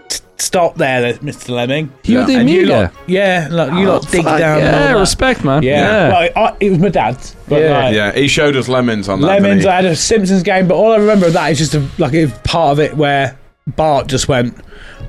"S- stop there, Mr. Lemming. You had the And You Amiga? lot, yeah, look, you lot dig Fuck, down. and all Yeah, that. respect, man. Yeah, Well, I, it was my dad's. But Yeah. like, Yeah, he showed us lemons on that. Lemons. didn't I had a Simpsons game, but all I remember of that is just a, like a part of it where Bart just went,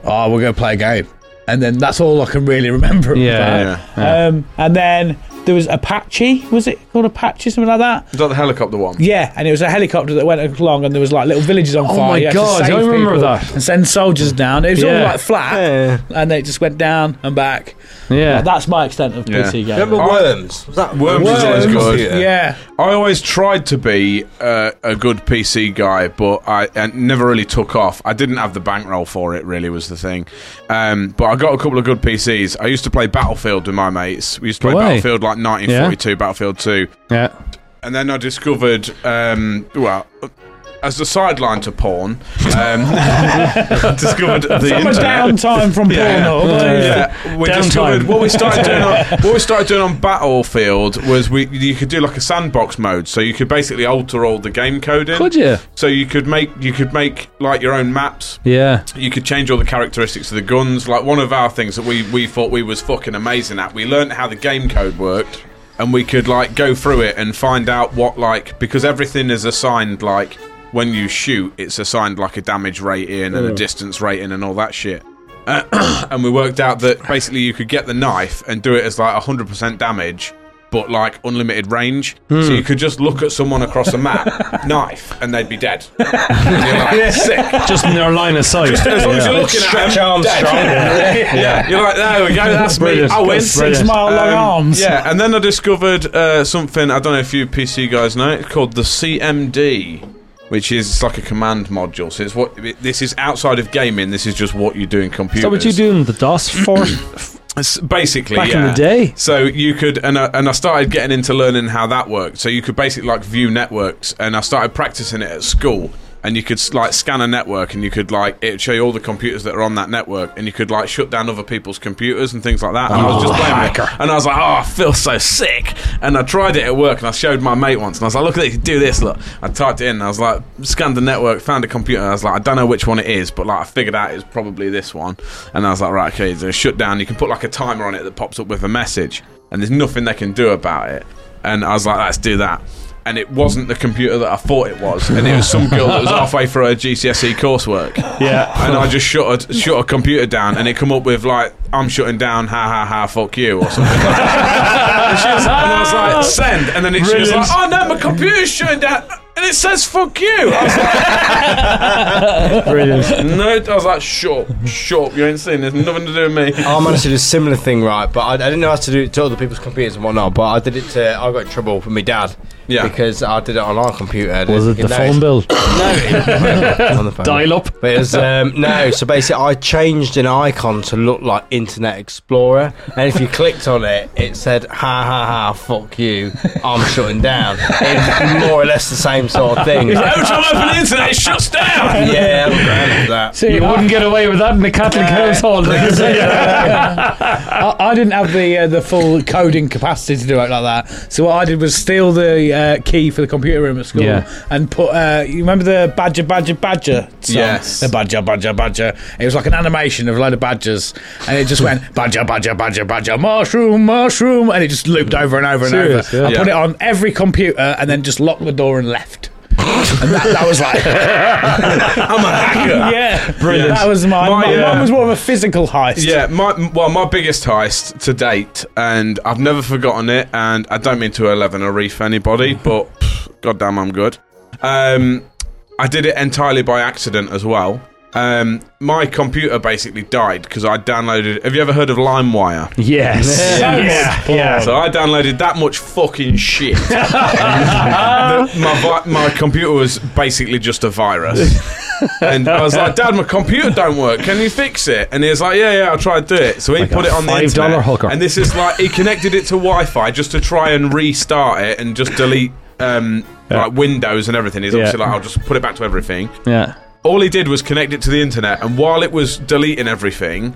"Oh, we're gonna play a game," and then that's all I can really <laughs> remember. of Yeah, that. he? Yeah. Um, and then there was Apache. Was it called Apache? Something like that. Is that the helicopter one? Yeah, and it was a helicopter that went along, and there was like little villages Oh on fire. my You had to God, save I remember people that. And send soldiers down. It was all Yeah. like flat, Yeah. and then it just went down and back. yeah. That's my extent of Yeah. PC gaming. Remember worms? Was that Worms was always good. Yeah. I always tried to be uh, a good PC guy, but I, I never really took off. I didn't have the bankroll for it. Really, was the thing. Um, but I got a couple of good PCs. I used to play Battlefield with my mates. We used to play Go away. Battlefield like 1942, Battlefield 2, yeah. and then I discovered, um, well, as a sideline to porn, um, <laughs> discovered the From a internet. downtime from Yeah. Pornhub. Yeah, we Downtime. discovered what we started doing on <laughs> what we started doing on Battlefield was we you could do like a sandbox mode, so you could basically alter all the game coding. Could you? So you could make you could make like your own maps. Yeah. You could change all the characteristics of the guns. Like one of our things that we we thought we was fucking amazing at. We learned how the game code worked. And we could like go through it and find out what like because everything is assigned like when you shoot, it's assigned like a damage rating and a distance rating and all that shit <clears throat> and we worked out that basically you could get the knife and do it as like 100% damage but like unlimited range so you could just look at someone across a map knife and they'd be dead You're like, sick Just in their line of sight. as long as you're looking at Stretch them, Armstrong. dead. yeah. you're like there we go that's me Brilliant. I win That's brilliant. Six mile long Um, arms. yeah and then I discovered uh, something I don't know if you PC guys know it's called the CMD which is it's like a command module so it's what it- this is outside of gaming this is just what you do in computers So what you doing the <coughs> DOS for S- basically back yeah. in the day? So you could, and I, and I started getting into learning how that worked. So you could basically like view networks, and I started practicing it at school. And you could s- like scan a network, and you could like it would show you all the computers that are on that network, and you could like shut down other people's computers and things like that. And I was just Oh, playing with it, and I was like, oh, I feel so sick. And I tried it at work, and I showed my mate once, and I was like, look at this, do this, look. I typed it in, and I was like, scanned the network, found a computer, and I was like, I don't know which one it is, but like I figured out it's probably this one. And I was like, right, okay, so shut down. You can put like a timer on it that pops up with a message and there's nothing they can do about it. And I was like, let's do that. and it wasn't the computer that I thought it was, and it was some girl that was halfway through her GCSE E coursework. Yeah. And I just shut a, shut a computer down, and it come up with like, "I'm shutting down, ha ha ha, fuck you," or something. <laughs> Like that. and, she was, and I was like, "Send," and then it, she was like, "Oh no, my computer's shutting down." And it says "fuck you." I was like, <laughs> "No," I was like, "Shut, up, shut, up, you ain't seen this. Nothing to do with me." <laughs> I managed to do a similar thing, right? But I, I didn't know how to do it to other people's computers and whatnot. But I did it to. I got in trouble with my dad. Yeah. Because I did it on our computer. and Was it he the noticed- <laughs> phone bill? <laughs> on the phone. Dial up. But it was um, no. So basically, I changed an icon to look like Internet Explorer, and if you clicked on it, it said "ha ha ha, fuck you, I'm shutting down." It's more or less the same sort of thing. yeah, Every time I open the internet, it <laughs> shuts down. I'm glad of that. See, You I- wouldn't get away with that in the Catholic household. I, I didn't have the uh, the full coding capacity to do it like that. So what I did was steal the uh, key for the computer room at school Yeah. and put. Uh, you remember the Badger Badger Badger song? Yes. The Badger Badger Badger. It was like an animation of a load of badgers, and it just went Badger Badger Badger Badger Mushroom Mushroom, and it just looped over and over and Serious, over. yeah. I put it Yeah. on every computer and then just locked the door and left. and that, that was like, I'm a hacker. yeah, brilliant. That was mine. My, My, uh, mine was more of a physical heist. Yeah, my m- well, my biggest heist to date, and I've never forgotten it. And I don't mean to eleven a reef anybody, but pff, goddamn, I'm good. Um, I did it entirely by accident as well. Um, my computer basically died because I downloaded. Have you ever heard of LimeWire? yes. yeah, So I downloaded that much fucking shit. <laughs> The- my, vi- my computer was basically just a virus. and I was like, Dad, my computer don't work. Can you fix it? And he was like, Yeah, yeah, I'll try to do it. So he put it on the $5 internet. hooker. And this is like he connected it to Wi-Fi just to try and restart it and just delete um, like Windows and everything. He's obviously like, I'll just put it back to everything Yeah. all he did was connect it to the internet, and while it was deleting everything,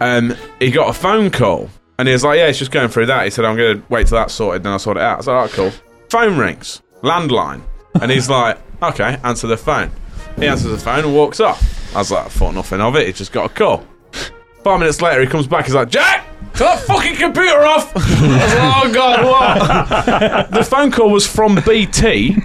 um, he got a phone call, and he was like, "Yeah, it's just going through that." He said, "I'm going to wait till that's sorted, then I'll sort it out." I said, "All right, cool." Phone rings, landline, and he's like, "Okay, answer the phone." He answers the phone and walks off. I was like, "I thought nothing of it. He just got a call." Five minutes later, he comes back. He's like, "Jack, turn that fucking computer off." <laughs> I was like, "Oh god, what?" <laughs> the phone call was from BT.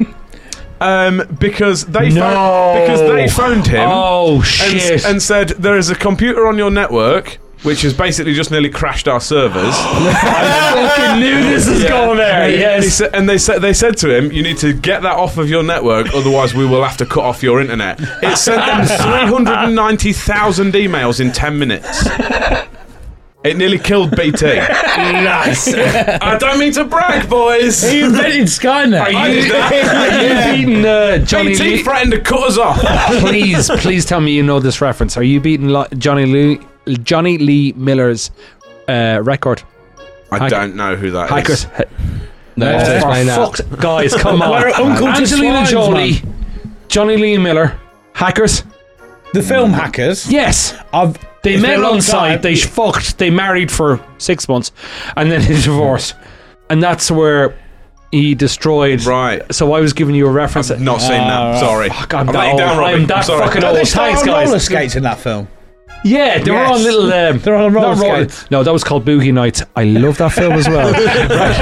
Um, because they phoned, because they phoned him Oh and, shit. and said there is a computer on your network which has basically just nearly crashed our servers. fucking knew this is going there. And, he Yes. sa- and they said they said to him, "You need to get that off of your network, otherwise we will have to cut off your internet." It sent them <laughs> three hundred and ninety thousand emails in ten minutes. It nearly killed BT. nice. I don't mean to brag, boys. He invented Skynet. I did <laughs> that. You've beaten uh, Johnny BT Lee. threatened to cut us off. please, please tell me you know this reference. Are you beating Lo- Johnny Lee? Johnny Lee Miller's uh, record. I don't know who that is. Hackers. No, Oh, it's for explain that. fuck's- guys, come on. We're Uncle to Angelina swines, Jolie, Johnny Lee Miller, hackers. The film Hackers. Yes, I've, they It's met been a long on time. site. They fucked. They married for six months, and then <laughs> they divorced. And that's where he destroyed. Right. So I was giving you a reference. Not seen that. Sorry. Ah, Fuck, I'm I've that let you old. down, I'm Robbie. that sorry. fucking Oh, old. they start Thanks, on guys. roller skates in that film. Yeah, they were on Yes. little. Um, They're on roller not roller- skates. No, that was called Boogie Nights. I love that film as <laughs> well,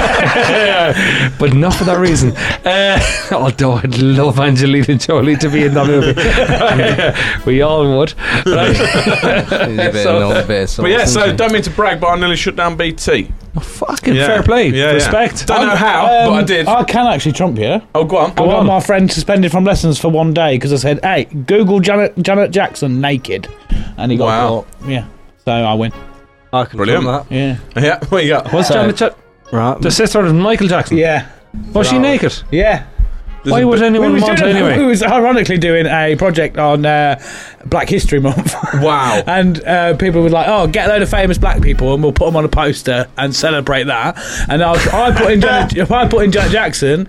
Right. <laughs> but not for that reason. Uh, <laughs> although I'd love Angelina Jolie to be in that movie, <laughs> we all would. <laughs> Right. It's a bit of an old bit of But sauce, yeah, so isn't it? don't mean to brag, but I nearly shut down BT. Fucking Yeah. fair play, Yeah, yeah. respect. Don't know how, Oh, but I did. um, I can actually trump you. oh, Um, go on. I got my friend suspended from lessons for one day because I said, "Hey, Google Janet, Janet Jackson naked," and he got Wow. caught. Yeah, so I win. I can Brilliant. film that. Yeah, Yeah, what you got? What's Janet Jack- Right. the sister of Michael Jackson? yeah, Was she naked? yeah. Why would We anyone was, want doing- <laughs> we anyway? was ironically doing a project on uh, Black History Month. <laughs> Wow. and uh, people were like, "Oh, get a load of famous black people, and we'll put them on a poster and celebrate that." And I, was, I put in Janet, if I put in Janet Jackson,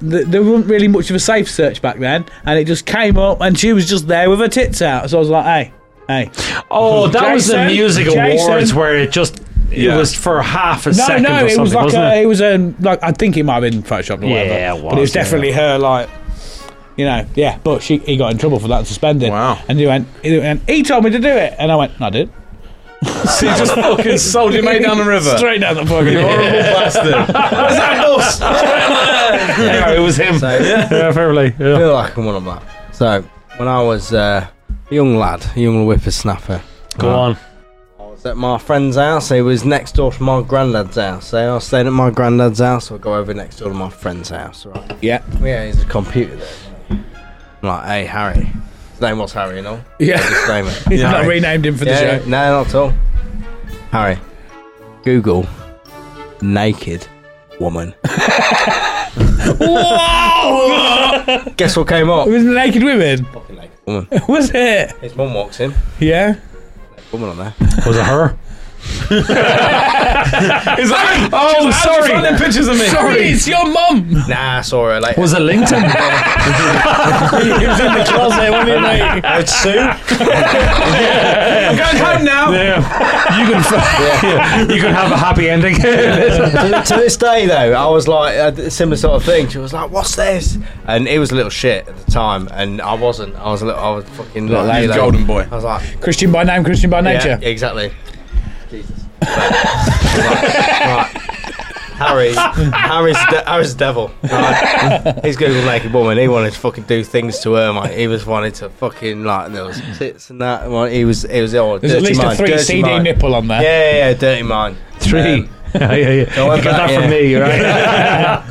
th- there wasn't really much of a safe search back then, and it just came up, and she was just there with her tits out. So I was like, "Hey, hey, Oh, that was the Jason, music Jason. awards where it just Yeah. it was for half a no, second no, or it something, was like wasn't a, it? it? was a like I think it might have been photoshopped or Yeah, whatever, it but it was was, yeah. definitely her like." You know, yeah, but she he got in trouble for that and suspended. Wow. And he went, he went, he told me to do it, and I went, no, I did. So you just fucking sold your mate down the river. Straight down the fucking. You horrible <laughs> bastard. Where's that bus? yeah, it was him. So, <laughs> Yeah, fairly. I Yeah. feel like I'm one of that. So, when I was uh, a young lad, a young whippersnapper, Go on. was at my friend's house. He was next door to my granddad's house. So I was staying at my granddad's house. So I go over next door to my friend's house. Right? Yeah. Yeah, he's a computer there. isn't he? I'm like, hey, Harry. His name was Harry, you know? <laughs> Yeah. Disclaimer. <laughs> <laughs> He's Yeah. not renamed him for the yeah, show. no, not at all. Harry, Google naked <laughs> woman. <laughs> Guess what came up? It was naked women, Fucking naked woman. <laughs> was it? His mum walks in. Yeah. Woman on there. Was it <laughs> her? Is that Oh, sorry. Finding pictures of me. Sorry, it's your mum. Nah, I saw her later. Was it LinkedIn? he was in the closet, wasn't he, mate? <laughs> It's Sue. I'm going home now. Yeah. You can. <laughs> yeah. You can have a happy <laughs> ending. to, to this day, though, I was like a similar sort of thing. She was like, "What's this?" And it was a little shit at the time, and I wasn't. I was a little. I was fucking like, He's Lalo. golden boy. I was like, <laughs> Christian by name, Christian by yeah, nature. exactly." Jesus. right, right. Harry, Harry's, de- Harry's the devil. Right. He's Google naked woman. He wanted to fucking do things to her. Mate. He was wanted to fucking like there was tits and that. Well, He was, he was all There's dirty at least mind, a three dirty CD mind. nipple on Yeah, there. yeah, yeah, dirty mind. Three. Um, yeah, yeah, yeah. I went You got back, that from yeah. me, right?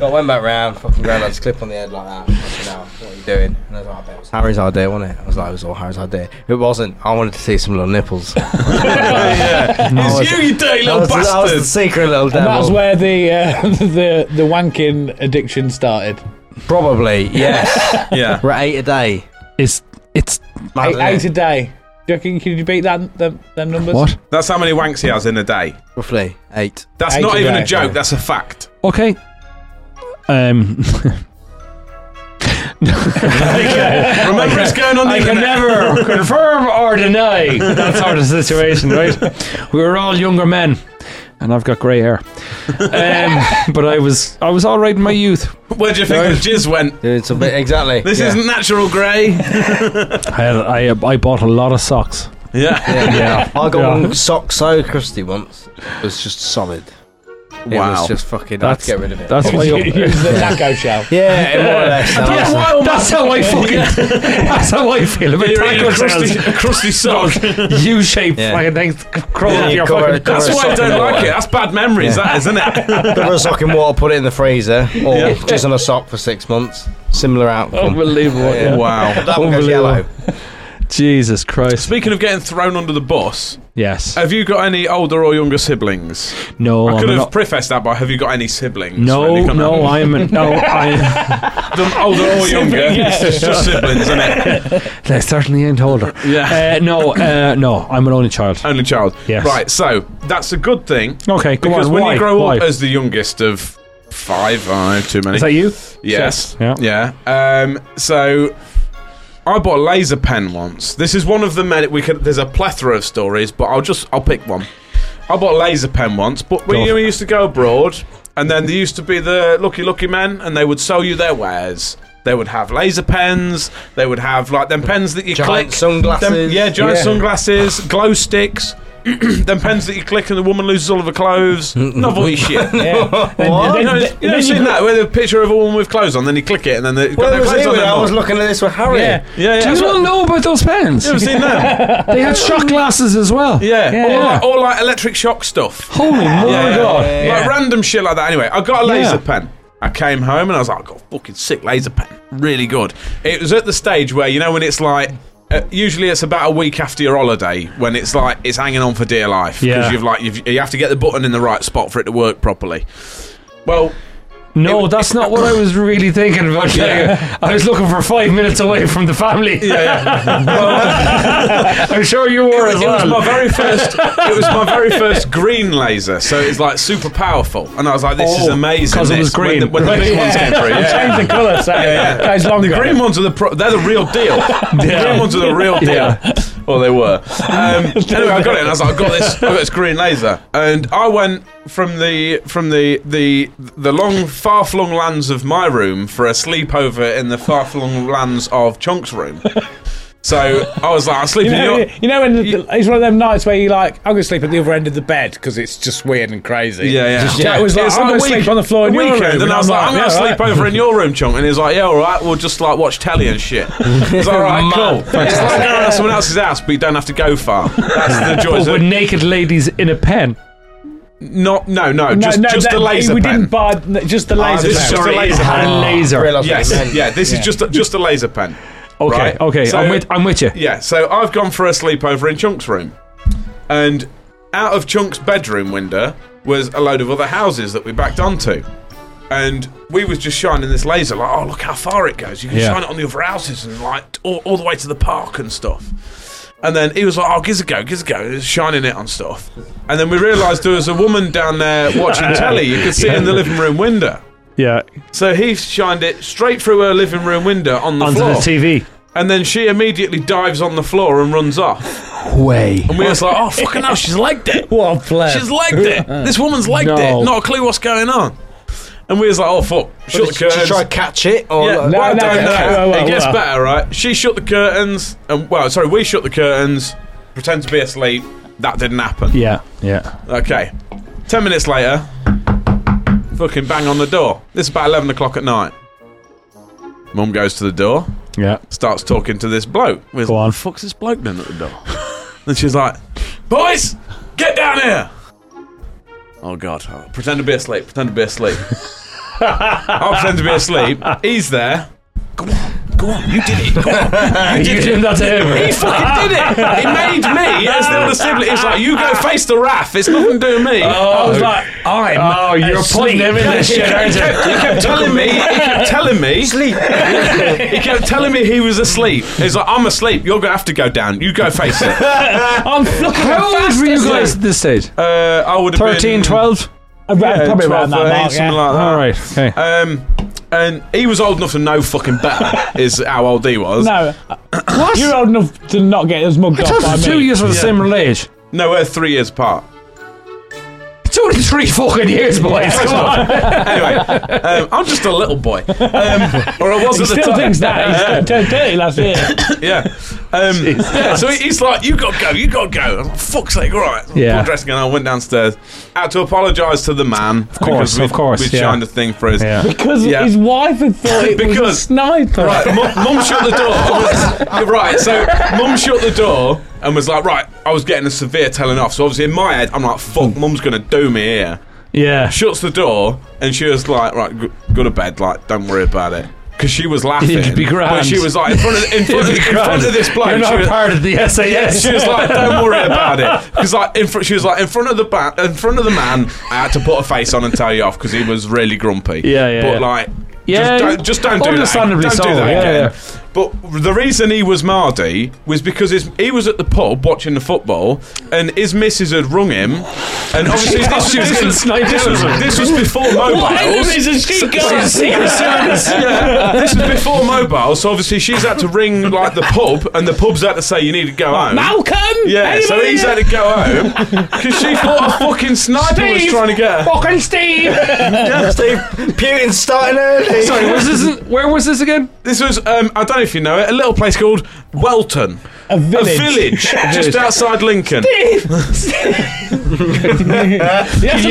<laughs> Got went back round, fucking granddad's clip on the head like that. Fucking hell, what are you doing? And I was like, I bet it was Harry's idea, wasn't it? I was like, it was all Harry's idea. It wasn't. I wanted to see some little nipples. I yeah. It's you, you dirty little was, I was the <laughs> bastard. secret little And devil. that was where the uh, <laughs> the the wanking addiction started. Probably, <laughs> yes. Yeah. We're at eight a day. It's it's Eight, eight a day. Do you reckon could you beat that them, them numbers? <laughs> what? That's how many wanks he has in a day. Roughly eight. That's Eight not a even day. a joke. That's a fact. Okay. Um. Remember, it's going on the I can internet. <laughs> never confirm or deny that sort of situation, right? We were all younger men, and I've got grey hair. Um, <laughs> but I was I was all right in my youth. Where do you think the jizz went? Doing some <laughs> bit exactly. This yeah. isn't natural grey. I had, I I bought a lot of socks. Yeah. Yeah. I got <laughs> Yeah. one sock so crusty once. It was just solid. It Wow. was just fucking. That's I had to get rid of it. Oh, <laughs> that's why. It You, was the Naco shell. yeah, it more or <laughs> less. I <laughs> was like, that's how I fucking. <laughs> that's how I feel about You're eating a crusty, tacos. a crusty sock. <laughs> U-shaped Yeah. fucking things crawling Yeah, up you your cover- fucking. cover That's a why I sock in don't water. like it. That's bad memories, that, <laughs> isn't it? Cover a sock in water, put it in the freezer, or just on a sock for six months. Similar outcome. Unbelievable. Yeah. Oh. Wow. That one goes yellow. Jesus Christ. Speaking of getting thrown under the bus, Yes. have you got any older or younger siblings? No. I I'm could have not- prefaced that by have you got any siblings? <laughs> No, really? Come no, on. I'm <laughs> no, I. Them older or younger. It's just siblings, isn't it? <laughs> They certainly ain't older. <laughs> Yeah. Uh, no, uh, no, I'm an only child. Only child. Yes. Right, so that's a good thing. Okay, go Because on. when why? you grow why? up as the youngest of five, I have too many. is that you? Yes. Yeah. Yeah. Um, so I bought a laser pen once. This is one of the many. We could. There's a plethora of stories, but I'll just I'll pick one. I bought a laser pen once, but we, Go. we used to go abroad, and then there used to be the lucky lucky men, and they would sell you their wares. They would have laser pens. They would have like them pens that you Giant click. sunglasses. Them- yeah, giant Yeah. sunglasses, glow sticks. <clears throat> them pens that you click and the woman loses all of <laughs> her clothes. Novelty shit. <laughs> Yeah. What? You know, you know, you've seen that with a picture of a woman with clothes on, then you click it, and then they've got Where their was clothes he on. when no I more. was looking at this with Harry? Yeah. yeah, yeah. Do you that's all what- know about those pens? You ever seen that? They had shot glasses as well. yeah. Yeah. Or, like, or like electric shock stuff. Holy mother yeah, of yeah, Oh God! yeah, yeah. Like random shit like that. Anyway, I got a laser Yeah. pen. I came home and I was like, I got a fucking sick laser pen. Really good. It was at the stage where, you know, when it's like. Uh, usually it's about a week after your holiday when it's like it's hanging on for dear life because Yeah. you've like you've, you have to get the button in the right spot for it to work properly. Well, No, It- that's not what I was really thinking about. Yeah. I was looking for five minutes away from the family. I'm sure you were as it was well. my very first. It was my very first green laser, so it's like super powerful, and I was like, "This is Oh, amazing." 'cause it this. was green. When the, when the Right. big ones came through, <laughs> yeah. Change the colour, so yeah. it goes longer. The green ones are the pro- they're the real <laughs> deal. The green ones are the real deal. Well, they were. Um, <laughs> anyway, I got it, and I was like, I got this. I got this green laser, and I went from the from the the the long, far flung lands of my room for a sleepover in the far flung lands of Chunk's room. So I was like, I'll sleep You in know, your. you know when it's one of them nights where you're like, I'm going to sleep at the other end of the bed because it's just weird and crazy. Yeah, yeah. Jack was like, It's I'm a going to week- sleep on the floor a in your weekend, room. And I was like, I'm going to yeah, sleep right. over in your room, Chunk. And he was like, yeah, all right, we'll just like watch telly and shit. <laughs> It's all right, cool. It's like going to someone else's house, but you don't have to go far. <laughs> That's the joy. But So with naked ladies in a pen. not, no, no, just, just that- the laser We pen. Oh, didn't buy th- just the laser this is pen. just a laser pen. Oh, laser. Yes, yeah, this is just a, just a laser pen. Okay, Right. okay, So- I'm with I'm with you. Yeah, so I've gone for a sleepover in Chunk's room. And out of Chunk's bedroom window was a load of other houses that we backed onto. And we was just shining this laser, like, oh, look how far it goes. You can Yeah. shine it on the other houses and, like, all, all the way to the park and stuff. And then he was like, oh, gives a go, gives a go, just shining it on stuff. And then we realised there was a woman down there <laughs> watching telly. You could see her in the living room window. Yeah, So he shined it straight through her living room window on the onto floor. the TV. And then she immediately dives on the floor and runs off. Way. And we was like, oh, fucking hell, she's legged it. What a player. She's <laughs> legged it. This woman's legged No. it. Not a clue what's going on. And we was like, oh, fuck. Shut the Did you curtains. try to catch it? Or yeah, like- No, well, no, don't no, know. no, well, it gets well. better, right? She shut the curtains. And, well, sorry, we shut the curtains, pretend to be asleep. That didn't happen. Yeah, yeah. Okay. Ten minutes later, fucking bang on the door. This is about 11 o'clock at night. Mum goes to the door Yeah. starts talking to this bloke. With, Go on. Fuck's this bloke then at the door? <laughs> and she's like, boys, get down here. Oh god! Oh, Pretend to be asleep. Pretend to be asleep. <laughs> I'll pretend to be asleep. He's there. Go on, go on. You did it. Go on. You did it. him that to He fucking did it. He made me as the other sibling. He's like, you go face the wrath. It's nothing to do with <laughs> me. I <laughs> was like, I'm. Oh, you're putting him in <laughs> this shit, aren't you? He kept telling me. He kept telling me. Sleep. He kept telling me he was asleep. He's like, I'm asleep. You're gonna have to go down. You go face it. <laughs> I'm fucking How old were you asleep. guys at this stage? Uh, I would have 13, been 12? yeah, probably 12, around that 13, mark, yeah. something like that. All right, okay. Um, and he was old enough to know fucking better. <laughs> is how old he was. <clears throat> No, you're old enough to not get as mugged off by Those two me. years were the same age. No, we're three years apart. It's only three fucking years, boys. Come on. <laughs> Anyway, um, I'm just a little boy, um, or I was He at the still <laughs> time. thinks that. He turned 30 last <laughs> year. yeah. Um, yeah. So he- he's like, "You got to go. You got to go." I'm like, "Fuck's sake, all right." Yeah. I'm dressing and I went downstairs. Had to apologise to the man. Of course, of course, We yeah. shined a thing for his. Yeah. Because Yeah. his wife had thought it was a Because- sniper. <laughs> Right, mum, mum shut the door. <laughs> You're right, so mum shut the door and was like, right, I was getting a severe telling off. So obviously in my head, I'm like, fuck, Hmm. mum's gonna do me here. Yeah. Shuts the door and she was like, right, go, go to bed, like, don't worry about it. Because she was laughing. <laughs> It'd be But grand. she was like, in front of, in front <laughs> of, in front of this bloke. You're she not was, part of the SAS. she was like, "Don't <laughs> worry about it," because like in front, she was like in front of the ba- in front of the man. I had to put a face on and tell you off because he was really grumpy. Yeah, yeah, But yeah. like, Yeah, just don't, just don't do understandably that. Don't so, do that yeah, again. But the reason he was Mardy was because his, he was at the pub watching the football, and his missus had rung him, and obviously this, she was this, getting was, sniped this, out was, of him. this was before mobiles. <laughs> Yeah, this was before mobiles, so obviously she's had to ring like the pub, and the pub's had to say you need to go home. Malcolm! Yeah, Anybody so he's there? had to go home because she thought a fucking sniper was trying to get her. Fucking Steve! Steve, Putin's starting <laughs> early. Sorry, was this, in- where was this again? This was, um, I don't know if you know it, a little place called Welton. A village. <laughs> A village just outside Lincoln. Can you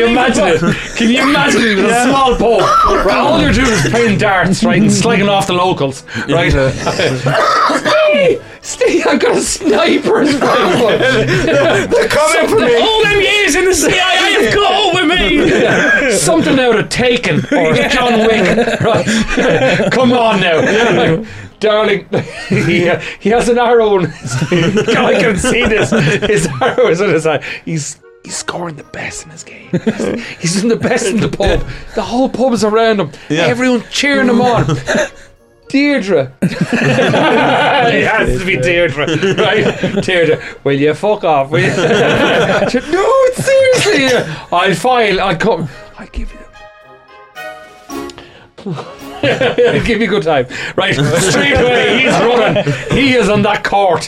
imagine it? Can you imagine it? A small pub. Right, all you're doing is playing darts, right, and slagging off the locals, right? Steve, Steve, I've got a <laughs> sniper <laughs> in front of me. They're coming for me. All them years in the CIA have got over me. <laughs> Something out of Taken or John Wick. <laughs> Right. Come on now. Like, Darling, <laughs> he, he has an arrow in his <laughs> I can see this. His arrow is in his eye. He's, he's scoring the best in his <laughs> game. He's doing the best in the pub. The whole pub is around him. Everyone cheering him <laughs> on. Deirdre. it has to be Deirdre. Right? Deirdre, will you fuck off? Will you? <laughs> no, it's seriously. I'll file. I'll come. I'll give you. It'll give you a good time. Right, straight away, he's running. He is on that court.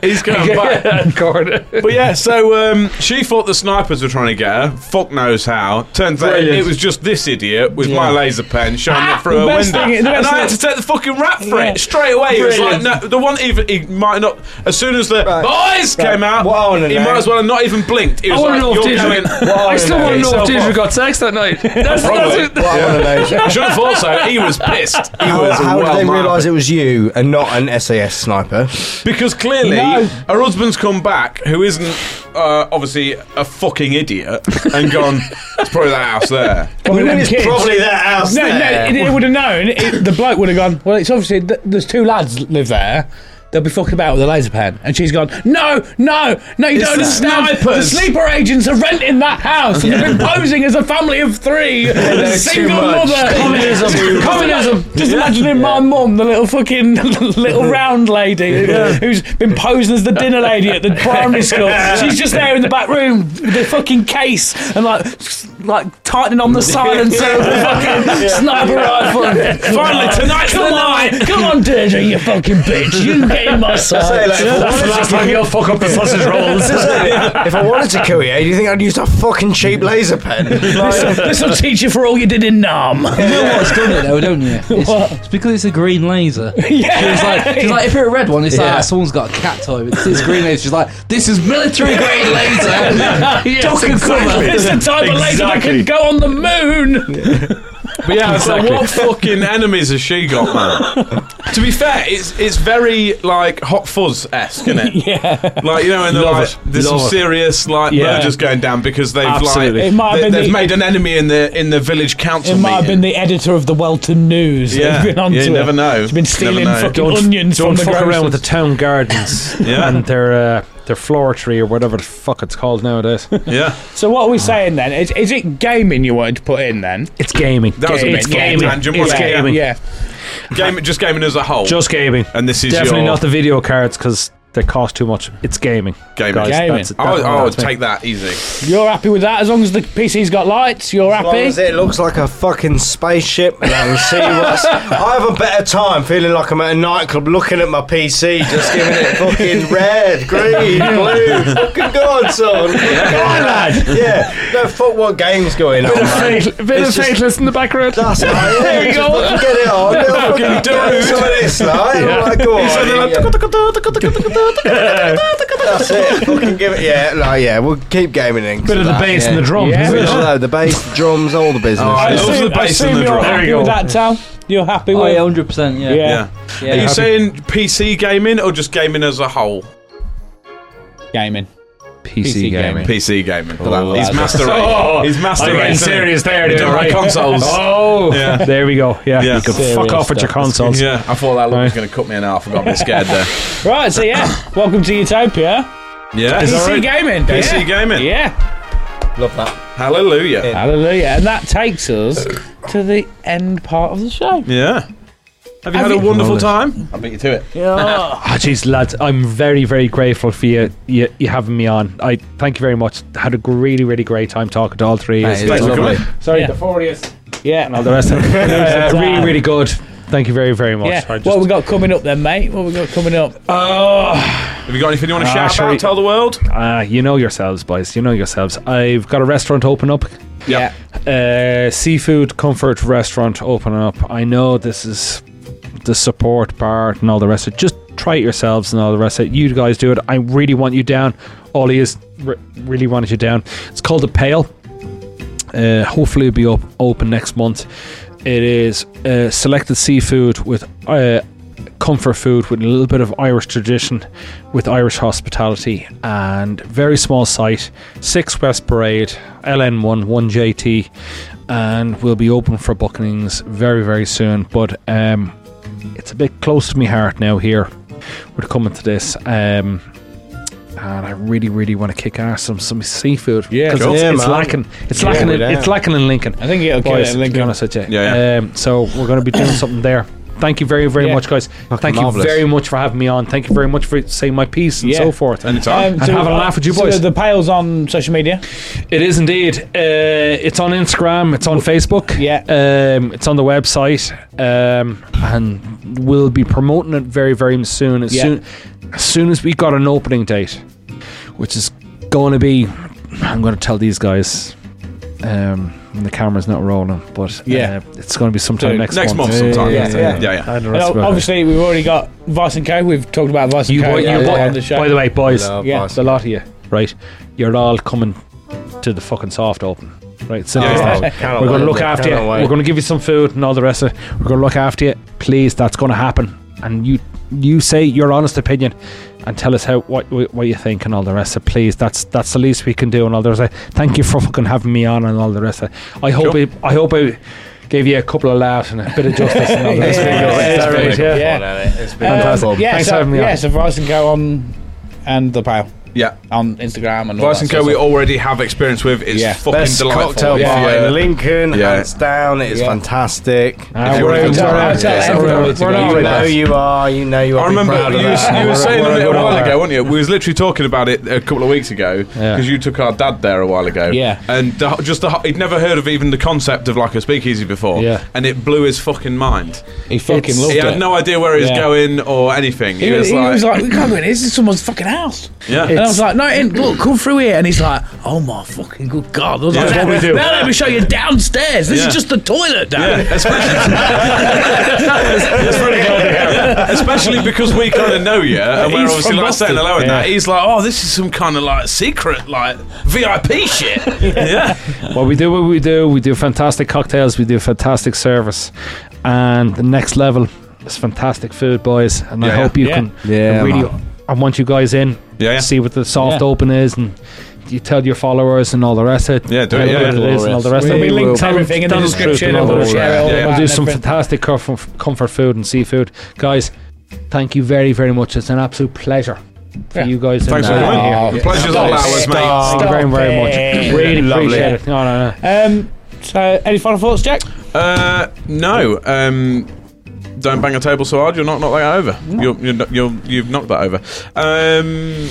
He's going <laughs> back. court. But yeah, so um, she thought the snipers were trying to get her. Fuck knows how. Turns out Brilliant. it was just this idiot with my laser pen shining it through the her best window. thing- the best and I had thing- to take the fucking rap for Yeah. it straight away. He was like, no, the one even he might not. As soon as the boys came out, What I wanna he know- might as well have not even blinked. He was wanna like, know if you're Deirdre- going. I still want to know yourself if Deirdre off. got sex that night. That's, that's Probably. it. What I want to know. I should have thought so. He was pissed. He How, was how well did they mad. realise it was you and not an SAS sniper? Because clearly, No. her husband's come back, who isn't uh, obviously a fucking idiot, and gone, it's probably that house there. One of them It's kids. probably that house No, no, there. it, it would have known. It, the bloke would have gone. Well, it's obviously th- there's two lads live there. They'll be fucking about with a laser pen, and she's gone. No, no, no! You It's don't the understand. snipers." The sleeper agents are renting that house, and they've been posing as a family of three, and a too single much. mother. <laughs> Communism. Communism. Just imagining my mum, the little fucking <laughs> little round lady who's been posing as the dinner lady at the primary school. She's just there in the back room with the fucking case and like s- like tightening <laughs> on the silencer of the fucking sniper rifle. Finally, tonight's come the on, come on, Deirdre, you fucking bitch, you get in <laughs> my Say, sight. <laughs> like, if I wanted to- time you'll fuck up the sausage <laughs> rolls. if I wanted to kill you, do you think I'd use a fucking cheap laser pen? Like, This will teach you for all you did in <laughs> Nam. You know what's done it though, don't you? <laughs> It's, What? it's because it's a green laser. <laughs> Yeah. It's like, it's like if you're a red one, it's like "Ah, someone's got a cat toy. But it's green laser. She's like, this is military grade <laughs> laser. Duck and cover. It's the type of laser that can go on the moon. But yeah, it's like, what fucking enemies has she got, man? to be fair, it's it's very like hot fuzz esque, isn't it? Yeah, Like you know, and they're Love like, it. there's Love some it. serious like Yeah. murders going down because they've Absolutely. It might like have they, been they've the- made an enemy in the in the village council. it might have meeting. been the editor of the Welton News. that Yeah. has been onto Yeah, you it. never know. She's been stealing Never know. fucking Don't- onions Don't from the fuck around with the grocers. town gardens Yeah. and their uh, their floor tree or whatever the fuck it's called nowadays. yeah. So what are we saying then? Is, is it gaming you wanted to put in then? it's gaming. That was a It's bit gaming. tangent, It's wasn't it? gaming. Yeah. Game, just gaming as a whole. Just gaming. and this is Definitely your not the video cards because they cost too much. It's gaming. gaming. Guys, Gaming. That's, I would, that's- I would that's me. take that easy. You're happy with that as long as the PC's got lights. You're as long happy. as it looks like a fucking spaceship and I can <laughs> see what's. I have a better time feeling like I'm at a nightclub looking at my PC, just giving it fucking red, green, blue. Fucking God, son. Yeah. No, fuck what game's going on. man. bit of just- in the background. That's it. There you go. Get it on. Little fucking do some of this, like. Like, go on. yeah. That's it. Fucking give it. Yeah, like, yeah. We'll keep gaming in. Bit of the bass and the drum. Yeah. isn't <laughs> it? Hello, the bass, drums, all the business. I love Assume- the bass assume and the you're drum. happy There you with go. that, Tal. You're happy Oh, with yeah, 100%. Yeah. Yeah. Yeah. Yeah. Are you saying PC gaming or just gaming as a whole? gaming. PC gaming. PC gaming. that's- he's master. Oh, he's master. I'm getting race, isn't he? serious there, dude. Don't like Right. consoles. Oh, Yeah. there we go. Yeah, Yeah. you could Serious fuck off with your stuff. consoles. Yeah, I thought that look was going to cut me in half. I got a bit scared there. Right, so yeah, <laughs> welcome to Utopia. Yeah, PC gaming. PC yeah. gaming. Yeah. Hallelujah. Hallelujah. And that takes us to the end part of the show. Yeah. Have you Have had a you- wonderful time? I beat you to it. Yeah. Ah, jeez, lads, I'm very, very grateful for you, you you having me on. I thank you very much. Had a really, really great time talking to all three. of you. Thanks for coming. Sorry, Yeah. the four of you. <laughs> yeah. No, the rest of <laughs> Yeah. uh, really, really good. Thank you very, very much. Yeah. I just- What we got coming up then, mate? What we got coming up? Oh, Have you got anything you want to Ah, shout shall out? we- Tell the world. ah, you know yourselves, boys. You know yourselves. I've got a restaurant open up. Yeah. Uh, seafood comfort restaurant opening up. I know this is the support part and all the rest of it. Just try it yourselves and all the rest of it. You guys do it. I really want you down. Ollie is re- really wanted you down. It's called the Pale. Uh, hopefully, it'll be op- open next month. It is uh, selected seafood with uh, comfort food with a little bit of Irish tradition, with Irish hospitality, and very small site, six West Parade, LN1 1JT, and will be open for bookings very very soon. But um, it's a bit close to my heart now here. We're coming to this. Um, and I really, really want to kick ass some some seafood. Yeah, 'cause cool. it's, Yeah, it's man. lacking. It's Yeah, lacking. we in, down. it's lacking in Lincoln. I think it'll kill Boys, it. to be Lincoln. honest with you. Yeah, yeah. Um, so we're going to be doing something there. thank you very, very Yeah. much, guys. thank marvellous. you very much for having me on. Thank you very much for saying my piece and Yeah. so forth. Anytime. And have Uh, a laugh with you Um, so boys. the pails on social media. It is indeed. Uh, it's on Instagram. It's on Facebook. Yeah. Um, it's on the website, um, and we'll be promoting it very, very soon. As Yeah. soon as soon as we got an opening date, which is going to be, I'm going to tell these guys. Um, the camera's not rolling, but Yeah. uh, it's going to be sometime So, next, Next month month. sometime. Yeah, yeah, yeah. yeah. I know And that's about it. obviously, we've already got Vice and Co. We've talked about Vice You, and Co. boy, on you boy, on the show. by the way, boys, Love Yeah. us. <laughs> the lot of you, right? You're all coming to the fucking soft open, right? So there's that. cannot we're going wait, to look mate, after you. cannot wait. We're going to give you some food and all the rest of it. We're going to look after you. Please, that's going to happen. And you, you say your honest opinion, and tell us how what what what you think and all the rest of. it. Please, that's that's the least we can do and all the rest. Of it. Thank you for fucking having me on and all the rest of. It. I hope it, I hope I gave you a couple of laughs and a bit of justice and all the rest. of it. Yeah. It's great, yeah. It's been Um, fantastic. yeah, Thanks so, for having me yeah, on. so Vice and Co. on and the pail yeah. on Instagram and all Vice that and Co. sort We of already have experience with. It's Yeah. fucking Best delightful. cocktail yeah. bar yeah. in Lincoln, Yeah. hands down. It is Yeah. fantastic. Ah, If we're you're out, into we're it, out, it's yeah, excellent. we're out. We're You Really know you are. You know you are. I be remember proud of you, that. was- you were saying a Proud little of while that. ago, weren't you? We was literally talking about it a couple of weeks ago because Yeah. you took our dad there a while ago. Yeah. and the, ho- just the, ho- he'd never heard of even the concept of like a speakeasy before. Yeah. and it blew his fucking mind. stuff. He fucking loved He had it. no idea where he was Yeah. going or anything. He, he, was, he like, "We can't go in. here, This is someone's fucking house." yeah, And I was like, no, in, look, come through here. And he's like, oh my fucking good God. I was like, That's now, what we do. now let me show you downstairs. This Yeah. is just the toilet, Yeah, Dad. especially, Yeah, <laughs> especially because we kind of know you, and we're He's obviously from like saying Boston. hello and that. He's like, "Oh, this is some kind of like secret, like VIP shit." yeah, Well, we do what we do. We do fantastic cocktails. We do fantastic service, and the next level is fantastic food, boys. And I Yeah, hope you yeah. can Yeah, really. man. I want you guys in. Yeah, yeah. See what the soft Yeah. open is, and you tell your followers and all the rest of it. Yeah, do it, tell yeah, them yeah. what it is and all the rest of it. we Tell linked them- everything in the tell them truth description. and all And the we'll rest of it. share all Yeah. about We'll do and some everything. fantastic comfort, comfort food and seafood, guys. Thank you very, very much. It's an absolute pleasure for Yeah. you guys. in uh, Thanks for there. coming. Yeah. The pleasure's all ours, mate. Thank you very, very Stop much. it. Really appreciate it. No, no, no. Um, so, any final thoughts, Jack? Uh, no. Um, don't bang a table so hard. You'll not knock that over. You'll, you'll, kno- you'll, you've knocked that over. Um,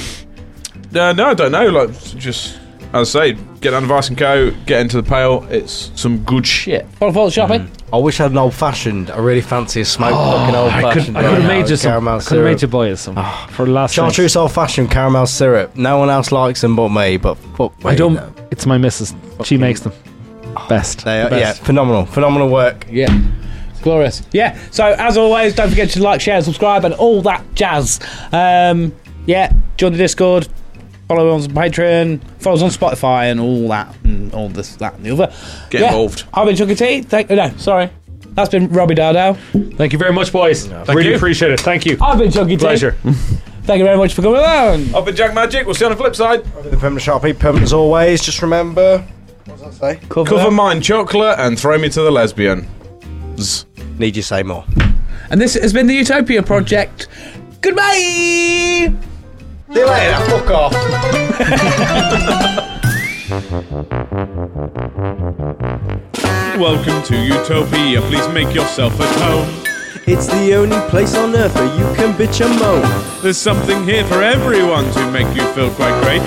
uh, no, I don't know. Like, just as I say, get on Vice and Co. Get into the pail. It's some good shit. Final thoughts, shopping? I wish I had an old fashioned. I really fancy a smoked fucking old I could, fashioned. I could have made you some. I could have made you buy us some Ah. for the last. thing. Chartreuse old fashioned caramel syrup. No one else likes them but me. But fuck me. I don't. no. It's my missus. She makes them. Best. They The are, yeah, best. phenomenal, phenomenal work. Yeah. Glorious. Yeah. So, as always, don't forget to like, share, subscribe, and all that jazz. Um, yeah. Join the Discord. Follow us on Patreon. Follow us on Spotify and all that and all this, that, and the other. Get Yeah. involved. I've been Chunky T. Thank, no, sorry. That's been Robbie Dardow. Thank you very much, boys. really you. appreciate it. Thank you. I've been Chunky T. Pleasure. Thank you very much for coming along. I've been Jack Magic. We'll see you on the flip side. The permanent sharpie, permanent as always. Just remember, what was I say? Cover mine chocolate and throw me to the lesbian. Need you say more? And this has been the Utopia Project. Goodbye. See you later. Fuck off. Welcome to Utopia. Please make yourself at home. It's the only place on earth where you can bitch and moan. There's something here for everyone to make you feel quite great.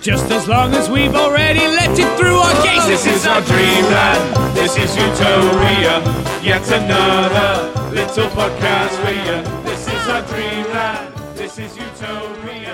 Just as long as we've already let it through our gates. This is our dreamland. This is Utopia. Yet another little podcast for you. This is our dreamland. This is Utopia.